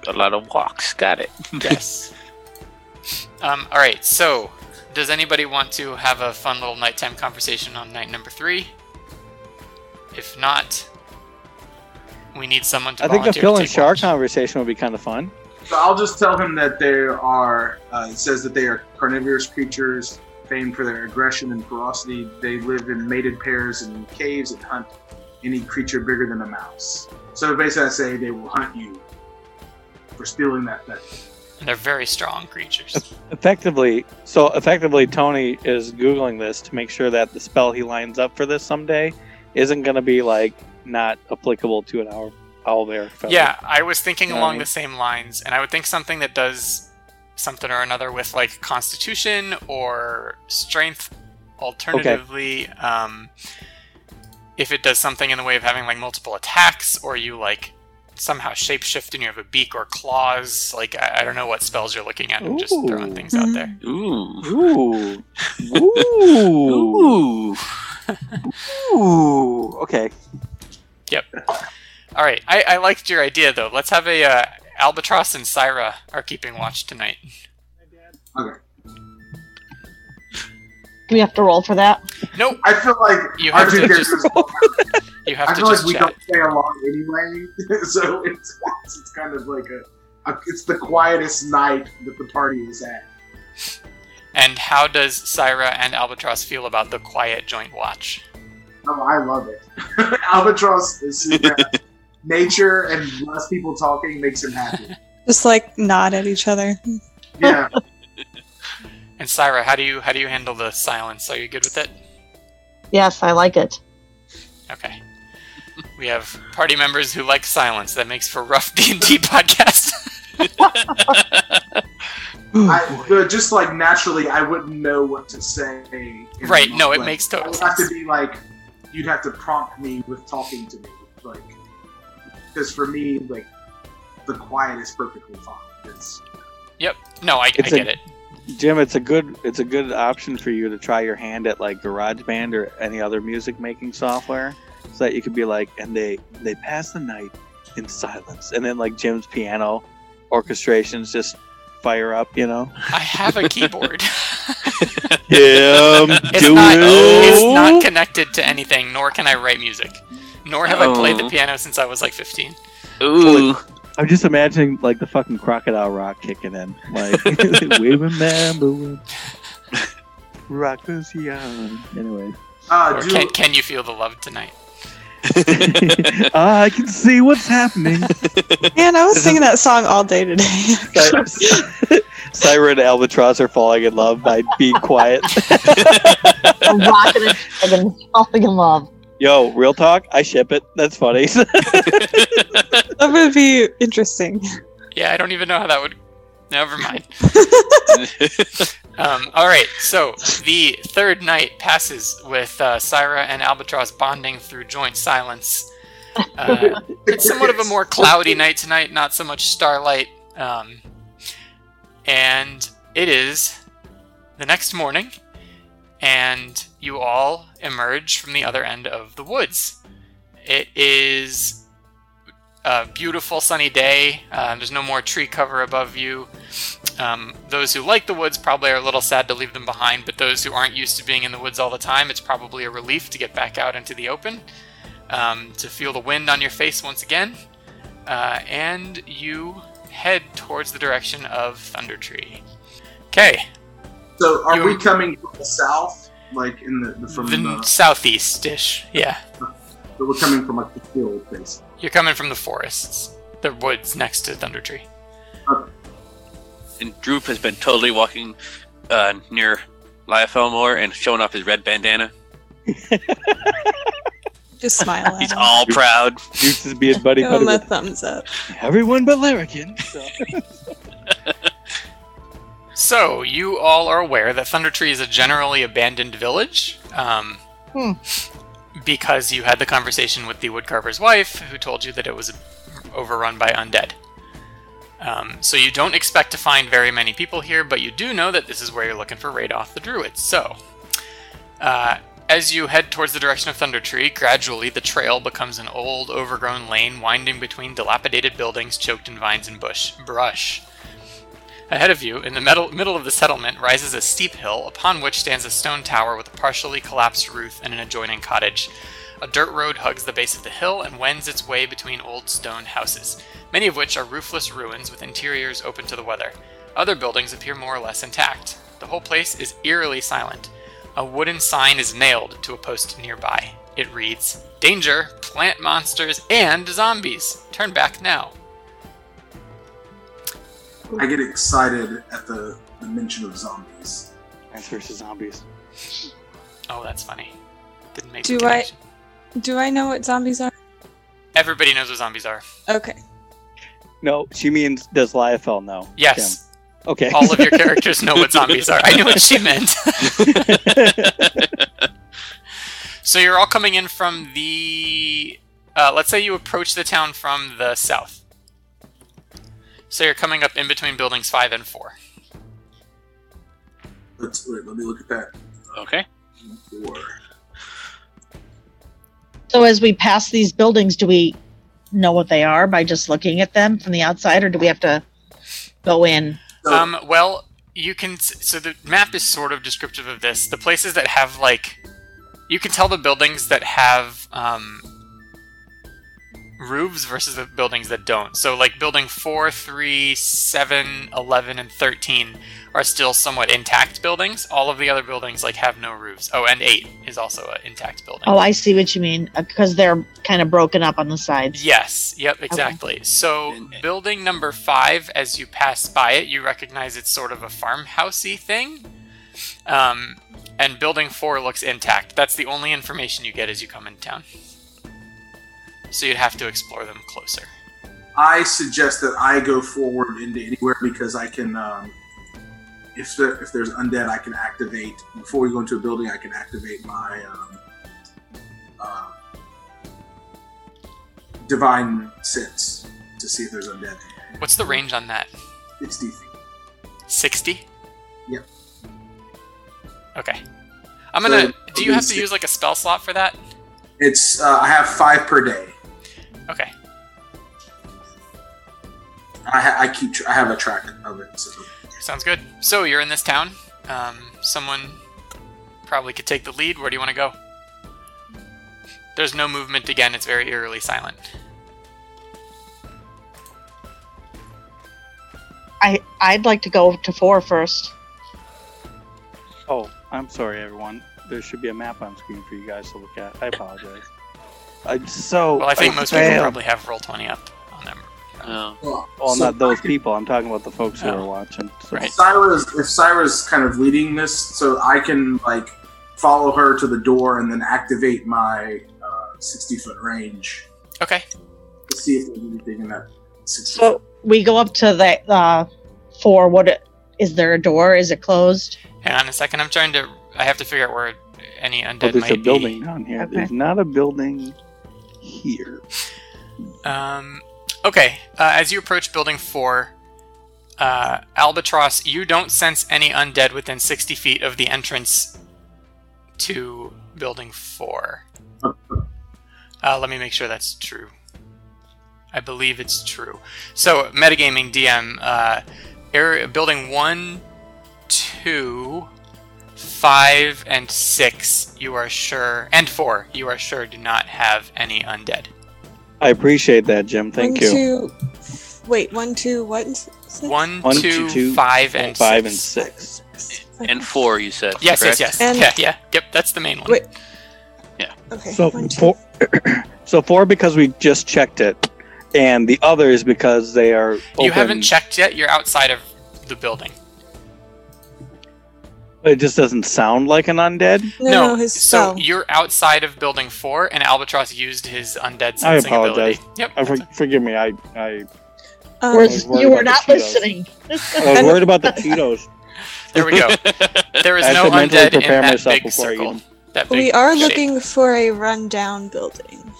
Speaker 7: a lot of walks. Got it.
Speaker 1: Yes. um, all right. So, does anybody want to have a fun little nighttime conversation on night number three? If not, we need someone to
Speaker 8: I think
Speaker 1: volunteer
Speaker 8: the Phil
Speaker 1: to
Speaker 8: and
Speaker 1: take
Speaker 8: Char
Speaker 1: watch.
Speaker 8: conversation would be kind of fun.
Speaker 4: So I'll just tell him that they are. Uh, it says that they are carnivorous creatures, famed for their aggression and ferocity. They live in mated pairs in caves and hunt any creature bigger than a mouse. So basically, I say they will hunt you for stealing that thing.
Speaker 1: They're very strong creatures.
Speaker 8: Effectively, so effectively, Tony is googling this to make sure that the spell he lines up for this someday isn't going to be like not applicable to an owl owl bear. feather.
Speaker 1: yeah, I was thinking
Speaker 8: You know what I
Speaker 1: along
Speaker 8: mean?
Speaker 1: the same lines, and I would think something that does something or another with like constitution or strength. Alternatively, um, if it does something in the way of having like multiple attacks, or you like somehow shapeshift and you have a beak or claws, like I, I don't know what spells you're looking at. I'm just throwing
Speaker 8: Ooh.
Speaker 1: things out there.
Speaker 5: Ooh.
Speaker 7: Ooh.
Speaker 5: Ooh.
Speaker 7: Ooh.
Speaker 5: Ooh. Okay.
Speaker 1: All right, I, I liked your idea though. Let's have a uh, albatross and Syra are keeping watch tonight.
Speaker 4: Okay.
Speaker 2: Do we have to roll for that?
Speaker 1: Nope,
Speaker 4: I feel like
Speaker 1: You
Speaker 4: I
Speaker 1: have to
Speaker 4: think there's
Speaker 1: just-
Speaker 4: just,
Speaker 1: you have
Speaker 4: I
Speaker 1: to
Speaker 4: feel like
Speaker 1: just
Speaker 4: we
Speaker 1: chat.
Speaker 4: don't stay along anyway, so it's it's kind of like a, a it's the quietest night that the party is at.
Speaker 1: And how does Syra and Albatross feel about the quiet joint watch?
Speaker 4: Oh, I love it. Albatross is super happy. nature and less people talking makes him happy.
Speaker 3: Just like nod at each other.
Speaker 4: Yeah,
Speaker 1: And Syra, how do you how do you handle the silence? Are you good with it?
Speaker 2: Yes, I like it.
Speaker 1: Okay. We have party members who like silence. That makes for rough D and D podcast.
Speaker 4: I, but just like naturally, I wouldn't know what to say. in the
Speaker 1: right? No, it
Speaker 4: moment.
Speaker 1: makes
Speaker 4: I
Speaker 1: total
Speaker 4: would have
Speaker 1: sense.
Speaker 4: to be like, you'd have to prompt me with talking to me, like, because for me, like, the quiet is perfectly fine. It's,
Speaker 1: No, I, I
Speaker 5: It's a-
Speaker 1: get it.
Speaker 5: Jim, it's a good it's a good option for you to try your hand at like GarageBand or any other music making software, so that you could be like, and they they pass the night in silence, and then like Jim's piano orchestrations just fire up, you know.
Speaker 1: I have a keyboard.
Speaker 8: Him
Speaker 1: It's not, it's not connected to anything, nor can I write music. Nor have I played the
Speaker 7: Oh.
Speaker 1: piano since I was like 15.
Speaker 7: Ooh.
Speaker 5: I'm just imagining like the fucking crocodile rock kicking in, like we remember when rock was young. Anyway,
Speaker 4: uh,
Speaker 1: Or
Speaker 4: do,
Speaker 1: can, can you feel the love tonight?
Speaker 5: I can see what's happening.
Speaker 3: Man, I was
Speaker 8: This
Speaker 3: singing that song all day today.
Speaker 5: Cy- Cyra and Albatross are falling in love by being quiet.
Speaker 2: A rocket and a dragon falling in love.
Speaker 5: Yo, real talk, I ship it. That's funny.
Speaker 3: that would be interesting.
Speaker 1: Yeah, I don't even know how that would. Never mind. Um, all right, so the third night passes with uh, Syra and Albatross bonding through joint silence. Uh, it's somewhat of a more cloudy night tonight, not so much starlight. Um, and it is the next morning, and you all emerge from the other end of the woods. It is a beautiful sunny day. Uh, there's no more tree cover above you. Um, those who like the woods probably are a little sad to leave them behind, but those who aren't used to being in the woods all the time, it's probably a relief to get back out into the open, um, to feel the wind on your face once again. Uh, and you head towards the direction of Thunder Tree. Okay,
Speaker 4: so are
Speaker 1: you-
Speaker 4: we coming from the south, like in the, the from
Speaker 1: the n-
Speaker 4: the,
Speaker 1: southeast-ish. Yeah,
Speaker 4: we're coming from like the hill place.
Speaker 1: you're coming from the forests, the woods next to Thunder Tree.
Speaker 7: and Droop has been totally walking uh, near Lia Elmore and showing off his red bandana.
Speaker 3: Just smile at
Speaker 7: He's
Speaker 3: him.
Speaker 7: all proud.
Speaker 5: Dukes is being buddy
Speaker 3: Give
Speaker 5: buddy
Speaker 3: him a
Speaker 5: with
Speaker 3: thumbs up.
Speaker 5: everyone but Larrikin. So.
Speaker 1: So, you all are aware that Thunder Tree is a generally abandoned village. Um,
Speaker 2: Hmm.
Speaker 1: Because you had the conversation with the woodcarver's wife, who told you that it was overrun by undead. Um, so, you don't expect to find very many people here, but you do know that this is where you're looking for Radoff the Druid. So, uh, as you head towards the direction of Thunder Tree, gradually the trail becomes an old, overgrown lane winding between dilapidated buildings choked in vines and bush brush. Ahead of you, in the metal, middle of the settlement, rises a steep hill upon which stands a stone tower with a partially collapsed roof and an adjoining cottage. A dirt road hugs the base of the hill and wends its way between old stone houses, many of which are roofless ruins with interiors open to the weather. Other buildings appear more or less intact. The whole place is eerily silent. A wooden sign is nailed to a post nearby. It reads Danger, plant monsters, and zombies. Turn back now.
Speaker 4: I get excited at the, the mention of zombies.
Speaker 5: Plants versus zombies.
Speaker 1: Oh, that's funny. Didn't make
Speaker 3: Do
Speaker 1: the
Speaker 3: I-
Speaker 1: connection.
Speaker 3: Do I know what zombies are?
Speaker 1: Everybody knows what zombies are.
Speaker 3: Okay.
Speaker 5: No, she means does Liafel know?
Speaker 1: Yes,
Speaker 5: Jim. Okay.
Speaker 1: all of your characters know what zombies are. I knew what she meant. so you're all coming in from the. Uh, let's say you approach the town from the south. So you're coming up in between buildings five and four.
Speaker 4: Let's wait, let me look at that.
Speaker 7: Okay.
Speaker 4: Four.
Speaker 2: So as we pass these buildings, do we know what they are by just looking at them from the outside, or do we have to go in?
Speaker 4: So,
Speaker 1: Um, well, you can. s- So the map is sort of descriptive of this. The places that have like, you can tell the buildings that have um, roofs versus the buildings that don't. So like building four, three, seven, eleven, and thirteen are still somewhat intact buildings. All of the other buildings like have no roofs. Oh, and eight is also an intact building.
Speaker 2: Oh, I see what you mean because they're kind of broken up on the sides.
Speaker 1: Yes, yep, exactly. So,
Speaker 7: And-
Speaker 1: building number five, as you pass by it, you recognize it's sort of a farmhousey thing. Um, and building four looks intact. That's the only information you get as you come in town. So, you'd have to explore them closer.
Speaker 4: I suggest that I go forward into anywhere because I can. Um, if there, if there's undead, I can activate before we go into a building. I can activate my um, uh, divine sense to see if there's undead.
Speaker 1: What's the range on that?
Speaker 4: It's DC.
Speaker 1: 60?
Speaker 4: Yep.
Speaker 1: Okay. I'm gonna.
Speaker 4: So,
Speaker 1: Do you have to
Speaker 4: 60.
Speaker 1: use like a spell slot for that?
Speaker 4: It's uh, I have five per day.
Speaker 1: Okay.
Speaker 4: I, ha- I keep tr- I have a track of it. So.
Speaker 1: Sounds good. So, you're in this town. Um, someone probably could take the lead. Where do you want to go? There's no movement again. It's very eerily silent.
Speaker 2: I I'd like to go to four first.
Speaker 5: Oh, I'm sorry, everyone. There should be a map on screen for you guys to look at. I apologize. I'm so.
Speaker 1: Well, I think most people
Speaker 5: failed.
Speaker 1: probably have roll 20 up on them.
Speaker 7: Oh,
Speaker 5: Well,
Speaker 4: So
Speaker 5: not those
Speaker 4: I can-
Speaker 5: people. I'm talking about the folks who
Speaker 7: Oh.
Speaker 5: are watching. So.
Speaker 7: Right.
Speaker 4: Syra's if Syra's kind of leading this, so I can like follow her to the door and then activate my uh, sixty foot range
Speaker 1: Okay.
Speaker 4: to see if there's anything in that sixty.
Speaker 2: So we go up to the uh, four. What is there a door? Is it closed?
Speaker 1: Hang on a second. I'm trying to. I have to figure out where any
Speaker 5: But
Speaker 1: undead
Speaker 5: Oh, there's
Speaker 1: might
Speaker 5: a building down here.
Speaker 2: Okay.
Speaker 5: There's not a building here.
Speaker 1: be. Um, okay. Uh, as you approach building four, uh, Albatross, you don't sense any undead within 60 feet of the entrance to building four. Uh, let me make sure that's true. I believe it's true. So, metagaming DM, uh, area, building one, two, five, and six, you are sure, and four, you are sure do not have any undead.
Speaker 5: I appreciate that, Jim. Thank
Speaker 3: one,
Speaker 5: you.
Speaker 3: Two, wait, one, two, what? and s- six?
Speaker 1: One,
Speaker 5: One,
Speaker 1: two,
Speaker 5: two, two,
Speaker 1: five, and
Speaker 5: Five and
Speaker 1: six.
Speaker 5: six.
Speaker 7: and four, you said.
Speaker 1: Yes,
Speaker 7: correct?
Speaker 1: yes, yes.
Speaker 3: And-
Speaker 1: yeah, yeah. Yep, that's the main one.
Speaker 3: Wait.
Speaker 7: Yeah.
Speaker 3: Okay.
Speaker 5: So
Speaker 3: one, two.
Speaker 5: four. so four because we just checked it, and the other is because they are. Open.
Speaker 1: You haven't checked yet, you're outside of the building.
Speaker 5: It just doesn't sound like an undead.
Speaker 3: No, no, his
Speaker 1: so
Speaker 3: spell.
Speaker 1: you're outside of building four, and Albatross used his undead
Speaker 5: I
Speaker 1: sensing ability. Yep.
Speaker 5: I, Uh, for, forgive me. I I,
Speaker 3: Um,
Speaker 2: Whereas
Speaker 5: worried
Speaker 2: you were
Speaker 5: about
Speaker 2: not
Speaker 5: the Cheetos.
Speaker 2: listening.
Speaker 5: I was worried about the Cheetos.
Speaker 1: There we go. There is
Speaker 5: I
Speaker 1: no
Speaker 5: have to mentally
Speaker 1: undead in
Speaker 5: prepare
Speaker 1: that
Speaker 5: myself
Speaker 1: big
Speaker 5: before I
Speaker 1: circle.
Speaker 5: eat
Speaker 1: That big
Speaker 3: we are
Speaker 1: shape,
Speaker 3: looking for a rundown building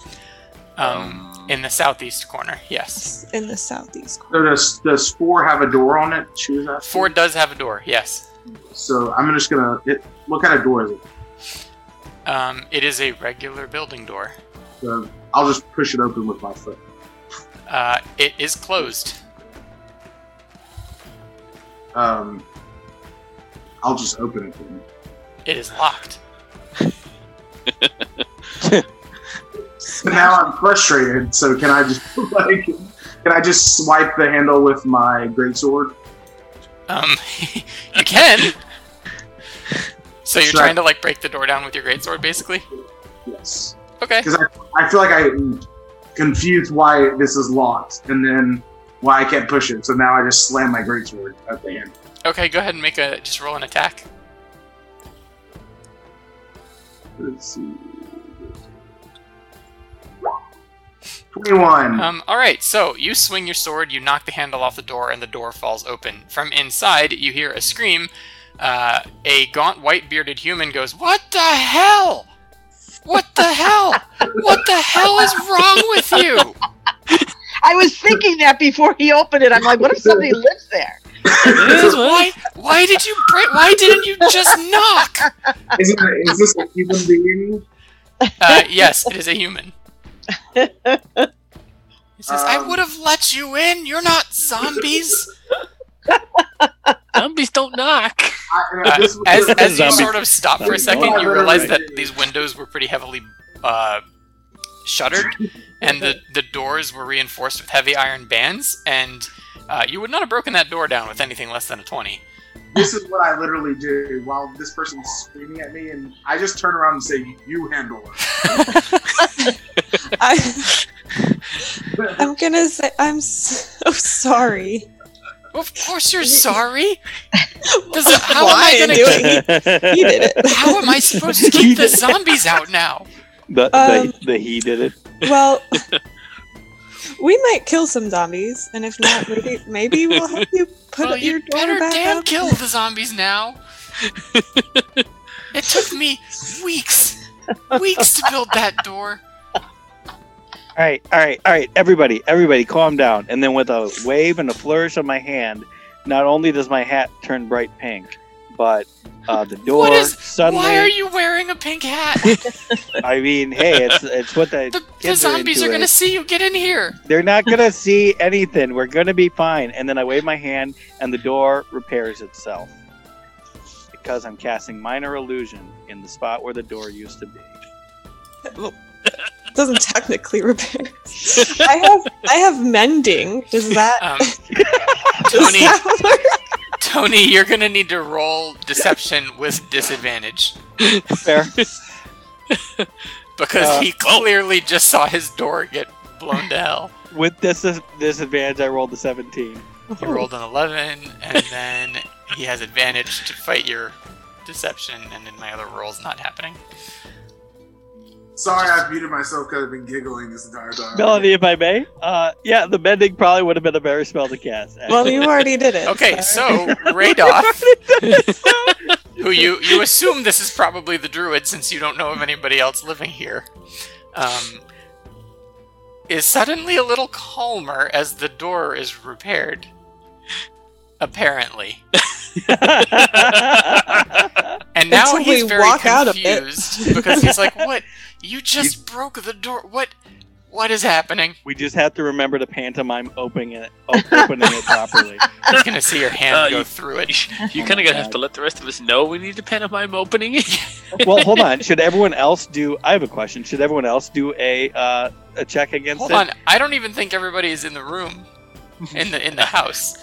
Speaker 1: um, in the southeast corner. Yes,
Speaker 3: s- in the southeast corner.
Speaker 4: So does does four have a door on it? She was asking.
Speaker 1: four does have a door. Yes,
Speaker 4: So I'm just gonna. It, what kind of door is it?
Speaker 1: um, it is a regular building door.
Speaker 4: So I'll just push it open with my foot.
Speaker 1: Uh, it is closed.
Speaker 4: Um, I'll just open it. Then.
Speaker 1: It is locked.
Speaker 4: So now I'm frustrated. So can I just like can I just swipe the handle with my greatsword?
Speaker 1: Um, you can. So you're
Speaker 4: Sure.
Speaker 1: trying to like break the door down with your greatsword, basically.
Speaker 4: Yes.
Speaker 1: Okay.
Speaker 4: Because I, I feel like I confused why this is locked and then why I can't push it. So now I just slam my greatsword at the end.
Speaker 1: Okay. Go ahead and make a just roll an attack.
Speaker 4: Let's see. 21.
Speaker 1: Um, all right, so you swing your sword, you knock the handle off the door, and the door falls open. From inside, you hear a scream. Uh, a gaunt, white bearded human goes, What the hell? What the hell? What the hell is wrong with you?
Speaker 2: I was thinking that before he opened it. I'm like, what if somebody lives there?
Speaker 1: Why, why did you break? Why didn't you just knock?
Speaker 4: is, it, is this a human being?
Speaker 1: Uh, yes, it is a human. He says, "I
Speaker 4: Um,
Speaker 1: would have let you in. You're not zombies."
Speaker 7: Zombies don't knock.
Speaker 4: I, and
Speaker 1: Uh,
Speaker 4: this was
Speaker 1: as
Speaker 4: the-
Speaker 1: as you
Speaker 5: Zombie-
Speaker 1: sort of stop for a
Speaker 5: zombie
Speaker 1: second,
Speaker 4: noise.
Speaker 1: you realize that these windows were pretty heavily uh, shuttered, and the the doors were reinforced with heavy iron bands. And uh, you would not have broken that door down with anything less than a twenty.
Speaker 4: this is what I literally do while this person's screaming at me, and I just turn around and say, "You handle it."
Speaker 3: I, I'm gonna say I'm so sorry.
Speaker 1: Of course, you're sorry. Does it- how am
Speaker 3: Why
Speaker 1: I gonna
Speaker 3: do
Speaker 1: keep-
Speaker 3: it? He, he did it.
Speaker 1: How am I supposed to keep the zombies out now?
Speaker 5: The,
Speaker 3: Um,
Speaker 5: the, the he did it.
Speaker 3: Well, we might kill some zombies, and if not, maybe maybe we'll help you put
Speaker 1: well,
Speaker 3: your
Speaker 1: you
Speaker 3: door
Speaker 1: better
Speaker 3: back
Speaker 1: damn
Speaker 3: up.
Speaker 1: kill the zombies now. it took me weeks, weeks to build that door.
Speaker 5: All right, all right, all right. Everybody, everybody, calm down. And then with a wave and a flourish of my hand, not only does my hat turn bright pink, but uh, the door
Speaker 1: is-
Speaker 5: suddenly.
Speaker 1: Why are you wearing a pink hat?
Speaker 5: I mean, hey, it's it's what the
Speaker 1: The, the
Speaker 5: Kids are
Speaker 1: zombies are
Speaker 5: into
Speaker 1: gonna
Speaker 5: it.
Speaker 1: see you get in here.
Speaker 5: They're not gonna see anything. We're gonna be fine. And then I wave my hand, and the door repairs itself because I'm casting minor illusion in the spot where the door used to be.
Speaker 3: Doesn't technically repair. I have I have mending. Does that?
Speaker 1: Um,
Speaker 3: does
Speaker 1: Tony,
Speaker 3: that work?
Speaker 1: Tony, you're gonna need to roll deception with disadvantage
Speaker 5: Fair.
Speaker 1: because
Speaker 5: Uh,
Speaker 1: he clearly just saw his door get blown to hell.
Speaker 5: With this disadvantage, I rolled a 17.
Speaker 1: He rolled an 11, and then he has advantage to fight your deception, and then my other roll's not happening.
Speaker 4: Sorry, I've muted myself because I've been giggling this entire time.
Speaker 5: Melody, if I may, uh, yeah, the mending probably would have been a better spell to cast. actually.
Speaker 3: Well, you already did it.
Speaker 1: Okay, so Radoff, who you you assume this is probably the druid since you don't know of anybody else living here, um, is suddenly a little calmer as the door is repaired. Apparently, and now
Speaker 3: Until
Speaker 1: he's
Speaker 3: we
Speaker 1: very
Speaker 3: walk out of it.
Speaker 1: confused because he's like, "What? You just broke the door. What? What is happening?"
Speaker 5: we just have to remember to pantomime opening it, op- opening it properly.
Speaker 1: He's gonna see your hand
Speaker 7: Uh,
Speaker 1: go
Speaker 7: you-
Speaker 1: through it.
Speaker 5: Oh
Speaker 7: You're kind
Speaker 5: my
Speaker 7: of gonna have
Speaker 5: God.
Speaker 7: to let the rest of us know we need to pantomime opening it.
Speaker 5: Well, hold on. Should everyone else do? I have a question. Should everyone else do a uh, a check against
Speaker 1: Hold
Speaker 5: it?
Speaker 1: on, I don't even think everybody is in the room, in the in the house.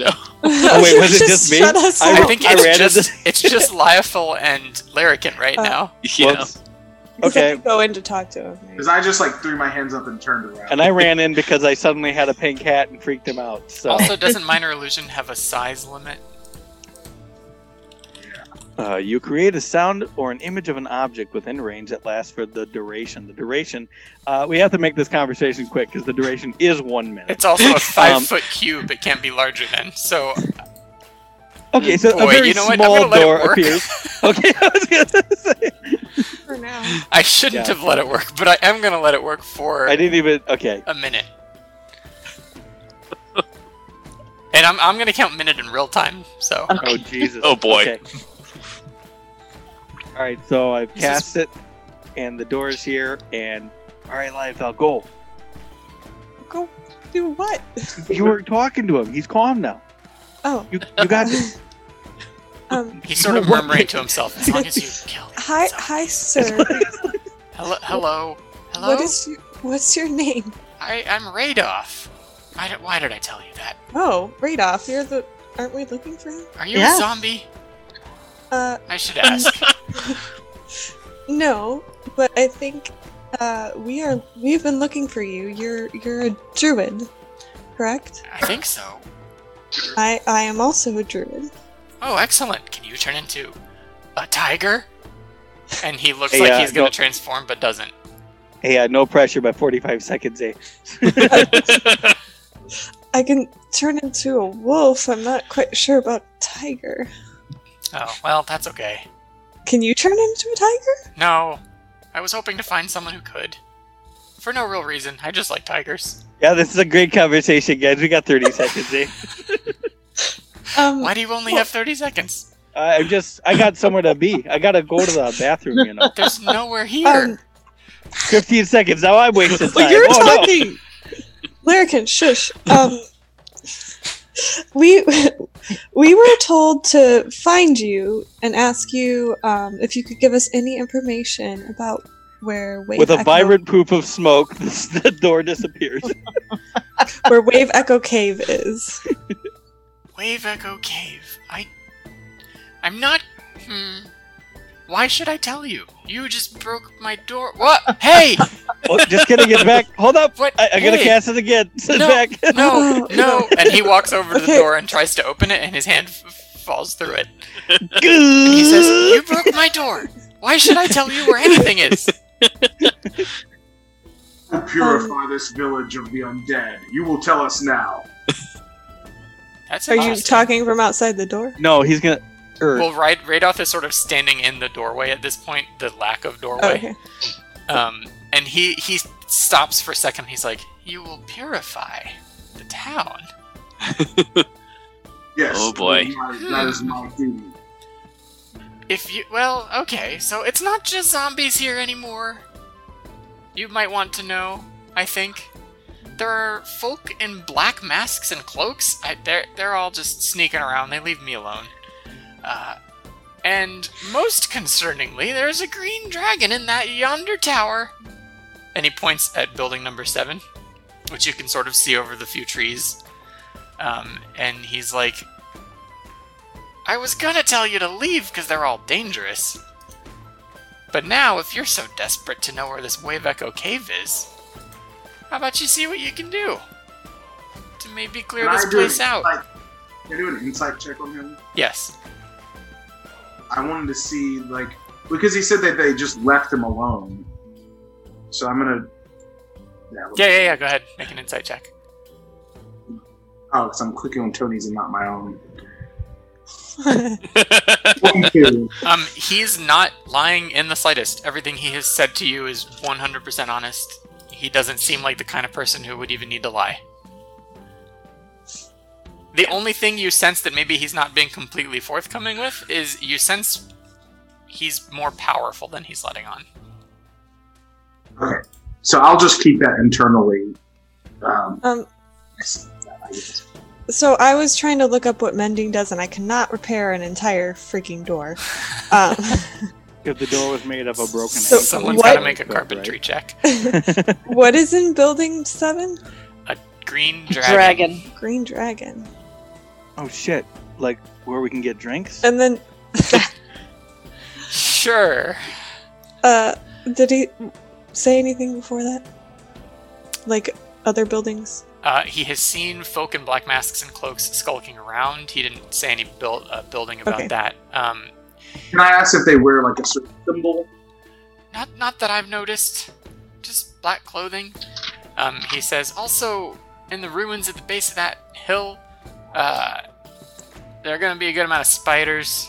Speaker 5: Oh, wait, was it just me?
Speaker 3: Shut us
Speaker 5: I
Speaker 1: I
Speaker 3: out.
Speaker 1: think
Speaker 5: I ran
Speaker 1: it's
Speaker 5: into-
Speaker 1: just it's just Lyophil and Larrikin right
Speaker 3: Uh,
Speaker 1: now.
Speaker 7: yeah.
Speaker 5: Whoops.
Speaker 3: Because I
Speaker 5: okay.
Speaker 3: could Go in to talk to him.
Speaker 4: Because I just like threw my hands up and turned around.
Speaker 5: And I ran in because I suddenly had a pink hat and freaked him out.
Speaker 3: oh.
Speaker 5: So
Speaker 1: Also, doesn't minor illusion have a size limit?
Speaker 5: uh, you create a sound or an image of an object within range that lasts for the duration. The duration. Uh, we have to make this conversation quick because the duration is one minute.
Speaker 1: It's also a five
Speaker 5: Um,
Speaker 1: foot cube. It can't be larger than. So
Speaker 5: Okay, so
Speaker 1: Boy,
Speaker 5: a very
Speaker 1: you know what? I'm
Speaker 5: small
Speaker 1: gonna let it
Speaker 5: door
Speaker 1: work.
Speaker 5: appears. Okay, I was gonna say.
Speaker 3: For now.
Speaker 1: I shouldn't
Speaker 5: Yeah.
Speaker 1: have let it work, but I am gonna let it work for
Speaker 5: I didn't even. Okay.
Speaker 1: a minute. And I'm, I'm gonna count minute in real time. So
Speaker 5: Oh Jesus.
Speaker 7: Oh, boy.
Speaker 5: Okay. All right, so I've
Speaker 1: This is-
Speaker 5: cast it, and the door is here. And all right, Lionel, go.
Speaker 3: Go do what?
Speaker 5: You were talking to him. He's calm now.
Speaker 3: Oh,
Speaker 5: You, you got this.
Speaker 3: um,
Speaker 1: he's sort of
Speaker 5: What?
Speaker 1: murmuring to himself, "As long as you kill." me."
Speaker 3: hi,
Speaker 1: So-
Speaker 3: hi, sir.
Speaker 1: Hello, hello, hello.
Speaker 3: What is your, what's your name?
Speaker 1: I, I'm Radoff. I, don't- why did I tell you that?
Speaker 3: Oh, Radoff, you're the. Aren't we looking for him?
Speaker 1: Are you
Speaker 2: Yeah.
Speaker 1: a zombie?
Speaker 3: Uh,
Speaker 1: I should ask.
Speaker 3: no, but I think uh, we are. We've been looking for you. You're you're a druid, correct?
Speaker 1: I think so.
Speaker 3: I I am also a druid.
Speaker 1: Oh, excellent. Can you turn into a tiger? And he looks
Speaker 5: Hey,
Speaker 1: like
Speaker 5: uh,
Speaker 1: he's going
Speaker 5: no.
Speaker 1: to transform, but doesn't.
Speaker 5: Hey, uh, no pressure. By forty-five seconds, eh?
Speaker 3: I can turn into a wolf. I'm not quite sure about tiger.
Speaker 1: Oh, well, that's okay.
Speaker 3: Can you turn into a tiger?
Speaker 1: No. I was hoping to find someone who could. For no real reason. I just like tigers.
Speaker 5: Yeah, this is a great conversation, guys. We got thirty seconds, eh?
Speaker 3: Um,
Speaker 1: Why do you only have 30 seconds?
Speaker 5: Uh, I'm just. I got somewhere to be. I gotta go to the bathroom. You know,
Speaker 1: There's nowhere here.
Speaker 3: Um,
Speaker 5: fifteen seconds. Now I'm wasting time.
Speaker 3: well, you're
Speaker 5: Oh, no.
Speaker 3: talking. Larrikin, shush. Um, we we were told to find you and ask you um, if you could give us any information about where Wave
Speaker 8: With a
Speaker 3: Echo-
Speaker 8: vibrant poop of smoke, the door disappears.
Speaker 3: where Wave Echo Cave is.
Speaker 1: Wave Echo Cave. I. I'm not. Hmm. Why should I tell you? You just broke my door. What? Hey!
Speaker 5: Oh,
Speaker 8: well, just kidding. It's back. Hold up.
Speaker 1: What?
Speaker 8: I, I'm gonna
Speaker 1: Hey!
Speaker 8: cast it again. It's
Speaker 1: No.
Speaker 8: back.
Speaker 1: No, no. And he walks over to the
Speaker 3: Okay.
Speaker 1: door and tries to open it, and his hand f- falls through it. And he says, You broke my door. Why should I tell you where anything is?
Speaker 4: We'll purify this village of the undead. You will tell us now.
Speaker 1: That's
Speaker 3: Are you
Speaker 1: interesting.
Speaker 3: talking from outside the door?
Speaker 8: no, he's gonna. er,
Speaker 1: Well, Ra- Radoth is sort of standing in the doorway at this point, the lack of
Speaker 3: Oh,
Speaker 1: doorway.
Speaker 3: okay.
Speaker 1: Um, and he, he stops for a second. He's like, You will purify the town.
Speaker 4: Yes.
Speaker 7: Oh, boy.
Speaker 4: that is my- that is my duty.
Speaker 1: If you well, okay, so it's not just zombies here anymore. You might want to know, I think. There are folk in black masks and cloaks. I, they're they're all just sneaking around. They leave me alone. Uh, and most concerningly, there's a green dragon in that yonder tower. And he points at building number seven, which you can sort of see over the few trees. Um, and he's like, I was gonna tell you to leave because they're all dangerous. But now, if you're so desperate to know where this Wave Echo Cave is, how about you see what you can do? To maybe clear
Speaker 4: Can I
Speaker 1: this
Speaker 4: do an
Speaker 1: place out.
Speaker 4: insight- Can I do an insight check on him?
Speaker 1: Yes.
Speaker 4: I wanted to see like because he said that they just left him alone. So I'm gonna. Yeah. let me-
Speaker 1: Yeah, yeah, yeah, go ahead. Make an insight check.
Speaker 4: Oh, because I'm clicking on Tony's and not my own.
Speaker 1: Um, he's not lying in the slightest. Everything he has said to you is 100% honest. He doesn't seem like the kind of person who would even need to lie. The only thing you sense that maybe he's not being completely forthcoming with is you sense he's more powerful than he's letting on.
Speaker 4: Okay. So I'll just keep that internally. Um,
Speaker 3: Um,
Speaker 4: I guess.
Speaker 3: so I was trying to look up what mending does, and I cannot repair an entire freaking door. Um,
Speaker 5: If the door was made of a broken.
Speaker 3: So
Speaker 1: Someone's
Speaker 3: what-
Speaker 1: got to make a carpentry check.
Speaker 3: what is in building seven?
Speaker 1: Green dragon.
Speaker 2: Dragon.
Speaker 3: Green dragon.
Speaker 5: Oh shit! Like where we can get drinks?
Speaker 3: And then,
Speaker 1: Sure.
Speaker 3: uh, did he say anything before that? Like other buildings?
Speaker 1: Uh, he has seen folk in black masks and cloaks skulking around. He didn't say any build, uh, building about
Speaker 3: Okay.
Speaker 1: that. Um,
Speaker 4: Can I ask if they wear like a certain symbol?
Speaker 1: Not, not that I've noticed. Just black clothing. Um, he says. Also, in the ruins at the base of that hill, uh, there are going to be a good amount of spiders.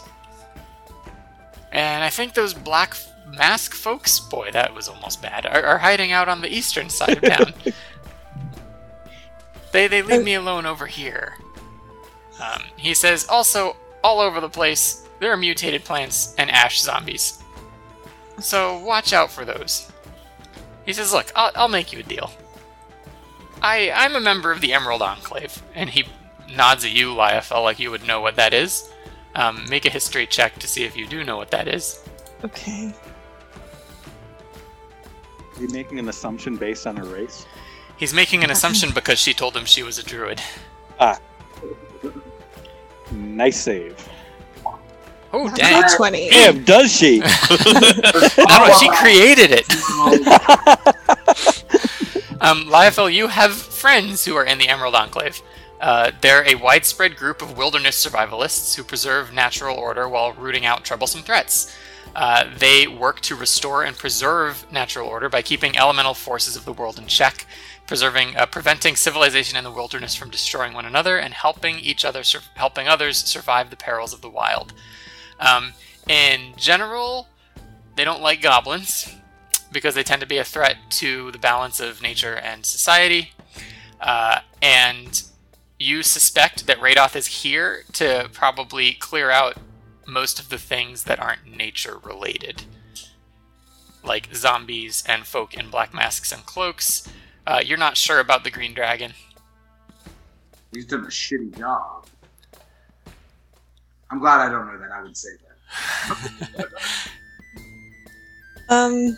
Speaker 1: And I think those black f- mask folks, boy, that was almost bad, are, are hiding out on the eastern side of town. they they leave me alone over here. Um, he says. Also, all over the place, there are mutated plants and ash zombies. So watch out for those. He says, "Look, I'll, I'll make you a deal. I I'm a member of the Emerald Enclave," and he nods at you, Lyafel, like you would know what that is. Um, make a history check to see if you do know what that is.
Speaker 3: Okay.
Speaker 5: Are you making an assumption based on her race?
Speaker 1: He's making an assumption because she told him she was a druid.
Speaker 5: Nice save.
Speaker 1: Oh
Speaker 3: Not
Speaker 1: dang!
Speaker 3: a Twenty.
Speaker 8: Damn, does she?
Speaker 1: No, she created it. Um, Lyafel, you have friends who are in the Emerald Enclave. Uh, they're a widespread group of wilderness survivalists who preserve natural order while rooting out troublesome threats. Uh, they work to restore and preserve natural order by keeping elemental forces of the world in check, preserving, uh, preventing civilization and the wilderness from destroying one another, and helping each other, sur- helping others survive the perils of the wild. Um, in general, they don't like goblins because they tend to be a threat to the balance of nature and society. Uh, and you suspect that Radoth is here to probably clear out most of the things that aren't nature related, like zombies and folk in black masks and cloaks, Uh, you're not sure about the green dragon.
Speaker 4: He's done a shitty job. I'm glad I don't know that. I would say that.
Speaker 3: Um,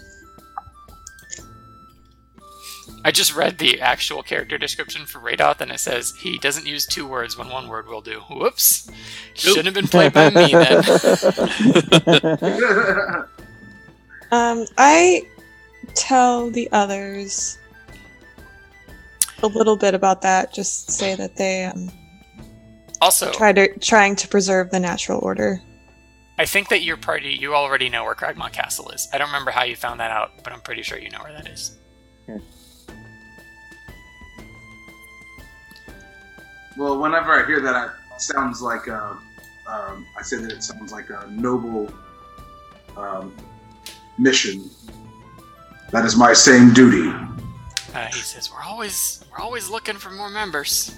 Speaker 1: I just read the actual character description for Radoth, and it says he doesn't use two words when one word will do. Whoops! Shouldn't have been played by me then.
Speaker 3: um, I tell the others a little bit about that. Just say that they um,
Speaker 1: Also,
Speaker 3: try to trying to preserve the natural order.
Speaker 1: I think that your party, you already know where Cragmont Castle is. I don't remember how you found that out, but I'm pretty sure you know where that is.
Speaker 4: well, whenever I hear that, I, it sounds like a, um, I say that it sounds like a noble um, mission. That is my same duty.
Speaker 1: Uh, he says, "We're always, we're always looking for more members."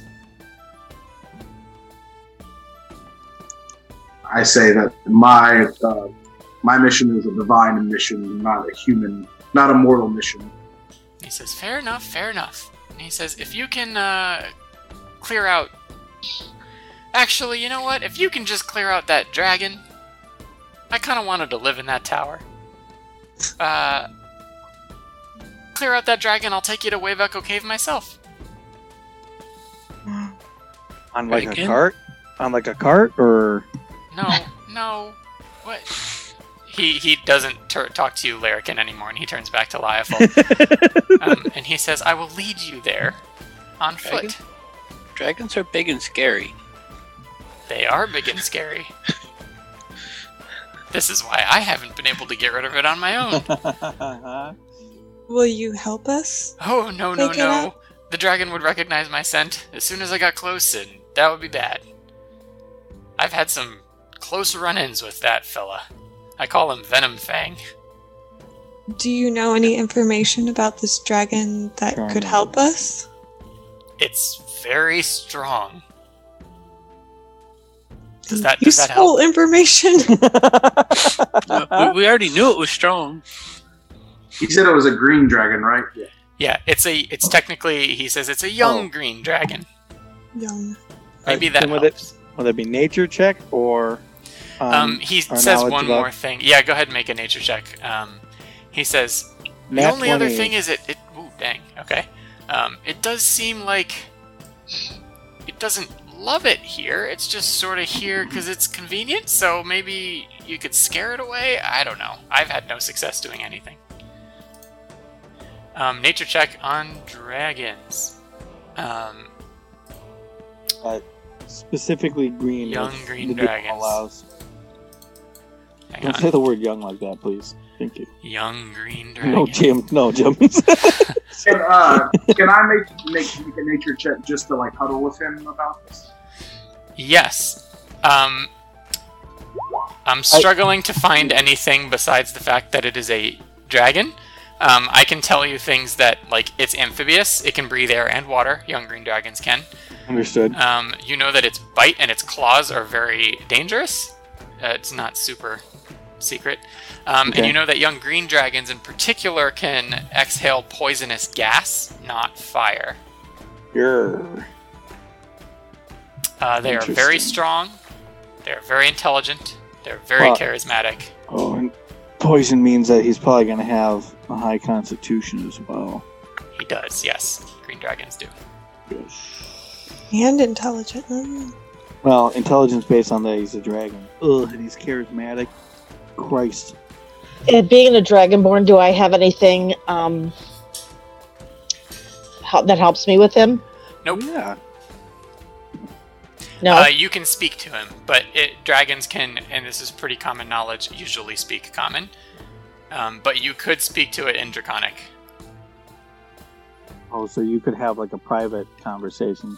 Speaker 4: I say that my uh, my mission is a divine mission, not a human, not a mortal mission.
Speaker 1: He says, "Fair enough, fair enough." And he says, "If you can uh, clear out, actually, you know what? If you can just clear out that dragon, I kind of wanted to live in that tower. Uh, clear out that dragon. I'll take you to Wave Echo Cave myself.
Speaker 5: on like a
Speaker 7: Again?
Speaker 5: cart, on like a cart, or
Speaker 1: No, no, what?" He, he doesn't tur talk to you, Larrikin, anymore, and he turns back to Lyophil. um, and he says, I will lead you there on
Speaker 7: Dragon?
Speaker 1: foot.
Speaker 7: Dragons are big and scary.
Speaker 1: They are big and scary. this is why I haven't been able to get rid of it on my own.
Speaker 3: Will you help us?
Speaker 1: Oh, no, no,
Speaker 3: Take it
Speaker 1: no.
Speaker 3: out.
Speaker 1: The dragon would recognize my scent as soon as I got close, and that would be bad. I've had some close run ins with that fella. I call him Venom Fang.
Speaker 3: Do you know any information about this dragon that could help us?
Speaker 1: It's very strong. Does that,
Speaker 3: you
Speaker 1: does that help?
Speaker 3: stole information.
Speaker 7: Uh, we, we already knew it was strong.
Speaker 4: He said it was a green dragon, right? Yeah.
Speaker 1: Yeah, it's a. It's technically. He says it's a
Speaker 5: Oh.
Speaker 1: young green dragon.
Speaker 3: Young.
Speaker 1: Maybe
Speaker 5: Uh,
Speaker 1: that
Speaker 5: then would
Speaker 1: helps.
Speaker 5: It, would it be nature check or? Um,
Speaker 1: Um, he
Speaker 5: our
Speaker 1: says
Speaker 5: knowledge
Speaker 1: one
Speaker 5: about-
Speaker 1: more thing. Yeah, go ahead and make a nature check. Um, he says the
Speaker 5: nat
Speaker 1: only other
Speaker 5: 20.
Speaker 1: thing is it. it ooh, dang. Okay. Um, it does seem like it doesn't love it here. It's just sort of here because it's convenient. So maybe you could scare it away. I don't know. I've had no success doing anything. Um, nature check on dragons. Um,
Speaker 5: specifically green.
Speaker 1: Young
Speaker 5: if
Speaker 1: green
Speaker 5: the game
Speaker 1: dragons.
Speaker 5: Allows.
Speaker 1: hang
Speaker 5: Don't say
Speaker 1: on.
Speaker 5: the word young like that, please. Thank you.
Speaker 1: Young green dragon.
Speaker 5: No, Jim. No, Jim.
Speaker 4: Can, uh, can I make, make make a nature check just to like huddle with him about this?
Speaker 1: Yes. Um, I'm struggling to find anything besides the fact that it is a dragon. Um, I can tell you things that, like, it's amphibious. It can breathe air and water. Young green dragons can.
Speaker 5: Understood.
Speaker 1: Um, you know that its bite and its claws are very dangerous. Uh, it's not super secret. Um, And
Speaker 5: Okay.
Speaker 1: you know that young green dragons, in particular, can exhale poisonous gas, not fire.
Speaker 5: Grr.
Speaker 1: Uh, they are very
Speaker 5: Interesting.
Speaker 1: strong. They are very intelligent. They're very
Speaker 5: Well-
Speaker 1: charismatic.
Speaker 5: Oh, and poison means that he's probably going to have a high constitution as well.
Speaker 1: He does, yes. Green dragons do.
Speaker 3: And intelligent. Mm.
Speaker 5: Well, intelligence based on that, he's a dragon. Ugh, and he's charismatic. Christ.
Speaker 2: Uh, being a dragonborn, do I have anything um, hel- that helps me with him?
Speaker 3: Oh,
Speaker 1: Nope.
Speaker 5: Yeah.
Speaker 2: No.
Speaker 1: Uh, you can speak to him, but it, dragons can, and this is pretty common knowledge, usually speak common. Um, but you could speak to it in Draconic.
Speaker 5: Oh, so you could have like a private conversation.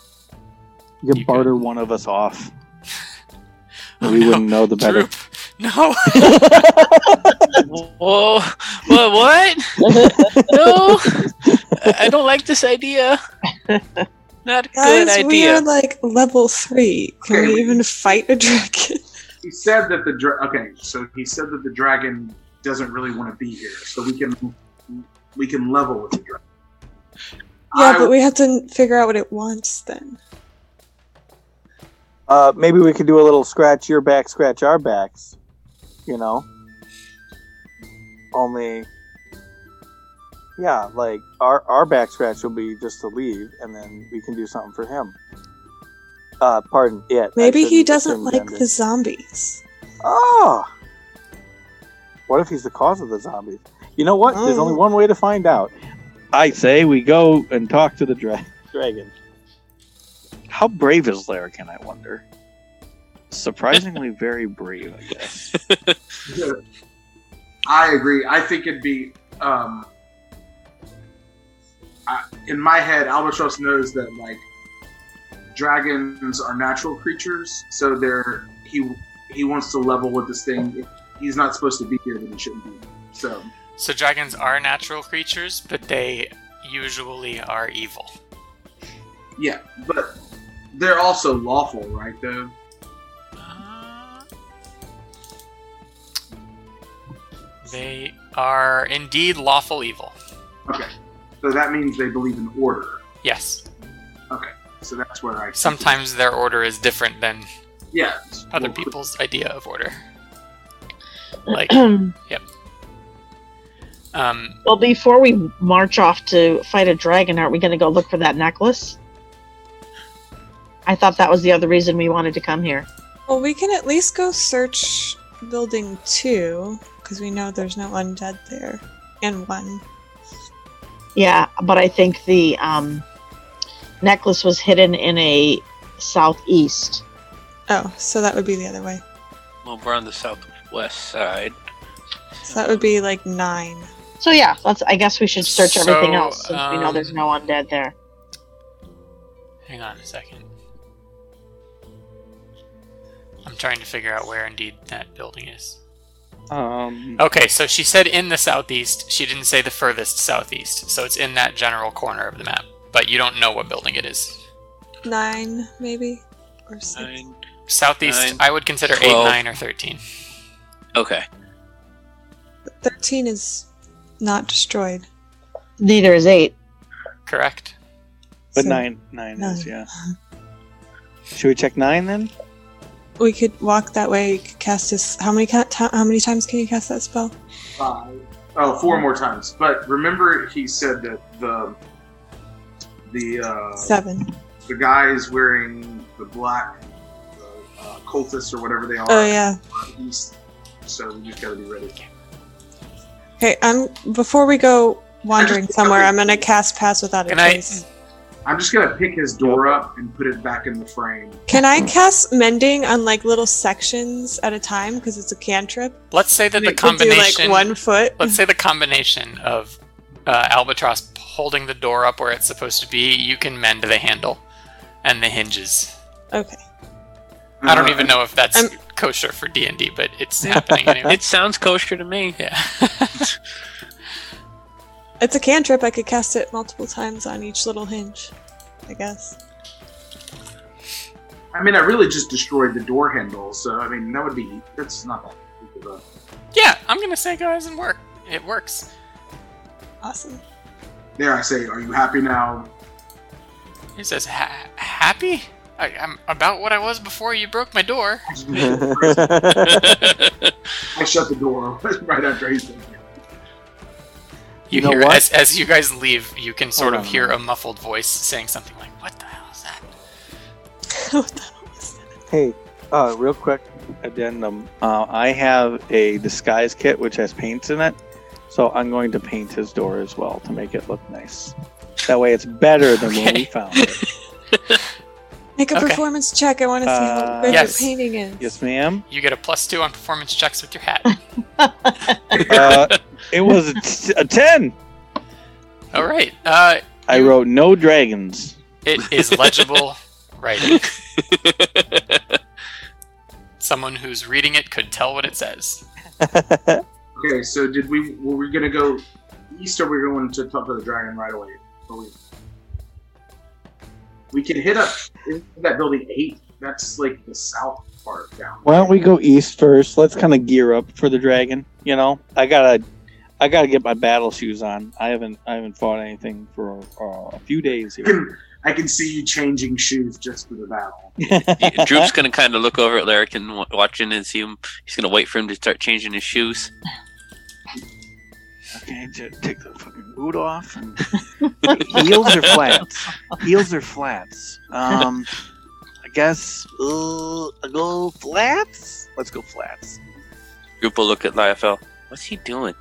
Speaker 5: You could
Speaker 1: You could.
Speaker 5: barter one of us off.
Speaker 1: Oh,
Speaker 5: we
Speaker 1: no.
Speaker 5: wouldn't know the better.
Speaker 1: Droop! No!
Speaker 7: Whoa! What? What? no! I- I don't like this idea. Not a good
Speaker 3: Guys, we are
Speaker 7: idea.
Speaker 3: like level three. Can
Speaker 4: Okay.
Speaker 3: we even fight a dragon?
Speaker 4: He said that the dra- okay, so he said that the dragon doesn't really want to be here, so we can we can level with the dragon.
Speaker 3: Yeah, but we have to figure out what it wants then.
Speaker 5: Uh, maybe we could do a little scratch your back, scratch our backs. You know? Only. Yeah, like our, our back scratch will be just to leave, and then we can do something for him. Uh, pardon, it. I
Speaker 3: Maybe he
Speaker 5: shouldn't
Speaker 3: doesn't
Speaker 5: assume
Speaker 3: like
Speaker 5: gender.
Speaker 3: the zombies.
Speaker 5: Oh! What if he's the cause of the zombies? You know what? There's only
Speaker 3: Mm.
Speaker 5: one way to find out.
Speaker 8: I say we go and talk to the dragon.
Speaker 5: Dragon.
Speaker 8: How brave is Larrikin, I wonder? Surprisingly very brave, I guess.
Speaker 4: I agree. I think it'd be. Um, I, in my head, Albatross knows that like dragons are natural creatures, so they're he he wants to level with this thing. If he's not supposed to be here, then he shouldn't be. Here. So
Speaker 1: So dragons are natural creatures, but they usually are evil.
Speaker 4: yeah, but they're also lawful, right? Though
Speaker 1: Uh, They are indeed lawful evil.
Speaker 4: so that means they believe in order.
Speaker 1: Yes.
Speaker 4: So that's where I
Speaker 1: Sometimes their order is different than
Speaker 4: yeah
Speaker 1: other people's idea of order. Like,
Speaker 2: well,
Speaker 1: um,
Speaker 2: before we march off to fight a dragon, aren't we going to go look for that necklace? I thought that was the other reason we wanted to come here.
Speaker 3: Well, we can at least go search building two because we know there's no undead there, and one.
Speaker 2: Yeah, but I think the um, necklace was hidden in a southeast.
Speaker 3: Oh, so that would be the other way.
Speaker 7: Well, we're on the southwest side.
Speaker 3: So that would be like nine.
Speaker 2: So yeah, let's. I guess we should search everything
Speaker 1: So,
Speaker 2: else since we know there's
Speaker 1: um,
Speaker 2: no undead there.
Speaker 1: hang on a second. I'm trying to figure out where indeed that building is.
Speaker 8: Um,
Speaker 1: Okay, so she said in the southeast. She didn't say the furthest southeast, so it's in that general corner of the map. But you don't know what building it is.
Speaker 3: Nine, maybe? Or six.
Speaker 7: Nine.
Speaker 1: Southeast,
Speaker 7: Nine,
Speaker 1: I would consider eight,
Speaker 7: twelve.
Speaker 1: nine, or thirteen.
Speaker 7: Okay.
Speaker 3: But 13 is not destroyed.
Speaker 2: Neither is eight.
Speaker 1: Correct.
Speaker 8: but
Speaker 3: so
Speaker 8: nine, nine is, yeah.
Speaker 3: Nine.
Speaker 8: Should we check nine then?
Speaker 3: We could walk that way. You could cast this. How many, ca- ti- how many times can you cast that spell?
Speaker 4: five. Oh, four more times. But remember, he said that the the uh,
Speaker 3: Seven.
Speaker 4: the guy is wearing the black the, uh, cultists or whatever they are.
Speaker 3: Oh, yeah.
Speaker 4: East. So we just gotta be ready.
Speaker 3: Okay, I'm, before we go wandering somewhere, I'm going to cast Pass Without a
Speaker 1: Can I-
Speaker 3: Trace.
Speaker 4: I'm just gonna pick his door up and put it back in the frame.
Speaker 3: Can I cast Mending on like little sections at a time because it's a cantrip?
Speaker 1: Let's say that
Speaker 3: And
Speaker 1: the
Speaker 3: it could do,
Speaker 1: combination.
Speaker 3: like one foot.
Speaker 1: Let's say the combination of uh, albatross holding the door up where it's supposed to be. You can mend the handle and the hinges.
Speaker 3: Okay.
Speaker 1: I don't even know if that's
Speaker 3: I'm-
Speaker 1: kosher for D and D, but it's happening anyway.
Speaker 7: It sounds kosher to me.
Speaker 1: yeah.
Speaker 3: It's a cantrip. I could cast it multiple times on each little hinge, I guess.
Speaker 4: I mean, I really just destroyed the door handle. So I mean, that would be that's not that. big of a-
Speaker 1: yeah, I'm gonna say go ahead and work. It works.
Speaker 3: Awesome.
Speaker 4: There, I say, are you happy now?
Speaker 1: He says, ha- "Happy? I, I'm about what I was before you broke my door."
Speaker 4: I shut the door right after he said that.
Speaker 1: You,
Speaker 5: You know
Speaker 1: hear
Speaker 5: what?
Speaker 1: as as you guys leave, you can sort
Speaker 5: Hold
Speaker 1: of
Speaker 5: on.
Speaker 1: hear a muffled voice saying something like, "What the hell is that?"
Speaker 3: what the hell was that?
Speaker 5: hey, uh, real quick.
Speaker 8: Addendum. Uh, I have a disguise kit which has paints in it, so I'm going to paint his door as well to make it look nice. That way, it's better than when we found it.
Speaker 3: Make a
Speaker 1: Okay.
Speaker 3: performance check. I want to see
Speaker 8: Uh,
Speaker 3: how good
Speaker 1: yes.
Speaker 3: your painting is.
Speaker 8: Yes, ma'am.
Speaker 1: You get a plus two on performance checks with your hat.
Speaker 8: Uh, it was a t- a ten.
Speaker 1: All right. Uh,
Speaker 8: I wrote no dragons.
Speaker 1: it is legible writing. Someone who's reading it could tell what it says.
Speaker 4: Okay, so did we? Were we gonna go east, or were we going to talk to the dragon right away? Or we- We can hit up isn't that building eight. That's like the south part down.
Speaker 8: Why don't we go east first? Let's kind of gear up for the dragon. You know, I gotta, I gotta get my battle shoes on. I haven't I haven't fought anything for uh, a few days
Speaker 4: I
Speaker 8: here.
Speaker 4: can, I can see you changing shoes just for the battle.
Speaker 7: Yeah, Droop's gonna kind of look over at Larrick and wa- watching and see him. He's gonna wait for him to start changing his shoes.
Speaker 5: Okay, j- take the fucking boot off. And... Heels are flats. Heels are flats. Um, I guess uh, I go flats. Let's go flats.
Speaker 7: Droop will look at Liefel. What's he doing?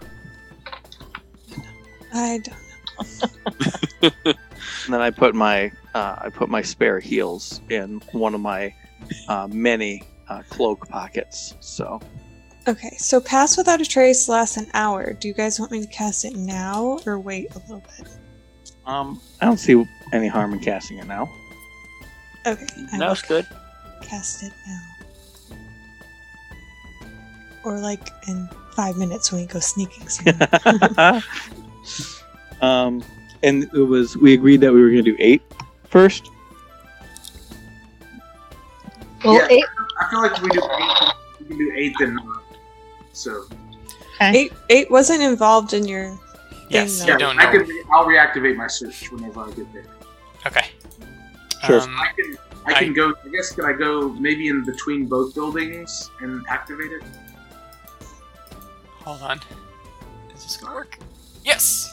Speaker 3: I don't.
Speaker 5: And then I put my uh, I put my spare heels in one of my uh, many uh, cloak pockets. So
Speaker 3: Okay, so pass without a trace lasts an hour. Do you guys want me to cast it now or wait a little bit?
Speaker 5: um, I don't see any harm in casting it now.
Speaker 3: Okay, I
Speaker 7: That
Speaker 3: will
Speaker 7: was good.
Speaker 3: cast it now. Or like in five minutes when we go sneaking. somewhere.
Speaker 5: um, and it was we agreed that we were going to do eight first.
Speaker 2: Well,
Speaker 4: Yeah.
Speaker 2: eight,
Speaker 4: I feel like we do eight, we can do eight and nine. So
Speaker 3: eight, eight wasn't involved in your.
Speaker 1: Yes,
Speaker 3: Ding
Speaker 1: you
Speaker 4: yeah,
Speaker 1: don't
Speaker 4: I
Speaker 1: know.
Speaker 4: can. I'll reactivate my search whenever I get there.
Speaker 1: Okay.
Speaker 5: Sure.
Speaker 1: Um,
Speaker 4: I can. I can go. I guess could I go maybe in between both buildings and activate it?
Speaker 1: Hold on. Is this gonna work? Yes!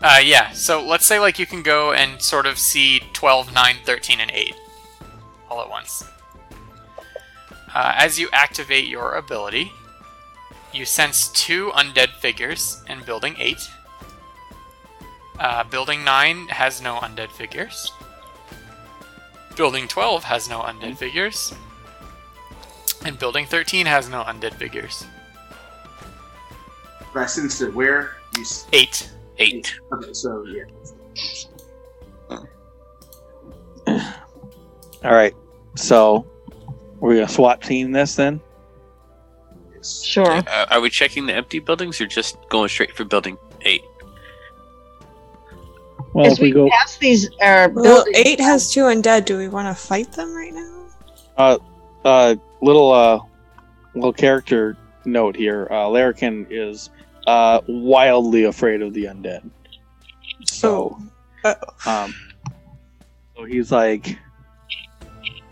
Speaker 1: Uh, yeah, so let's say like you can go and sort of see 12, 9, 13, and 8 all at once. Uh, as you activate your ability, you sense two undead figures in Building 8. Uh, building 9 has no undead figures. Building 12 has no undead figures. And Building 13 has no undead figures.
Speaker 4: But I sensed it where you. s-
Speaker 1: 8.
Speaker 7: Eight.
Speaker 4: Okay, so yeah.
Speaker 5: All right, so we're going to SWAT team this then.
Speaker 4: Yes.
Speaker 2: sure.
Speaker 7: Uh, are we checking the empty buildings or just going straight for building eight?
Speaker 5: Well,
Speaker 2: As we, pass these uh,
Speaker 3: Well,
Speaker 2: buildings,
Speaker 3: eight has two undead. Do we want to fight them right now?
Speaker 8: uh, little uh, little character note here. Uh, Larrikin is uh, wildly afraid of the undead.
Speaker 3: Oh,
Speaker 8: So, um,
Speaker 5: So he's like,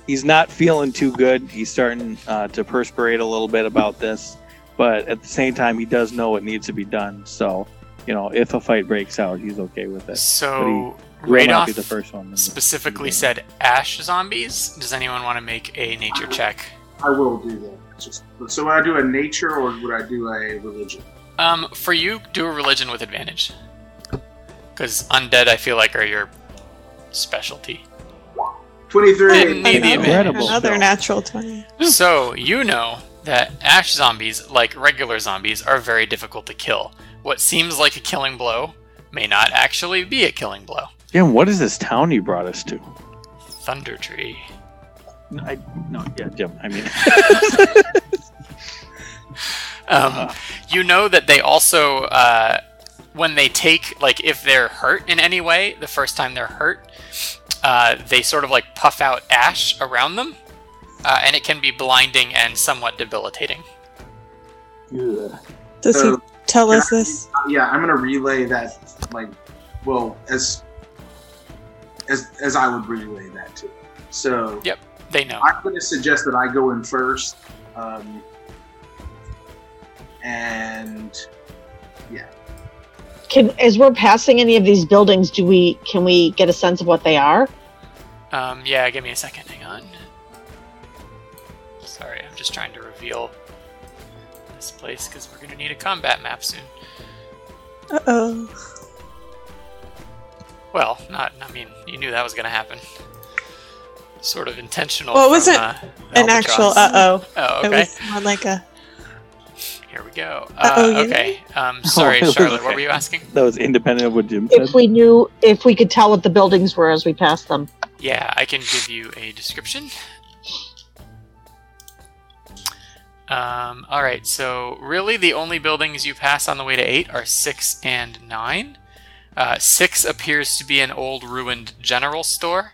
Speaker 5: he's not feeling too good. He's starting uh, to perspirate a little bit about this, but at the same time, he does know what needs to be done. So, you know, if a fight breaks out, he's okay with it.
Speaker 1: So
Speaker 5: Will not be the
Speaker 1: Radoff
Speaker 5: first one.
Speaker 1: specifically said ash zombies. Does anyone want to make a nature check?
Speaker 4: I will do that. Just, so would I do a nature or would I do a religion?
Speaker 1: Um, for you, do a religion with advantage, because undead I feel like are your specialty.
Speaker 4: Twenty-three.
Speaker 1: Maybe
Speaker 3: Another-
Speaker 5: Incredible.
Speaker 3: Another natural twenty.
Speaker 5: Hmm.
Speaker 1: So you know that ash zombies, like regular zombies, are very difficult to kill. What seems like a killing blow may not actually be a killing blow.
Speaker 5: Jim, what is this town you brought us to?
Speaker 1: Thunder tree.
Speaker 5: I, no, yeah, Jim. I mean,
Speaker 1: Um, you know that they also, uh, when they take, like, if they're hurt in any way, the first time they're hurt, uh, they sort of like puff out ash around them, uh, and it can be blinding and somewhat debilitating.
Speaker 3: Does
Speaker 4: So-
Speaker 3: he tell us this?
Speaker 4: Uh, yeah, I'm gonna relay that. Like, well, as as as I would relay that to. So
Speaker 1: Yeah. They know.
Speaker 4: I'm gonna suggest that I go in first. Um, and
Speaker 2: Can, as we're passing any of these buildings, do we can we get a sense of what they are?
Speaker 1: Um, yeah, give me a second. Hang on. Sorry, I'm just trying to reveal this place because we're gonna need a combat map soon.
Speaker 3: Uh oh.
Speaker 1: Well, not. I mean, you knew that was gonna happen. Sort of intentional.
Speaker 3: Well, it
Speaker 1: from,
Speaker 3: wasn't
Speaker 1: uh,
Speaker 3: An actual
Speaker 1: Albatross.
Speaker 3: uh oh.
Speaker 1: Oh, okay.
Speaker 3: It was more like a.
Speaker 1: Here we go.
Speaker 3: Uh-oh,
Speaker 1: Uh,
Speaker 3: you Oh,
Speaker 1: okay. Um, sorry,
Speaker 5: it was
Speaker 1: Charlotte. What
Speaker 5: okay.
Speaker 1: were you asking?
Speaker 5: that was independent of what Jim said.
Speaker 2: If we knew, if we could tell what the buildings were as we passed them.
Speaker 1: Yeah, I can give you a description. Um, all right. So really, the only buildings you pass on the way to eight are six and nine. Uh, six appears to be an old ruined general store,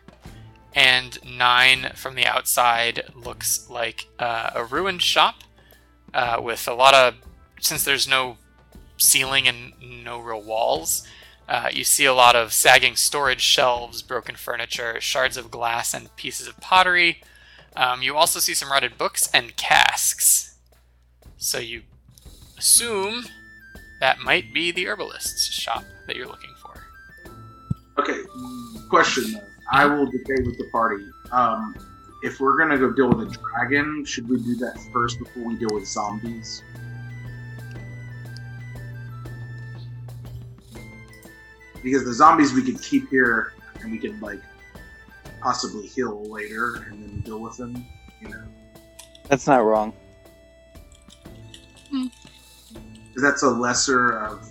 Speaker 1: and nine from the outside looks like uh, a ruined shop uh, with a lot of. Since there's no ceiling and no real walls. Uh, you see a lot of sagging storage shelves, broken furniture, shards of glass, and pieces of pottery. Um, you also see some rotted books and casks. So you assume that might be the herbalist's shop that you're looking for.
Speaker 4: Okay, mm, question. though. I will debate with the party. Um, if we're gonna go deal with a dragon, should we do that first before we deal with zombies? Because the zombies we could keep here, and we could like possibly heal later, and then deal with them. You know,
Speaker 5: That's not wrong.
Speaker 4: because that's a lesser of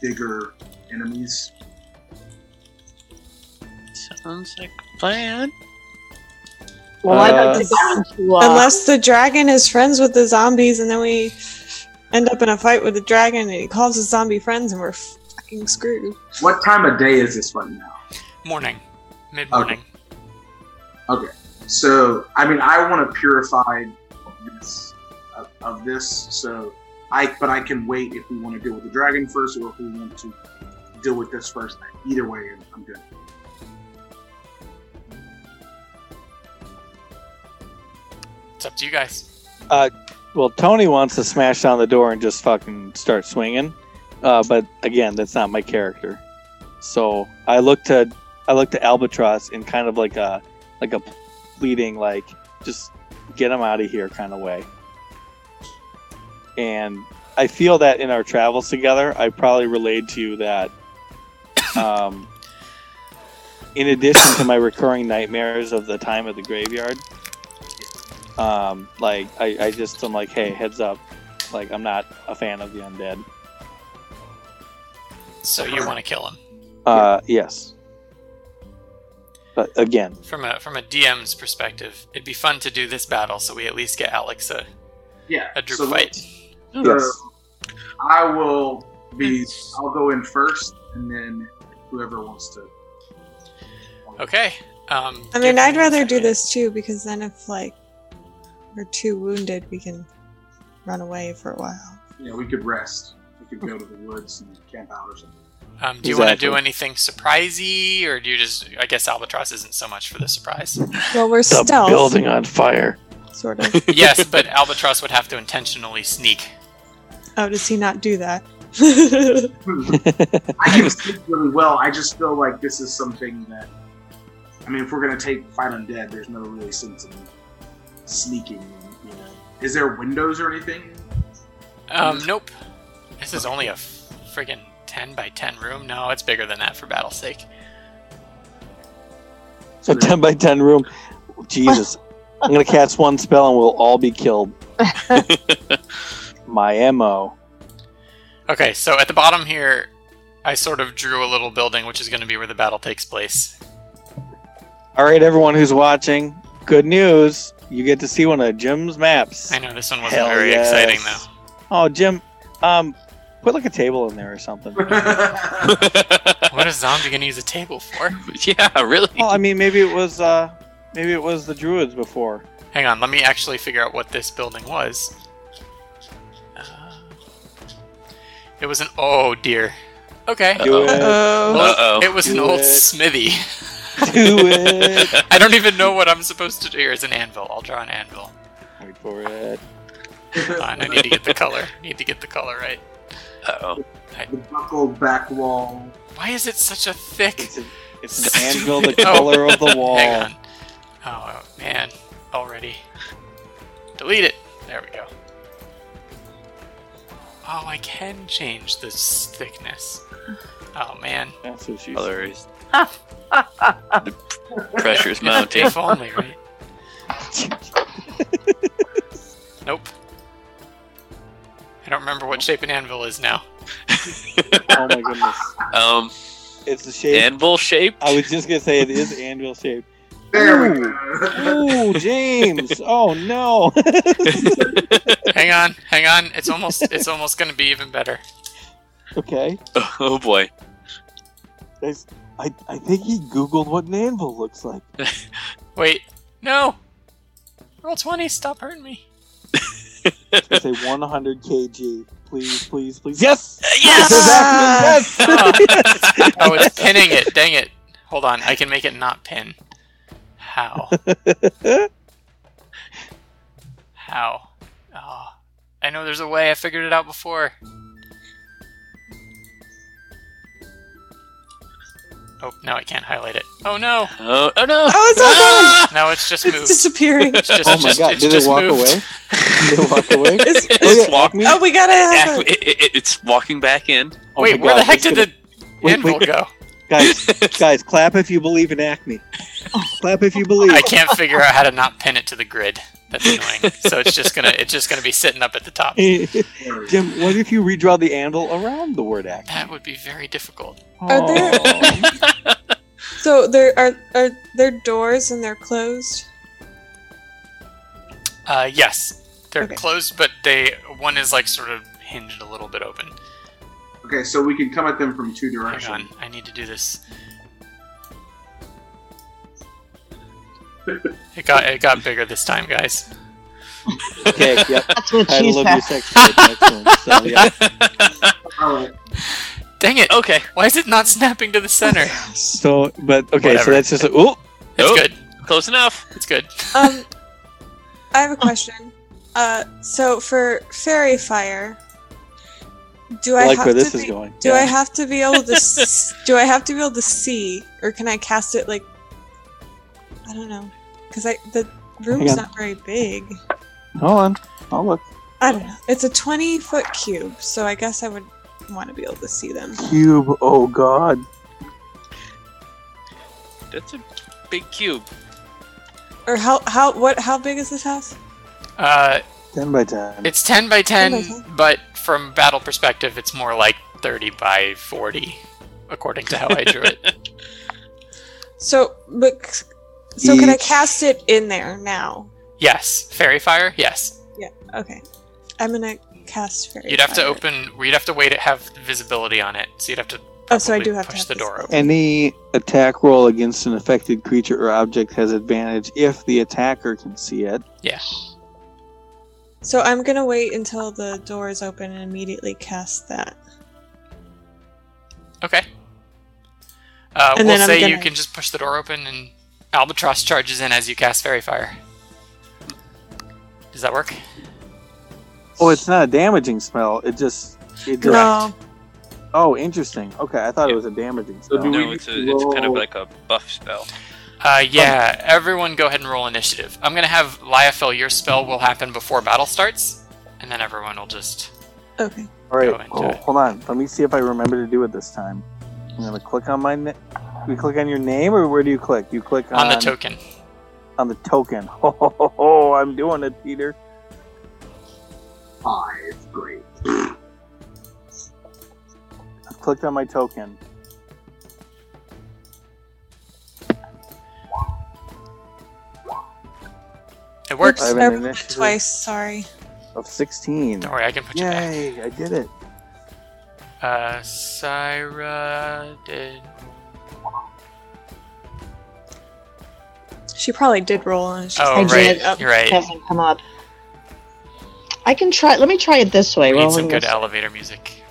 Speaker 4: bigger enemies.
Speaker 7: Sounds like a plan.
Speaker 2: Well, I'd like
Speaker 5: Uh,
Speaker 2: to go into. Uh,
Speaker 3: Unless the dragon is friends with the zombies, and then we end up in a fight with the dragon, and he calls his zombie friends, and we're fucking screwed.
Speaker 4: What time of day is this right now?
Speaker 1: Morning, mid morning.
Speaker 4: So, I mean, I want to purify this, of, of this. So, I but I can wait if we want to deal with the dragon first, or if we want to deal with this first. Either way, I'm- I'm good.
Speaker 1: It's up to you guys.
Speaker 5: Well, Tony wants to smash down the door and just fucking start swinging, uh, but again, that's not my character. So I look to I look to Albatross in kind of like a like a pleading, like just get him out of here kind of way. And I feel that in our travels together, I probably relayed to you that. Um, in addition to my recurring nightmares of the time of the graveyard, um, like I, I just am like, hey, heads up, like I'm not a fan of the undead.
Speaker 1: So you want to kill him.
Speaker 5: Uh, yes. But again,
Speaker 1: From a from a DM's perspective, it'd be fun to do this battle so we at least get Alex a,
Speaker 4: Yeah.
Speaker 1: a group
Speaker 4: so
Speaker 1: fight.
Speaker 5: yes.
Speaker 4: I will be. I'll go in first, and then whoever wants to.
Speaker 1: Okay. Um,
Speaker 3: I
Speaker 1: give
Speaker 3: mean,
Speaker 1: me
Speaker 3: I'd
Speaker 1: a
Speaker 3: rather do
Speaker 1: second.
Speaker 3: this too, because then if like we're too wounded, we can run away for a while.
Speaker 4: You know, we could rest. We could go to the woods and camp out or something.
Speaker 1: Um, do you want to do
Speaker 5: Exactly.
Speaker 1: anything surprisey, or do you just? I guess Albatross isn't so much for the surprise.
Speaker 3: Well, we're stealth,
Speaker 5: on fire.
Speaker 3: sort of.
Speaker 1: yes, but Albatross would have to intentionally sneak.
Speaker 3: oh, does he not do that?
Speaker 4: I can sleep really well. I just feel like this is something that. I mean, if we're gonna take fight undead, there's no really sense in sneaking. You know, is there windows or anything?
Speaker 5: Mm.
Speaker 1: Um, nope. This is only a f- friggin' ten by ten room. No, it's bigger than that for battle's sake.
Speaker 5: A ten by ten room. Jesus, I'm gonna cast one spell and we'll all be killed. my mo.
Speaker 1: Okay, so at the bottom here, I sort of drew a little building, which is going to be where the battle takes place.
Speaker 5: All right, everyone who's watching, good news. You get to see one of Jim's maps.
Speaker 1: I know this one wasn't
Speaker 5: Hell
Speaker 1: very
Speaker 5: yes.
Speaker 1: exciting though.
Speaker 5: Oh, Jim, um, put like a table in there or something.
Speaker 1: What is zombie going to use a table for?
Speaker 7: yeah, really.
Speaker 5: Well, Oh, I mean, maybe it was uh, maybe it was the druids before.
Speaker 1: Hang on, let me actually figure out what this building was. Uh, It was an oh dear. Okay.
Speaker 5: Do it,
Speaker 3: Oh,
Speaker 7: Uh-oh.
Speaker 1: It was an
Speaker 5: Do
Speaker 1: old
Speaker 5: it.
Speaker 1: smithy.
Speaker 5: do it.
Speaker 1: I don't even know what I'm supposed to do. Here's an anvil. I'll draw an anvil.
Speaker 5: Wait for it.
Speaker 1: Fine, I need to get the color. Need to get the color right.
Speaker 7: Uh-oh.
Speaker 4: the buckled back wall.
Speaker 1: Why is it such a thick? Oh.
Speaker 5: It's, a, it's an anvil the color of the wall.
Speaker 1: Hang on. Oh man, already. Delete it. There we go. Oh, I can change the s- thickness. Oh man,
Speaker 5: That's what she said.
Speaker 7: Color is. the p- pressure's mounting.
Speaker 1: if only, right? nope. I don't remember what shape an anvil is now.
Speaker 5: Oh my goodness.
Speaker 7: Um,
Speaker 5: It's the shape.
Speaker 7: anvil shape.
Speaker 5: I was just gonna say it is anvil shaped.
Speaker 4: There we
Speaker 5: Ooh.
Speaker 4: go.
Speaker 5: Oh, James. Oh no.
Speaker 1: Hang on, hang on. It's almost it's almost gonna be even better.
Speaker 5: okay.
Speaker 7: Oh boy.
Speaker 5: There's- I, I think he googled what an anvil looks like.
Speaker 1: Wait, no. Roll twenty. Stop hurting me.
Speaker 5: It's a 100 kg. please, please, please. Yes!
Speaker 3: Yes!
Speaker 5: Yes!
Speaker 7: Oh.
Speaker 1: Oh, it's pinning it. Dang it. Hold on. I can make it not pin. How? How? Oh, I know there's a way. I figured it out before. Oh, now I can't highlight it. Oh no!
Speaker 7: oh, oh no!
Speaker 3: Oh, it's all
Speaker 7: Ah!
Speaker 1: Now it's just
Speaker 3: gone!
Speaker 1: moved.
Speaker 3: It's disappearing.
Speaker 1: It's just,
Speaker 5: Oh my
Speaker 1: just-
Speaker 5: god,
Speaker 1: it's
Speaker 5: did
Speaker 1: just
Speaker 5: it walk
Speaker 1: moved.
Speaker 5: away? Did it walk away?
Speaker 3: It's-
Speaker 5: Oh,
Speaker 7: It's
Speaker 5: yeah,
Speaker 7: walk-
Speaker 5: me?
Speaker 3: oh, we gotta
Speaker 7: Yeah,
Speaker 3: have a-
Speaker 7: it, it, it's walking back in.
Speaker 5: Oh
Speaker 1: Wait,
Speaker 5: my
Speaker 1: where
Speaker 5: God,
Speaker 1: the heck
Speaker 5: it's
Speaker 1: did
Speaker 5: gonna-
Speaker 1: the
Speaker 5: Wait,
Speaker 1: anvil
Speaker 5: wait,
Speaker 1: go?
Speaker 5: guys, guys, clap if you believe in Acme. Clap if you believe.
Speaker 1: I can't figure out how to not pin it to the grid. That's annoying. so it's just gonna it's just gonna be sitting up at the top.
Speaker 5: Jim,
Speaker 4: Or-
Speaker 5: what if you redraw the anvil around the word Acme?
Speaker 1: That would be very difficult.
Speaker 3: Are there-
Speaker 5: Oh.
Speaker 3: So there are are there doors and they're closed.
Speaker 1: Uh, yes, they're
Speaker 3: Okay.
Speaker 1: closed, but they one is like sort of hinged a little bit open.
Speaker 4: Okay, so we can come at them from two
Speaker 1: Hang on,
Speaker 4: directions.
Speaker 1: I need to do this. It got it got bigger this time, guys.
Speaker 5: Okay, yep.
Speaker 2: That's what she's
Speaker 5: Title of your
Speaker 2: had.
Speaker 5: section. That's excellent. So, yeah.
Speaker 4: Alright,
Speaker 1: Dang it!
Speaker 7: Okay.
Speaker 1: Why is it not snapping to the center?
Speaker 5: So, but okay,
Speaker 1: Whatever.
Speaker 5: so that's just a, oh,
Speaker 1: It's
Speaker 7: Oh.
Speaker 1: good.
Speaker 7: Close enough.
Speaker 1: It's good.
Speaker 3: Um, I have a question. Uh, so for fairy fire, do I
Speaker 5: I like
Speaker 3: have
Speaker 5: where
Speaker 3: to
Speaker 5: this
Speaker 3: be,
Speaker 5: is going.
Speaker 3: Do
Speaker 5: yeah.
Speaker 3: I have to be able to? s- do I have to be able to see, or can I cast it like? I don't know, because I the room's
Speaker 5: on.
Speaker 3: not very big.
Speaker 5: Hold on, I'll look.
Speaker 3: I don't know. It's a twenty foot cube, so I guess I would want to be able to see them.
Speaker 5: Cube. Oh God.
Speaker 7: That's a big cube.
Speaker 3: Or how how what how big is this house?
Speaker 1: Uh,
Speaker 5: Ten by ten.
Speaker 1: it's ten by 10,
Speaker 3: 10 by 10.
Speaker 1: but from battle perspective, it's more like thirty by forty, according to how I drew it.
Speaker 3: So but c- so can I
Speaker 5: Each-
Speaker 3: cast it in there now?
Speaker 1: yes, fairy fire. Yes,
Speaker 3: Okay. I'm gonna cast fairy.
Speaker 1: you'd have to
Speaker 3: fire.
Speaker 1: open. You'd have to wait. It have visibility on it, so you'd have to.
Speaker 3: Oh, so I
Speaker 1: probably
Speaker 3: do have to
Speaker 1: push
Speaker 3: have
Speaker 1: the
Speaker 3: this
Speaker 1: door
Speaker 3: open.
Speaker 1: open.
Speaker 5: Any attack roll against an affected creature or object has advantage if the attacker can see it.
Speaker 3: So I'm gonna wait until the door is open and immediately cast that.
Speaker 1: Okay. Uh,
Speaker 3: And
Speaker 1: we'll
Speaker 3: then I'm
Speaker 1: say you
Speaker 3: gonna-
Speaker 1: can just push the door open and Albatross charges in as you cast Fairy Fire. Does that work?
Speaker 5: Oh, it's not a damaging spell. It just. It just
Speaker 3: No.
Speaker 5: Oh, interesting. Okay, I thought it was a damaging
Speaker 4: So
Speaker 5: spell.
Speaker 4: do we
Speaker 7: No,
Speaker 4: need
Speaker 7: it's a,
Speaker 4: to
Speaker 7: it's kind of
Speaker 4: roll-
Speaker 7: like a buff spell.
Speaker 1: Uh, yeah,
Speaker 3: Um,
Speaker 1: everyone go ahead and roll initiative. I'm going to have Lyafel, your spell will happen before battle starts, and then everyone will just.
Speaker 3: Okay.
Speaker 5: All
Speaker 1: Go
Speaker 5: right.
Speaker 1: into
Speaker 5: Oh,
Speaker 1: it.
Speaker 5: hold on. Let me see if I remember to do it this time. I'm gonna click on my. Na- we click on your name, or where do you click? You click on,
Speaker 1: on
Speaker 3: Um,
Speaker 1: the token.
Speaker 5: on the token. Ho, ho, ho, ho, I'm doing it, Peter.
Speaker 4: five, great.
Speaker 5: I've clicked on my token.
Speaker 1: It works.
Speaker 5: I have
Speaker 3: Oops,
Speaker 5: an
Speaker 3: I rolled it
Speaker 5: initiative.
Speaker 3: twice. Sorry.
Speaker 5: Of 16.
Speaker 1: Don't worry, I can put you back.
Speaker 5: Yay! I did it.
Speaker 1: Uh, Syra did.
Speaker 3: She probably did roll and it's just
Speaker 1: Oh,
Speaker 2: I
Speaker 1: right.
Speaker 2: did. Oh,
Speaker 1: You're right.
Speaker 2: Hasn't come up. I can try. Let me try it this way.
Speaker 1: We need
Speaker 2: rolling
Speaker 1: some good
Speaker 2: this-
Speaker 1: elevator music.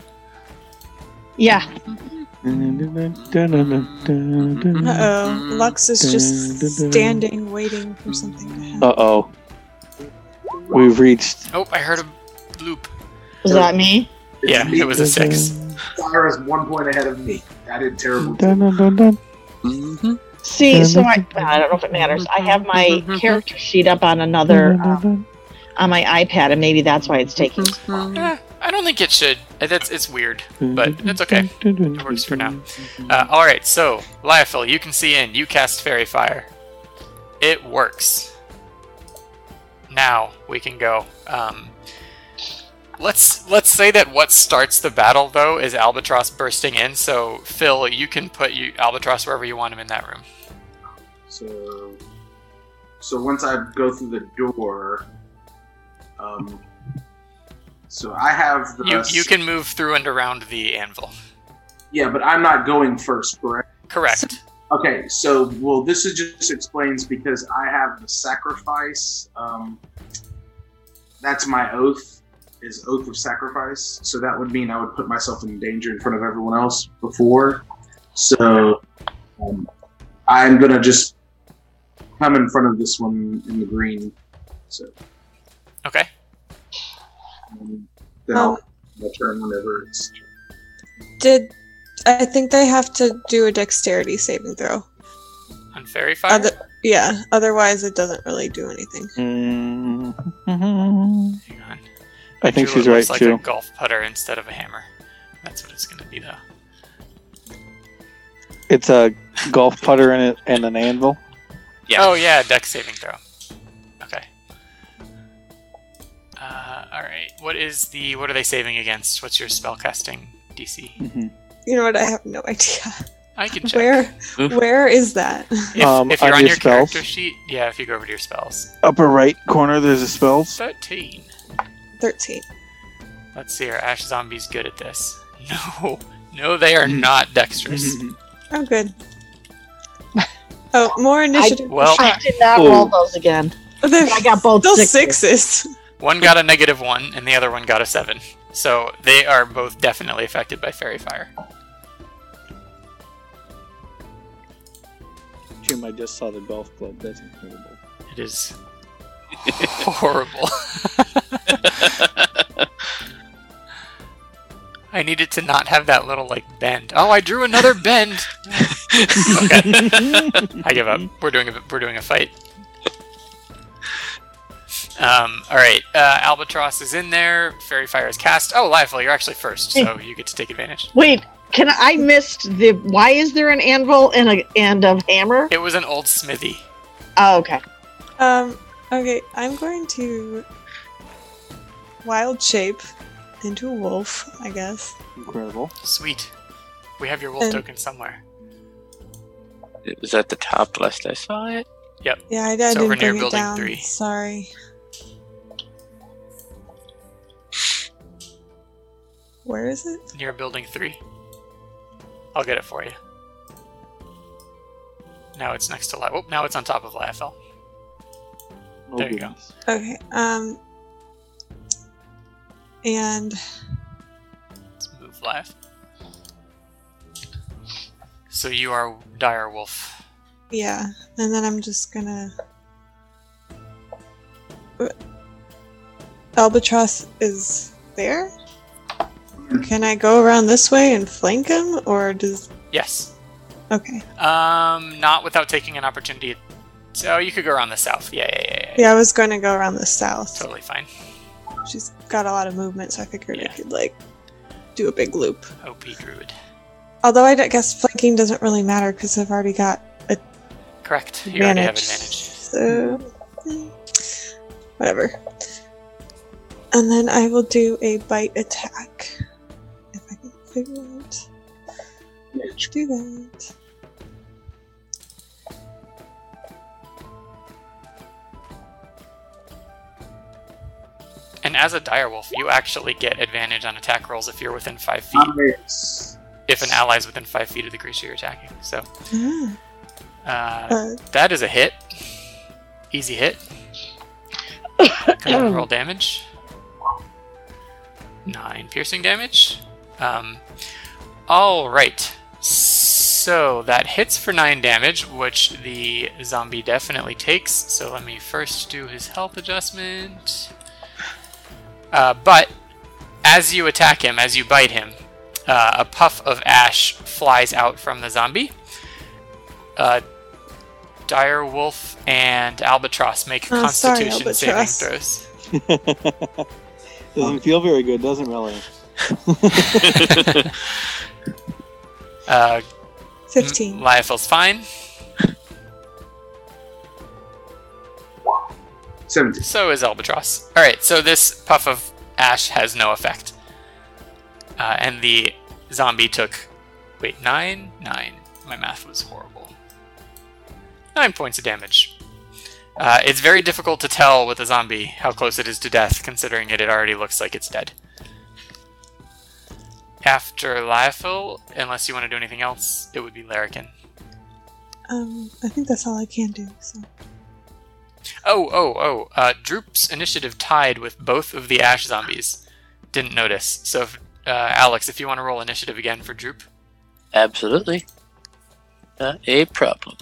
Speaker 2: Yeah.
Speaker 5: Mm-hmm.
Speaker 3: Uh
Speaker 5: Uh
Speaker 3: oh.
Speaker 1: Mm-hmm.
Speaker 3: Lux is
Speaker 5: Dun, dun,
Speaker 3: just
Speaker 5: dun.
Speaker 3: standing waiting for something to happen.
Speaker 5: oh. We've reached.
Speaker 1: Oh, I heard a loop.
Speaker 2: Was that me?
Speaker 1: Yeah, it was a six.
Speaker 4: Cyrus one point ahead of me. I did terrible.
Speaker 5: Dun, dun, dun, dun.
Speaker 7: Mhm.
Speaker 2: See, so I, well, I don't know if it matters. I have my character sheet up on another
Speaker 5: Mm-hmm.
Speaker 2: um,
Speaker 8: uh,
Speaker 2: on my iPad, and maybe that's why it's taking.
Speaker 3: Um,
Speaker 1: Eh, I don't think it should. Uh, That's it's weird. but that's okay.
Speaker 5: It
Speaker 1: works for now. Uh, all right, so Lyophil, you can see in. You cast Fairy Fire. It works. Now we can go. Um, let's let's say that what starts the battle though is Albatross bursting in. So Phil, you can put you Albatross wherever you want him in that room.
Speaker 4: So, so once I go through the door, um, so I have the.
Speaker 1: You you can move through and around the anvil.
Speaker 4: Yeah, but I'm not going first, correct?
Speaker 1: Correct.
Speaker 4: Okay, so well, this is just explains because I have the sacrifice. Um, that's my oath. is Oath of Sacrifice, so that would mean I would put myself in danger in front of everyone else before. So um, I'm gonna just come in front of this one in the green. So
Speaker 1: Okay.
Speaker 4: um, then
Speaker 3: Um,
Speaker 4: I'll I'll turn whenever it's.
Speaker 3: Did I think they have to do a dexterity saving throw?
Speaker 1: On fairy fire.
Speaker 3: Other, yeah. Otherwise, it doesn't really do anything.
Speaker 5: Mm.
Speaker 1: Hang on.
Speaker 5: I think
Speaker 1: Drew, it
Speaker 5: she's right
Speaker 1: looks like
Speaker 5: too.
Speaker 1: a golf putter instead of a hammer. That's what it's gonna be though.
Speaker 5: It's a golf putter and, a, and an anvil.
Speaker 7: Yeah.
Speaker 1: Oh yeah, deck saving throw. Okay. Uh, all right. What is the? What are they saving against? What's your spellcasting DC?
Speaker 5: Mhm.
Speaker 3: You know what? I have no idea.
Speaker 1: I can check.
Speaker 3: Where
Speaker 7: Oof.
Speaker 3: where is that?
Speaker 1: If,
Speaker 5: Um,
Speaker 1: if you're
Speaker 5: on
Speaker 1: on
Speaker 5: your
Speaker 1: your,
Speaker 5: spells?
Speaker 1: character sheet, yeah. If you go over to your spells,
Speaker 5: Upper right corner, there's a spell.
Speaker 1: thirteen.
Speaker 3: Thirteen.
Speaker 1: Let's see. Are Ash zombies good at this? No, no, they
Speaker 5: Mm-hmm.
Speaker 1: are not dexterous.
Speaker 3: Oh, good. Oh, more initiative.
Speaker 1: Well,
Speaker 3: Fuck.
Speaker 2: I did not
Speaker 5: Oh.
Speaker 2: roll those again. I got both
Speaker 3: Still
Speaker 2: sixes.
Speaker 3: sixes.
Speaker 1: one got a negative one, and the other one got a seven. So they are both definitely affected by fairy fire.
Speaker 8: Jim, I just saw the golf club. That's incredible.
Speaker 1: It is horrible. I needed to not have that little like bend. Oh, I drew another bend. okay, I give up. We're doing a we're doing a fight. Um, all right, uh, albatross is in there. Fairy fire is cast. Oh, lively, you're actually first, so you get to take advantage.
Speaker 2: Wait, can I, I missed the? Why is there an anvil and a and a hammer?
Speaker 1: It was an old smithy.
Speaker 2: Oh, okay.
Speaker 3: Um. Okay, I'm going to wild shape into a wolf. I guess.
Speaker 5: Incredible.
Speaker 1: Sweet, we have your wolf
Speaker 3: Um,
Speaker 1: token somewhere.
Speaker 7: It was at the top left. I saw it.
Speaker 3: Yeah, I, I
Speaker 1: It's
Speaker 3: didn't
Speaker 1: over near
Speaker 3: bring it
Speaker 1: building
Speaker 3: down.
Speaker 1: three.
Speaker 3: Sorry. Where is it?
Speaker 1: near building three. I'll get it for you. Now it's next to Li- Oh, now it's on top of Liefel.
Speaker 5: Oh,
Speaker 1: There you go.
Speaker 5: goodness.
Speaker 3: Okay. Um. And
Speaker 1: Let's move Lief. So you are Dire Wolf.
Speaker 3: yeah, and then I'm just gonna. Uh, Albatross is there. Can I go around this way and flank him, or does?
Speaker 1: Yes.
Speaker 3: Okay.
Speaker 1: Um, not without taking an opportunity. So you could go around the south. Yeah, yeah, yeah. yeah.
Speaker 3: Yeah, I was going to go around the south.
Speaker 1: Totally fine.
Speaker 3: She's got a lot of movement, so I figured
Speaker 1: Yeah.
Speaker 3: I could like do a big loop.
Speaker 1: OP Druid.
Speaker 3: Although I d- guess flanking doesn't really matter because I've already got
Speaker 1: Correct. You already have
Speaker 3: advantage.
Speaker 1: advantage.
Speaker 3: So, mm, whatever. And then I will do a bite attack. If I can figure out how to do that.
Speaker 1: And as a Dire Wolf, you actually get advantage on attack rolls if you're within five feet.
Speaker 4: Nice.
Speaker 1: If an ally is within five feet of the creature you're attacking. So
Speaker 3: Ah,
Speaker 1: uh,
Speaker 3: uh,
Speaker 1: That is a hit. Easy hit. Come on, roll damage. Nine piercing damage. Um, all right. So that hits for nine damage, which the zombie definitely takes. So let me first do his health adjustment. Uh, but as you attack him, as you bite him, uh, a puff of ash flies out from the zombie. Uh, dire wolf and albatross make
Speaker 3: Oh, sorry,
Speaker 1: constitution
Speaker 3: Albatross.
Speaker 1: saving throws.
Speaker 5: Doesn't feel very good, doesn't really.
Speaker 1: Uh,
Speaker 3: 15.
Speaker 1: Liefel's fine.
Speaker 4: Seventeen.
Speaker 1: So is albatross. All right. So this puff of ash has no effect, uh, and the zombie took wait nine nine. My math was horrible. Nine points of damage. Uh, it's very difficult to tell with a zombie how close it is to death, considering it, it already looks like it's dead. After Liefel, unless you want to do anything else, it would be Larrikin.
Speaker 3: Um, I think that's all I can do. So.
Speaker 1: Oh, oh, oh. Uh, Droop's initiative tied with both of the Ash zombies. Didn't notice. So, if, uh, Alex, if you want to roll initiative again for Droop.
Speaker 7: Absolutely. Not a problem.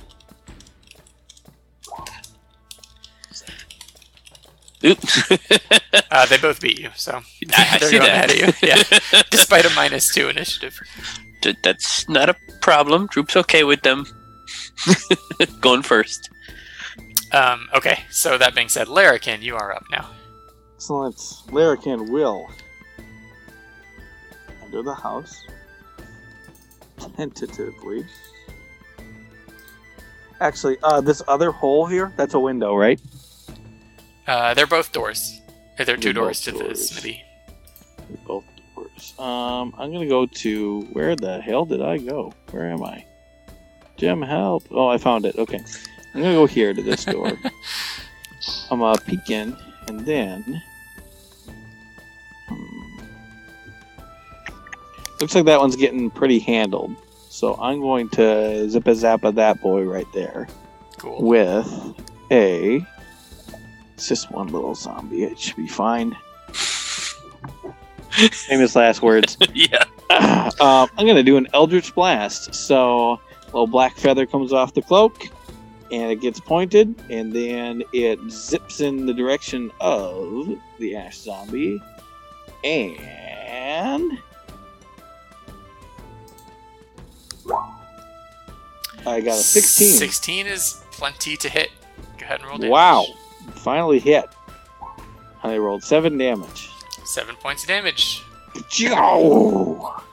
Speaker 7: Oops.
Speaker 1: Uh, they both beat you, so
Speaker 7: I
Speaker 1: they're
Speaker 7: see
Speaker 1: going ahead
Speaker 7: that.
Speaker 1: of you. Yeah, despite a minus two initiative.
Speaker 7: Th- That's not a problem. Droop's okay with them going first.
Speaker 1: Um, okay, so that being said, Larrikin, you are up now.
Speaker 5: Excellent. Larrikin will enter the house tentatively. Actually, uh, this other hole here, that's a window, right?
Speaker 1: Uh, they're both doors. Or they're two
Speaker 5: They're both
Speaker 1: doors to the
Speaker 5: doors.
Speaker 1: smithy.
Speaker 5: Both doors. Um, I'm gonna go to where the hell did I go? Where am I? Jim, help! Oh, I found it. Okay, I'm gonna go here to this door. I'm uh peeking, and then Hmm. looks like that one's getting pretty handled. So I'm going to zip a zap of that boy right there
Speaker 1: Cool.
Speaker 5: with a. It's just one little zombie. It should be fine. Famous last words.
Speaker 7: yeah.
Speaker 5: um, I'm gonna do an Eldritch Blast. So, a little black feather comes off the cloak, and it gets pointed, and then it zips in the direction of the Ash Zombie, and I got a 16.
Speaker 1: 16 is plenty to hit. Go ahead and roll damage.
Speaker 5: Wow! Finally hit. I rolled seven damage.
Speaker 1: Seven points of damage.
Speaker 5: Jow!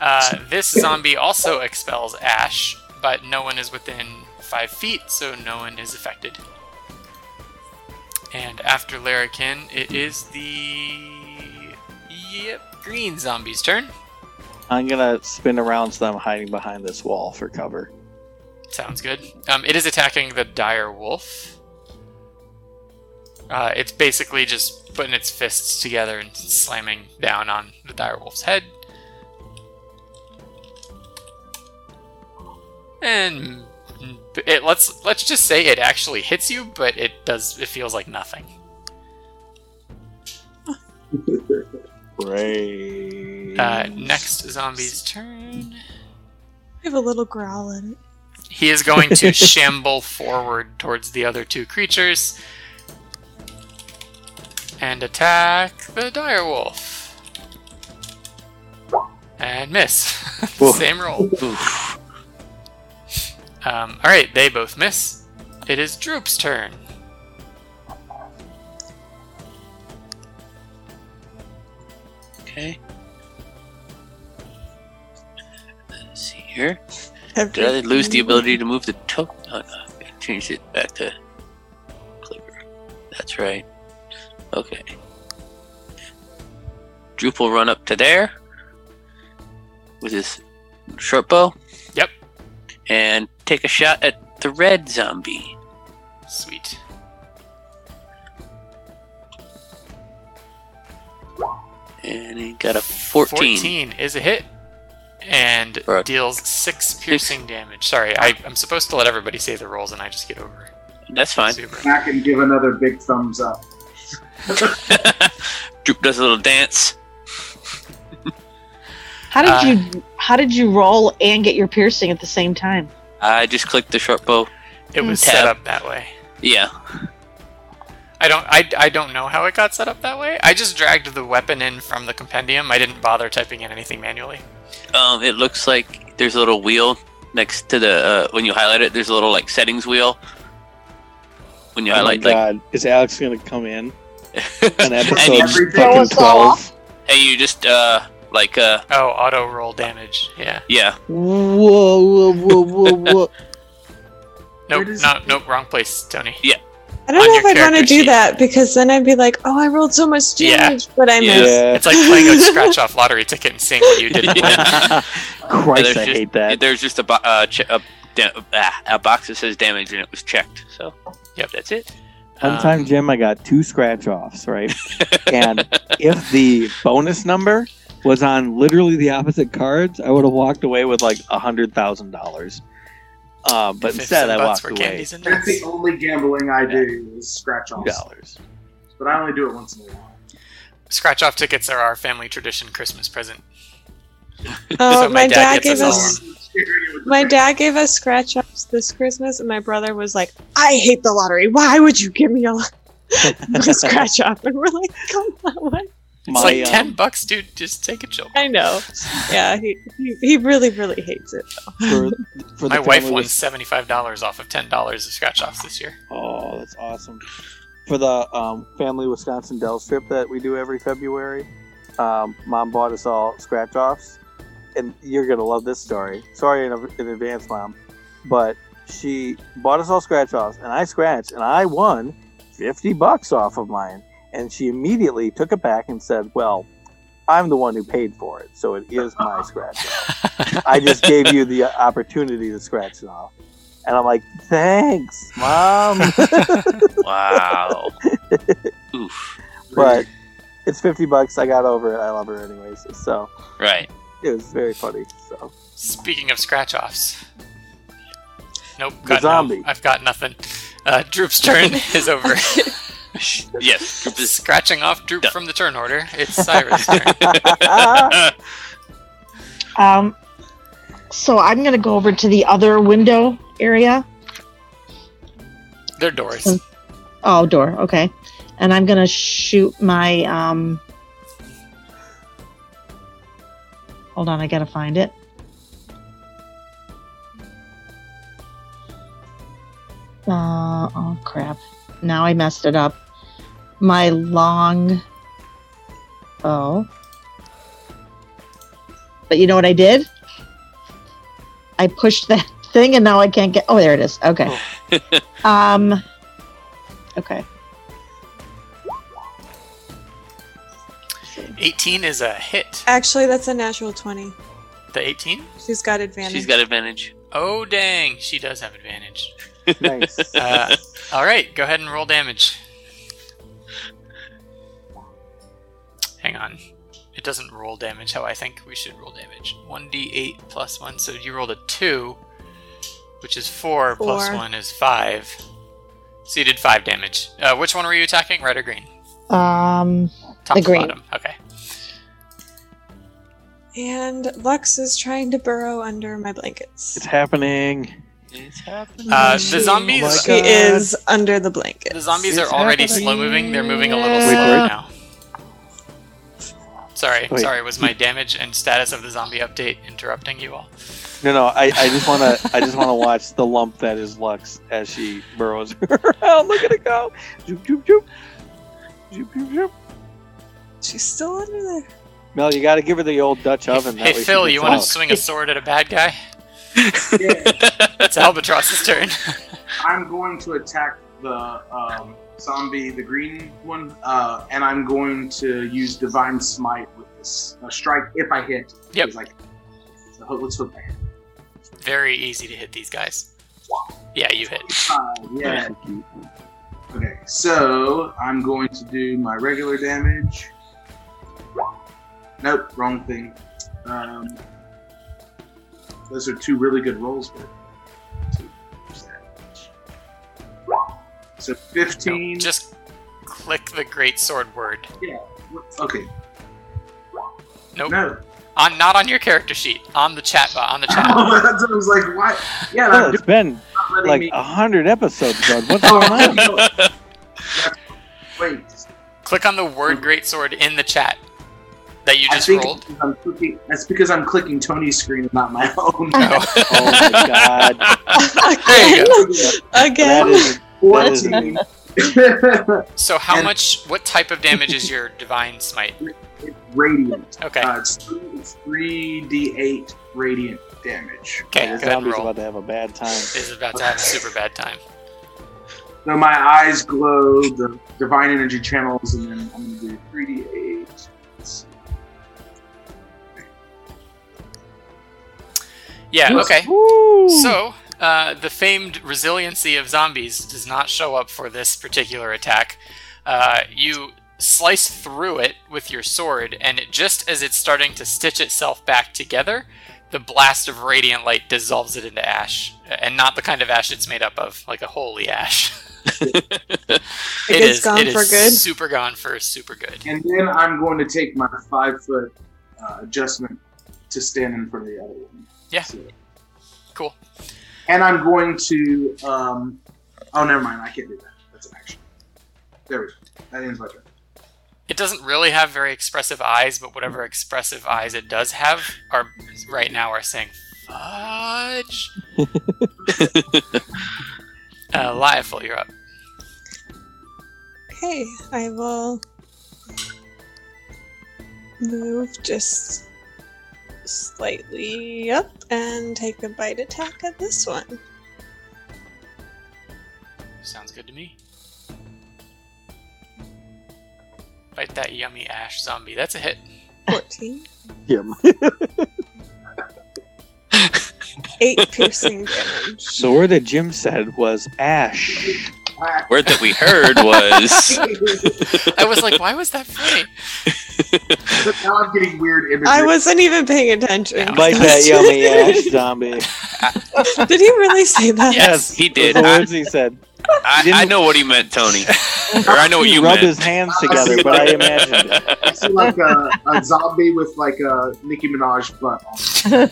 Speaker 1: Uh, this zombie also expels ash, but no one is within five feet, so no one is affected. And after Larrikin, it is the. Yep, green zombie's turn.
Speaker 5: I'm gonna spin around so I'm hiding behind this wall for cover.
Speaker 1: Sounds good. Um, it is attacking the dire wolf. Uh, it's basically just putting its fists together and slamming down on the dire wolf's head. And it let's let's just say it actually hits you, but it does it feels like nothing.
Speaker 5: Great.
Speaker 1: Uh, next zombie's turn.
Speaker 3: I have a little growl in it.
Speaker 1: He is going to shamble forward towards the other two creatures and attack the dire wolf. And miss.
Speaker 5: Whoa.
Speaker 1: Same roll. Um, all right, they both miss. It is Droop's turn.
Speaker 7: Okay. Let's see here.
Speaker 3: Every-
Speaker 7: Did I lose the ability to move the token? Oh no, I changed it back to clicker. That's right. Okay. Droop will run up to there with his short bow.
Speaker 1: Yep.
Speaker 7: And take a shot at the red zombie.
Speaker 1: Sweet.
Speaker 7: And he got a 14.
Speaker 1: 14 is a hit and
Speaker 7: Right.
Speaker 1: deals 6 piercing damage. Sorry, I, I'm supposed to let everybody say the rolls and I just get over
Speaker 7: That's fine.
Speaker 1: super.
Speaker 4: I can give another big thumbs up.
Speaker 7: Droop does a little dance.
Speaker 2: How did
Speaker 1: Uh,
Speaker 2: you how did you roll and get your piercing at the same time?
Speaker 7: I just clicked the short bow.
Speaker 1: It was
Speaker 7: Tab.
Speaker 1: set up that way.
Speaker 7: Yeah.
Speaker 1: I don't I, I don't know how it got set up that way. I just dragged the weapon in from the compendium. I didn't bother typing in anything manually.
Speaker 7: Um, it looks like there's a little wheel next to the uh, when you highlight it. There's a little like settings wheel. When you
Speaker 5: Oh my
Speaker 7: highlight, like,
Speaker 5: god, is Alex gonna come in? An
Speaker 7: And
Speaker 5: episode
Speaker 7: you-
Speaker 4: Everything-
Speaker 5: fucking
Speaker 2: Throw us all
Speaker 5: 12?
Speaker 2: off.
Speaker 7: hey, you just uh, like uh,
Speaker 1: Oh, auto roll damage. Yeah.
Speaker 7: yeah,
Speaker 5: Whoa, whoa, whoa, whoa, whoa.
Speaker 1: Nope,
Speaker 4: Where does-
Speaker 1: no, nope, wrong place, Tony.
Speaker 7: Yeah.
Speaker 3: I
Speaker 1: on
Speaker 3: don't know
Speaker 1: your
Speaker 3: if I'd want to
Speaker 1: character
Speaker 3: do
Speaker 1: sheet.
Speaker 3: that because then I'd be like, oh, I rolled so much
Speaker 1: Yeah.
Speaker 3: damage, but I
Speaker 7: Yeah.
Speaker 3: missed.
Speaker 5: yeah.
Speaker 1: It's like playing a scratch off lottery ticket and seeing what you did.
Speaker 7: Yeah.
Speaker 5: Christ,
Speaker 7: There's
Speaker 5: I
Speaker 7: just-
Speaker 5: hate that.
Speaker 7: there's just a, bo- uh, che- a, da- ah, a box that says damage and it was checked. So, yep, that's it. Um,
Speaker 5: One time, Jim, I got two scratch offs, right? and if the bonus number was on literally the opposite cards, I would have walked away with like a hundred thousand dollars. Uh, but
Speaker 1: Fifts
Speaker 5: instead,
Speaker 1: and
Speaker 5: I
Speaker 1: butts
Speaker 5: walked
Speaker 1: were
Speaker 5: away
Speaker 1: candies and
Speaker 4: That's the
Speaker 1: nuts.
Speaker 4: only gambling I do is scratch
Speaker 5: two
Speaker 4: offs,
Speaker 5: dollars.
Speaker 4: but I only do it once in a while.
Speaker 1: Scratch off tickets are our family tradition Christmas present.
Speaker 3: Oh,
Speaker 1: So
Speaker 3: my, dad, gave
Speaker 1: all
Speaker 3: us. My dad gave us scratch ups this Christmas, and my brother was like, "I hate the lottery. Why would you give me a, lo- a scratch up?" And we're like, "Come on, what?"
Speaker 1: It's
Speaker 8: My,
Speaker 5: uh,
Speaker 1: like
Speaker 8: um,
Speaker 1: ten bucks, dude. Just take a chill.
Speaker 3: I know. Yeah, he, he he really really hates it.
Speaker 8: for, for the
Speaker 1: My wife
Speaker 8: family
Speaker 1: won
Speaker 8: was-
Speaker 1: seventy five dollars off of ten dollars of scratch offs this year.
Speaker 8: Oh, that's awesome. For the um, family Wisconsin Dells trip that we do every February, um, mom bought us all scratch offs. And you're going to love this story. Sorry in, in advance, mom. But she bought us all scratch offs, and I scratched, and I won 50 bucks off of mine. And she immediately took it back and said, Well, I'm the one who paid for it, so it is my scratch off. I just gave you the opportunity to scratch it off. And I'm like, Thanks, mom.
Speaker 7: Wow. Oof.
Speaker 8: but it's 50 bucks i got over it i love her anyways so
Speaker 7: Right.
Speaker 8: it was very funny so
Speaker 1: Speaking of scratch offs, nope,
Speaker 8: The
Speaker 1: got no-
Speaker 8: zombie.
Speaker 1: I've got nothing. Uh, Droop's turn is over.
Speaker 7: Yes. group is-
Speaker 1: Scratching off Droop
Speaker 7: Done.
Speaker 1: from the turn order. It's Cyrus' turn.
Speaker 2: Um, so I'm gonna go over to the other window area.
Speaker 1: They're doors.
Speaker 2: Mm. Oh, door. Okay, and I'm gonna shoot my um. Hold on, I gotta find it. Uh, oh crap! Now I messed it up. My long. Oh. But you know what I did? I pushed that thing, and now I can't get. Oh, there it is. Okay. um. Okay.
Speaker 1: 18 is a hit.
Speaker 3: Actually, that's a natural twenty.
Speaker 1: The 18?
Speaker 3: She's got advantage.
Speaker 7: She's got advantage.
Speaker 1: Oh, dang. She does have advantage.
Speaker 8: nice
Speaker 1: Uh, all right, go ahead and roll damage. Hang on. It doesn't roll damage how I think we should roll damage. 1d8 plus 1, so you rolled a 2, which is 4, plus
Speaker 3: Four.
Speaker 1: 1 is 5. So you did 5 damage. Uh, which one were you attacking? Red or green?
Speaker 2: Um.
Speaker 1: Top
Speaker 2: The
Speaker 1: to
Speaker 2: green.
Speaker 1: bottom. Okay.
Speaker 3: and Lux is trying to burrow under my blankets.
Speaker 5: It's happening.
Speaker 7: It's happening.
Speaker 1: Uh,
Speaker 3: She-
Speaker 2: Mm-hmm.
Speaker 1: the zombies.
Speaker 5: Oh my
Speaker 3: She is under the blanket.
Speaker 1: The zombies are
Speaker 5: It's
Speaker 1: already
Speaker 5: happening.
Speaker 1: slow moving. They're moving a little
Speaker 5: Wait,
Speaker 1: slower
Speaker 5: wait.
Speaker 1: now. Sorry,
Speaker 5: Wait.
Speaker 1: sorry. Was my damage and status of the zombie update interrupting you all?
Speaker 5: No, no. I, I just want to. I just want to watch the lump that is Lux as she burrows around. Look at it go. Zoop, zoop, zoop. Zoop, zoop, zoop.
Speaker 3: She's still under there.
Speaker 5: Mel, you got to give her the old Dutch oven. that
Speaker 1: Hey,
Speaker 5: way she
Speaker 1: Phil,
Speaker 5: gets
Speaker 1: you want
Speaker 5: out.
Speaker 1: to swing a sword at a bad guy?
Speaker 4: Yeah,
Speaker 1: It's Albatross's turn.
Speaker 4: I'm going to attack the um, zombie, the green one, uh, and I'm going to use divine smite with this uh, strike if I hit.
Speaker 1: Yep.
Speaker 4: Because I can. So ho- let's hope I hit.
Speaker 1: Very easy to hit these guys. Yeah, you hit.
Speaker 4: Uh, yeah. Okay, so I'm going to do my regular damage. Nope, wrong thing. Um, those are two really good rolls, but. So 15.
Speaker 1: Just click the great sword word.
Speaker 4: Okay.
Speaker 1: Nope.
Speaker 4: No.
Speaker 1: On not on your character sheet. On the chat. bo- On the chat.
Speaker 4: That's what I was like, why? Yeah,
Speaker 5: Phil,
Speaker 4: that's
Speaker 5: Oh, it's been
Speaker 4: not letting
Speaker 5: like uh,
Speaker 4: me.
Speaker 5: a hundred episodes, bud. What's
Speaker 4: Oh,
Speaker 5: going on?
Speaker 4: no. That's- Wait.
Speaker 1: click on the word great sword in the chat that you
Speaker 4: I
Speaker 1: just
Speaker 4: think
Speaker 1: rolled.
Speaker 4: I'm clicking, that's because I'm clicking Tony's screen and not my own.
Speaker 5: Oh my god.
Speaker 1: There you
Speaker 3: again,
Speaker 1: go.
Speaker 5: That
Speaker 3: again.
Speaker 5: is That is-
Speaker 4: 14.
Speaker 1: So how
Speaker 4: And-
Speaker 1: much? What type of damage is your divine smite?
Speaker 4: radiant.
Speaker 1: Okay.
Speaker 4: Uh, it's 3d8 radiant damage.
Speaker 1: okay. Go
Speaker 5: the
Speaker 1: ahead and
Speaker 5: zombie's
Speaker 1: roll.
Speaker 5: about to have a bad time.
Speaker 1: Is about to have a super bad time.
Speaker 4: So my eyes glow, the divine energy channels, and then I'm going to do 3d8. Let's
Speaker 1: Yeah. Okay.
Speaker 5: Woo!
Speaker 1: So uh, the famed resiliency of zombies does not show up for this particular attack. Uh, you slice through it with your sword, and it, just as it's starting to stitch itself back together, the blast of radiant light dissolves it into ash, and not the kind of ash it's made up of, like a holy ash.
Speaker 3: It
Speaker 1: it
Speaker 3: gets
Speaker 1: is.
Speaker 3: gone
Speaker 1: it is
Speaker 3: for good.
Speaker 1: Super gone for super good.
Speaker 4: And then I'm going to take my five foot uh, adjustment to stand in front of the other one.
Speaker 1: Yeah.
Speaker 4: So-
Speaker 1: Cool.
Speaker 4: And I'm going to. Um, oh, never mind. I can't do that. That's an action. There we go. That ends my turn.
Speaker 1: It doesn't really have very expressive eyes, but whatever expressive eyes it does have are right now are saying fudge. uh, Liefel, you're up.
Speaker 3: Okay, I will move just slightly up and take a bite attack at this one.
Speaker 1: Sounds good to me. Bite that yummy ash zombie. That's a hit.
Speaker 3: 14.
Speaker 5: Him.
Speaker 3: 8 piercing damage.
Speaker 5: The word that Jim said was ash.
Speaker 4: Ah,
Speaker 7: Word that we heard was.
Speaker 1: I was like, why was that funny?
Speaker 4: now I'm getting weird imagery.
Speaker 3: I wasn't even paying attention.
Speaker 5: Like that yummy ash zombie.
Speaker 3: Did he really say that?
Speaker 7: yes, he
Speaker 5: Those
Speaker 7: did.
Speaker 5: are the
Speaker 7: I,
Speaker 5: words he said.
Speaker 7: I, I know what he meant, Tony. or I know what
Speaker 5: He
Speaker 7: Oh, you
Speaker 5: rubbed
Speaker 7: meant.
Speaker 5: his hands together, but I imagined it.
Speaker 4: I see like a, a zombie with like a Nicki Minaj butt.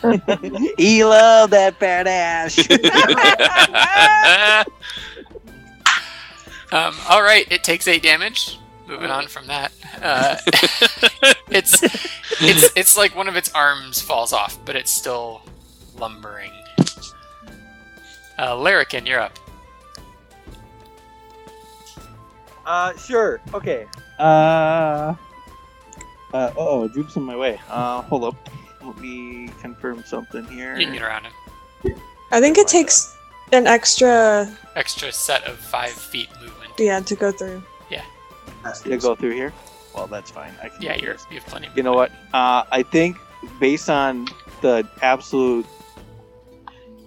Speaker 4: on.
Speaker 5: He loved that bad ash.
Speaker 1: Um, all right, it takes eight damage. Moving on from that, uh, it's it's it's like one of its arms falls off, but it's still lumbering. Uh, Larrikin, you're up.
Speaker 5: Uh, sure. Okay. Uh. Uh oh, Droop's in my way. Uh, hold up. Let me confirm something here.
Speaker 1: You can get around him.
Speaker 3: I think it takes an extra,
Speaker 1: Extra set of five feet movement.
Speaker 3: yeah, to go through.
Speaker 4: That's
Speaker 5: You go through here. Well, that's fine. I can
Speaker 1: Yeah, you're you have plenty. Of
Speaker 5: You know what? Uh, I think based on the absolute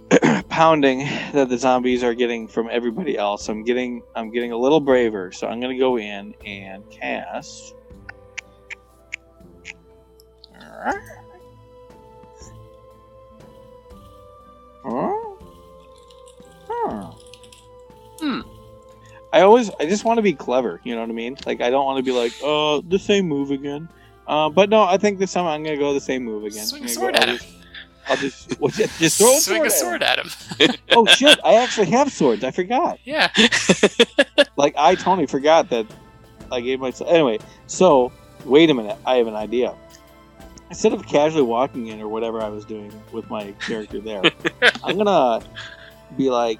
Speaker 5: pounding that the zombies are getting from everybody else, I'm getting I'm getting a little braver. So I'm gonna go in and cast.
Speaker 7: Hmm.
Speaker 5: I always I just want to be clever, you know what I mean? Like I don't want to be like, oh, the same move again. Uh, but no, I think this time I'm gonna go the same move again.
Speaker 1: Swing
Speaker 5: I'm
Speaker 1: a
Speaker 5: gonna
Speaker 1: sword
Speaker 5: go-
Speaker 1: at
Speaker 5: I'll
Speaker 1: him.
Speaker 5: just- I'll just, well, just, just throw a
Speaker 1: Swing a sword
Speaker 5: sword.
Speaker 1: at him.
Speaker 5: at him. oh shit! I actually have swords. I forgot.
Speaker 1: Yeah.
Speaker 5: Like I totally forgot that I gave myself. Anyway, so wait a minute. I have an idea. Instead of casually walking in or whatever I was doing with my character there, I'm gonna be like,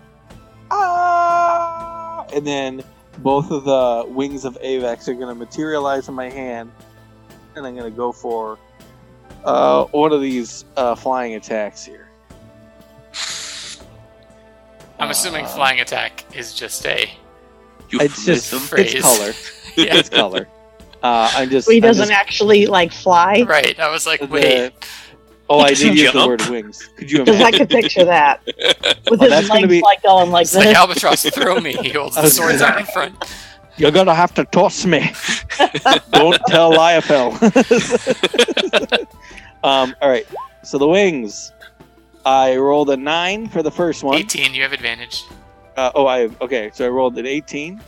Speaker 5: ah, and then both of the wings of Avex are gonna materialize in my hand, and I'm gonna go for uh, one of these uh, flying attacks here.
Speaker 1: I'm assuming
Speaker 5: Uh,
Speaker 1: flying attack is just a.
Speaker 7: You
Speaker 5: It's just
Speaker 7: miss him.
Speaker 1: phrase.
Speaker 5: it's color.
Speaker 1: Yeah.
Speaker 5: It's color. Uh, I'm just.
Speaker 2: he
Speaker 5: I'm
Speaker 2: doesn't
Speaker 5: just-
Speaker 2: actually like fly.
Speaker 1: Right. I was like,
Speaker 5: the-
Speaker 1: wait.
Speaker 5: oh, I
Speaker 7: Doesn't
Speaker 5: did use the
Speaker 7: jump.
Speaker 5: word wings. Could you
Speaker 2: Because I
Speaker 5: imagine?
Speaker 2: could picture that with
Speaker 5: Oh, that's
Speaker 2: his
Speaker 5: gonna
Speaker 2: legs
Speaker 5: be-
Speaker 2: like going like
Speaker 1: It's like
Speaker 2: this.
Speaker 1: albatross, throw me. He holds the
Speaker 5: Okay.
Speaker 1: swords out in front.
Speaker 5: You're gonna have to toss me. Don't tell Liefel. um. All right. So the wings. I rolled a nine for the first one.
Speaker 1: 18, you have advantage.
Speaker 5: Uh, oh, I okay. So I rolled an eighteen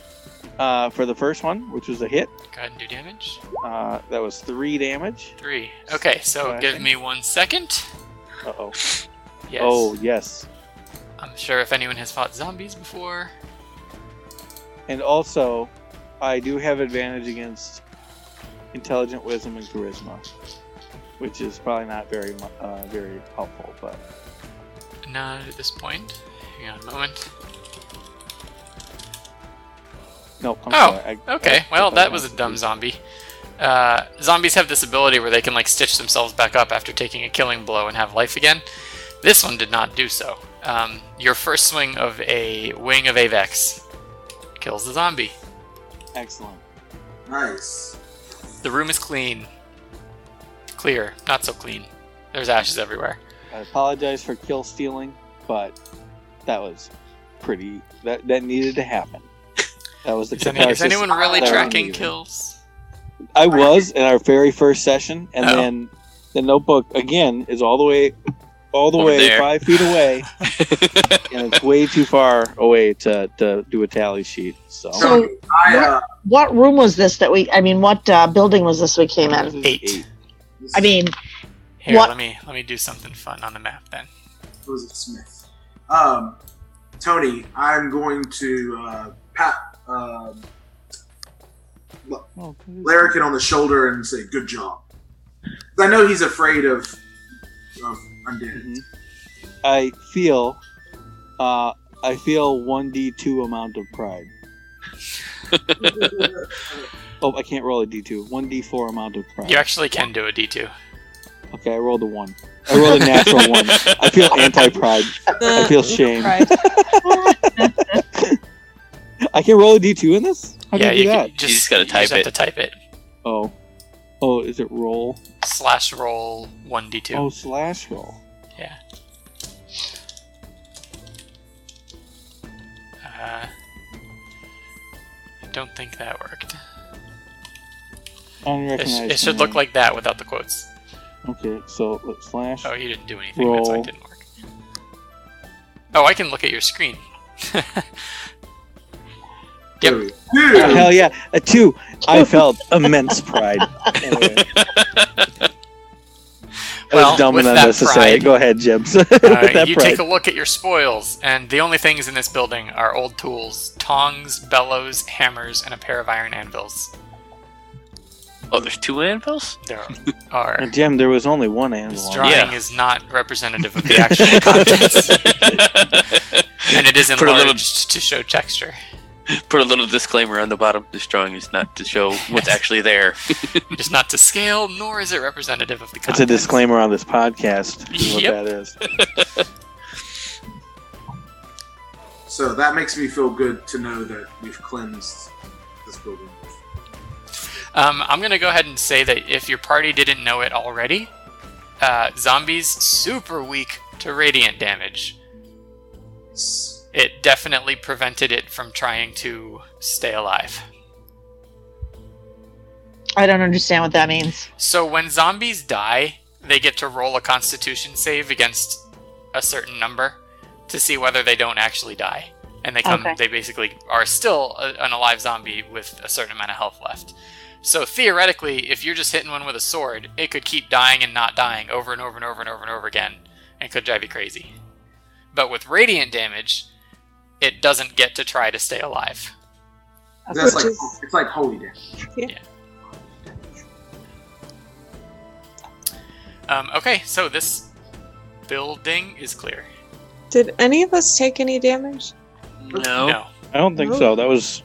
Speaker 5: uh, for the first one, which was a hit.
Speaker 1: Go ahead and do damage.
Speaker 5: Uh, that was three damage.
Speaker 1: Three. Okay, so
Speaker 5: Slashing.
Speaker 1: give me one second.
Speaker 5: Uh oh.
Speaker 1: Yes.
Speaker 5: Oh yes.
Speaker 1: I'm sure if anyone has fought zombies before.
Speaker 5: And also, I do have advantage against intelligent wisdom and charisma, which is probably not very mu- uh, very helpful. But
Speaker 1: Not at this point. Hang on a moment.
Speaker 5: no, I'm
Speaker 1: Oh,
Speaker 5: sorry. I,
Speaker 1: Okay,
Speaker 5: I-
Speaker 1: well,
Speaker 5: I-
Speaker 1: that was a dumb zombie. Uh, zombies have this ability where they can, like, stitch themselves back up after taking a killing blow and have life again. This one did not do so. Um, your first swing of a wing of Avex kills the zombie.
Speaker 5: Excellent.
Speaker 4: Nice.
Speaker 1: The room is clean. Clear. Not so clean. There's ashes everywhere.
Speaker 5: I apologize for kill stealing, but that was pretty. That that needed to happen. That was the
Speaker 1: Is, any, is
Speaker 5: catharsis.
Speaker 1: anyone really
Speaker 5: that I'm
Speaker 1: tracking
Speaker 5: leaving.
Speaker 1: kills?
Speaker 5: I was in our very first session, and
Speaker 1: Oh.
Speaker 5: then the notebook again is all the way all the
Speaker 7: Over
Speaker 5: way
Speaker 7: there.
Speaker 5: five feet away, and it's way too far away to, to do a tally sheet. So,
Speaker 2: So,
Speaker 4: I, uh,
Speaker 2: what room was this that we? I mean, what uh, building was this we came in?
Speaker 1: Eight.
Speaker 4: this
Speaker 2: I mean,
Speaker 1: Here,
Speaker 2: What-
Speaker 1: let me let me do something fun on the map then.
Speaker 4: was it Smith? Um, Tony, I'm going to uh, pat um, Larrikin on the shoulder and say, "Good job." 'Cause I know he's afraid of, of undead.
Speaker 5: Mhm. I feel, uh, I feel one d two amount of pride. Oh, I can't roll a d two. One d four amount of pride.
Speaker 1: You actually can do a D2.
Speaker 5: Okay, I rolled a one. I rolled a natural one. I feel anti pride.
Speaker 3: Uh,
Speaker 5: I feel shame.
Speaker 3: Right.
Speaker 5: I can roll a d two in this. How do
Speaker 1: yeah,
Speaker 5: you do
Speaker 1: you,
Speaker 5: that?
Speaker 1: can,
Speaker 7: You just gotta type
Speaker 1: have
Speaker 7: it.
Speaker 1: to type it.
Speaker 5: Oh, oh, is it roll?
Speaker 1: Slash roll 1D2.
Speaker 5: Oh, slash roll.
Speaker 1: Uh, I don't think that worked. It, sh-
Speaker 5: Unrecognized.
Speaker 1: it should look
Speaker 5: name.
Speaker 1: like that without the quotes.
Speaker 5: Okay, so let's slash.
Speaker 1: Oh, you didn't do anything. That's why
Speaker 5: Roll.
Speaker 1: it didn't work. Oh, I can look at your screen. Yep.
Speaker 4: Dude,
Speaker 5: Oh, hell yeah, a two. I felt immense pride. Anyway, that
Speaker 1: Well,
Speaker 5: was dumb
Speaker 1: with
Speaker 5: and
Speaker 1: that
Speaker 5: unnecessary.
Speaker 1: pride-
Speaker 5: Go ahead, Jibs.
Speaker 1: Uh,
Speaker 5: With that
Speaker 1: you
Speaker 5: pride.
Speaker 1: take a look at your spoils, and the only things in this building are old tools, tongs, bellows, hammers, and a pair of iron anvils.
Speaker 7: Oh, there's two anvils?
Speaker 1: There are.
Speaker 5: And Jim, there was only one animal.
Speaker 1: This
Speaker 5: on
Speaker 1: drawing
Speaker 5: it.
Speaker 7: Yeah.
Speaker 1: is not representative of the actual contents, and it is
Speaker 7: Put a little-
Speaker 1: enlarged to show texture.
Speaker 7: Put a little disclaimer on the bottom. This drawing is not to show what's actually there.
Speaker 1: It is not to scale, nor is it representative of the
Speaker 5: That's a
Speaker 1: contents.
Speaker 5: disclaimer on this podcast. Is what
Speaker 1: Yep.
Speaker 5: that is.
Speaker 4: So that makes me feel good to know that we've cleansed this building.
Speaker 1: Um, I'm gonna go ahead and say that if your party didn't know it already, uh, zombies super weak to radiant damage.
Speaker 4: It's-
Speaker 1: It definitely prevented it from trying to stay alive.
Speaker 2: I don't understand what that means.
Speaker 1: So when zombies die, they get to roll a Constitution save against a certain number to see whether they don't actually die, and they come.
Speaker 2: Okay.
Speaker 1: They basically are still a, an alive zombie with a certain amount of health left. So theoretically, if you're just hitting one with a sword, it could keep dying and not dying over and over and over and over and over again, and could drive you crazy. But with radiant damage, it doesn't get to try to stay alive.
Speaker 4: That's
Speaker 3: Which
Speaker 4: like
Speaker 3: is-
Speaker 4: it's like holy damn.
Speaker 1: Um, okay, so this building is clear.
Speaker 3: Did any of us take any damage?
Speaker 7: No.
Speaker 1: No,
Speaker 5: I don't think so. That was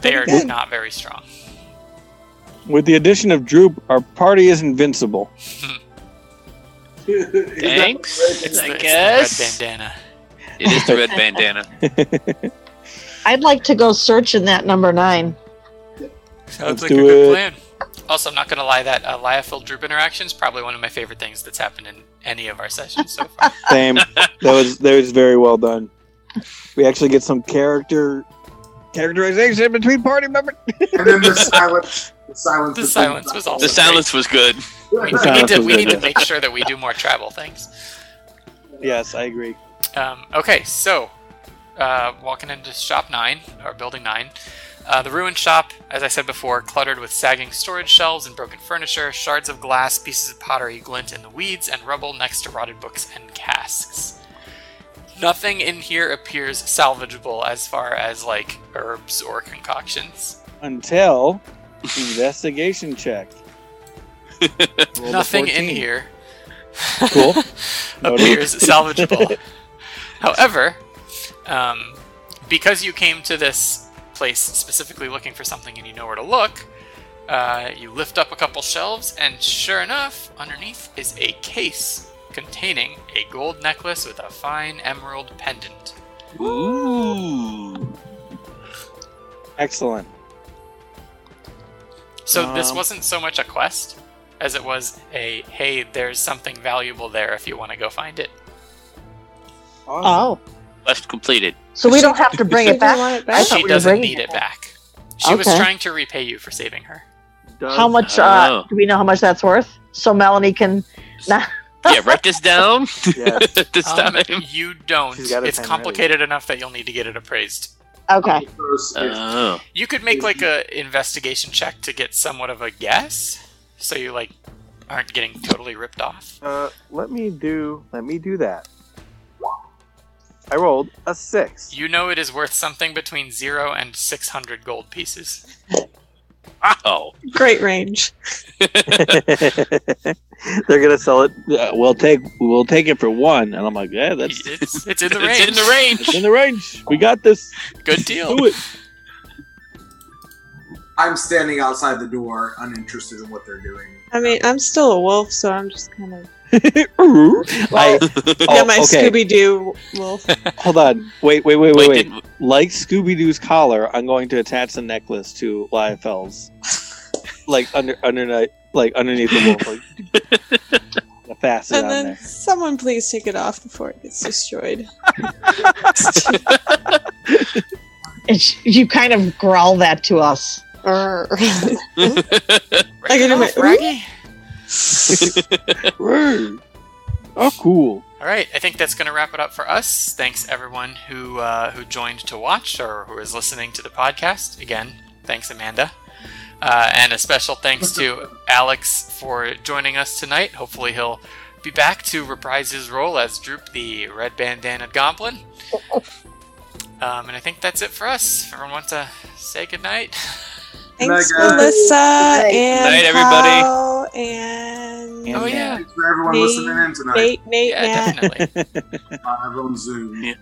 Speaker 1: they are
Speaker 3: Pretty good.
Speaker 1: not very strong.
Speaker 5: with the addition of Droop. Our party is invincible.
Speaker 7: Thanks.
Speaker 1: It's
Speaker 7: I
Speaker 1: the,
Speaker 7: guess.
Speaker 1: It's the red bandana.
Speaker 7: It is the red bandana.
Speaker 2: I'd like to go search in that number nine.
Speaker 1: Sounds
Speaker 5: Let's
Speaker 1: like a
Speaker 5: do
Speaker 1: good
Speaker 5: it.
Speaker 1: plan. Also, I'm not going to lie, that uh, Lyophil Droop interaction is probably one of my favorite things that's happened in any of our sessions so far.
Speaker 5: Same. that was that was very well done. We actually get some character characterization between party members.
Speaker 4: And then the silence. The silence.
Speaker 1: The
Speaker 4: between-
Speaker 1: silence was also
Speaker 7: The silence was good.
Speaker 1: We,
Speaker 4: Yeah.
Speaker 1: we need, to, we need to
Speaker 5: Yeah.
Speaker 1: make sure that we do more travel things.
Speaker 5: Yes, I agree.
Speaker 1: Um, okay, so uh, walking into shop nine or building nine, uh, the ruined shop, as I said before, cluttered with sagging storage shelves and broken furniture, shards of glass, pieces of pottery glint in the weeds, and rubble next to rotted books and casks. Nothing in here appears salvageable as far as like herbs or concoctions.
Speaker 5: Until investigation check. Rolled a
Speaker 1: Nothing in
Speaker 5: 14.
Speaker 1: here
Speaker 5: Cool.
Speaker 1: appears salvageable. However, um, because you came to this place specifically looking for something and you know where to look, uh, you lift up a couple shelves, and sure enough, underneath is a case containing a gold necklace with a fine emerald pendant.
Speaker 7: Ooh.
Speaker 5: Excellent.
Speaker 1: So this
Speaker 5: Um.
Speaker 1: wasn't so much a quest as it was a hey, there's something valuable there if you want to go find it.
Speaker 2: Oh,
Speaker 7: Quest completed.
Speaker 2: so we don't have to bring
Speaker 3: She
Speaker 2: it
Speaker 3: didn't
Speaker 2: back.
Speaker 3: want
Speaker 2: I
Speaker 3: it back.
Speaker 2: thought we
Speaker 1: She
Speaker 2: were
Speaker 1: doesn't
Speaker 2: bringing
Speaker 1: need
Speaker 2: it
Speaker 1: it back. She was
Speaker 2: Okay.
Speaker 1: trying to repay you for saving her.
Speaker 2: How much?
Speaker 7: I
Speaker 2: Uh,
Speaker 7: don't know.
Speaker 2: do we know how much that's worth? So Melanie can
Speaker 7: yeah, write this down
Speaker 8: Yeah.
Speaker 7: this
Speaker 1: Um,
Speaker 7: time.
Speaker 1: you don't.
Speaker 8: She's got it
Speaker 1: It's
Speaker 8: time ready.
Speaker 1: complicated enough that you'll need to get it appraised.
Speaker 2: Okay.
Speaker 4: First, if-
Speaker 7: Oh,
Speaker 1: You could make like a investigation check to get somewhat of a guess, so you like aren't getting totally ripped off.
Speaker 8: Uh, let me do. Let me do that. I rolled a six.
Speaker 1: You know it is worth something between zero and six hundred gold pieces.
Speaker 7: oh,
Speaker 3: Great range.
Speaker 8: They're gonna sell it.
Speaker 5: Yeah, we'll take we'll take it for one, and I'm like, yeah, that's
Speaker 1: It's, it's in the range.
Speaker 7: it's in the range.
Speaker 5: it's in the range. We got this.
Speaker 1: Good deal.
Speaker 5: Do it.
Speaker 4: I'm standing outside the door, uninterested in what they're doing.
Speaker 3: I mean, I'm still a wolf, so I'm just kind of
Speaker 5: I, oh,
Speaker 3: yeah, my
Speaker 5: okay.
Speaker 3: Scooby Doo wolf.
Speaker 5: Hold on. Wait, wait, wait, wait,
Speaker 7: Wait,
Speaker 5: wait.
Speaker 7: didn't-
Speaker 5: Like Scooby Doo's collar, I'm going to attach the necklace to Liefel's, like under underneath, like underneath the wolf, like the facet
Speaker 3: and
Speaker 5: on
Speaker 3: then
Speaker 5: there.
Speaker 3: someone please take it off before it gets destroyed.
Speaker 2: It's, you kind of growl that to us.
Speaker 3: Err.
Speaker 1: Right
Speaker 3: I can do
Speaker 1: off,
Speaker 3: my-
Speaker 1: Raggy.
Speaker 5: Oh, cool.
Speaker 1: All right, I think that's going to wrap it up for us. Thanks everyone who uh, who joined to watch or who is listening to the podcast. Again, thanks Amanda, uh, and a special thanks to Alex for joining us tonight. Hopefully he'll be back to reprise his role as Droop, the red bandana goblin. Um, and I think that's it for us. If everyone wants to say goodnight.
Speaker 3: Thanks,
Speaker 4: Good night, guys.
Speaker 3: Melissa
Speaker 2: night.
Speaker 3: and
Speaker 7: Good night, everybody.
Speaker 3: Paul and
Speaker 1: Oh yeah,
Speaker 4: Thanks for everyone
Speaker 3: Me-
Speaker 4: listening in tonight
Speaker 3: Nate, Nate,
Speaker 1: yeah,
Speaker 3: Matt.
Speaker 1: definitely.
Speaker 4: on everyone's Zoom.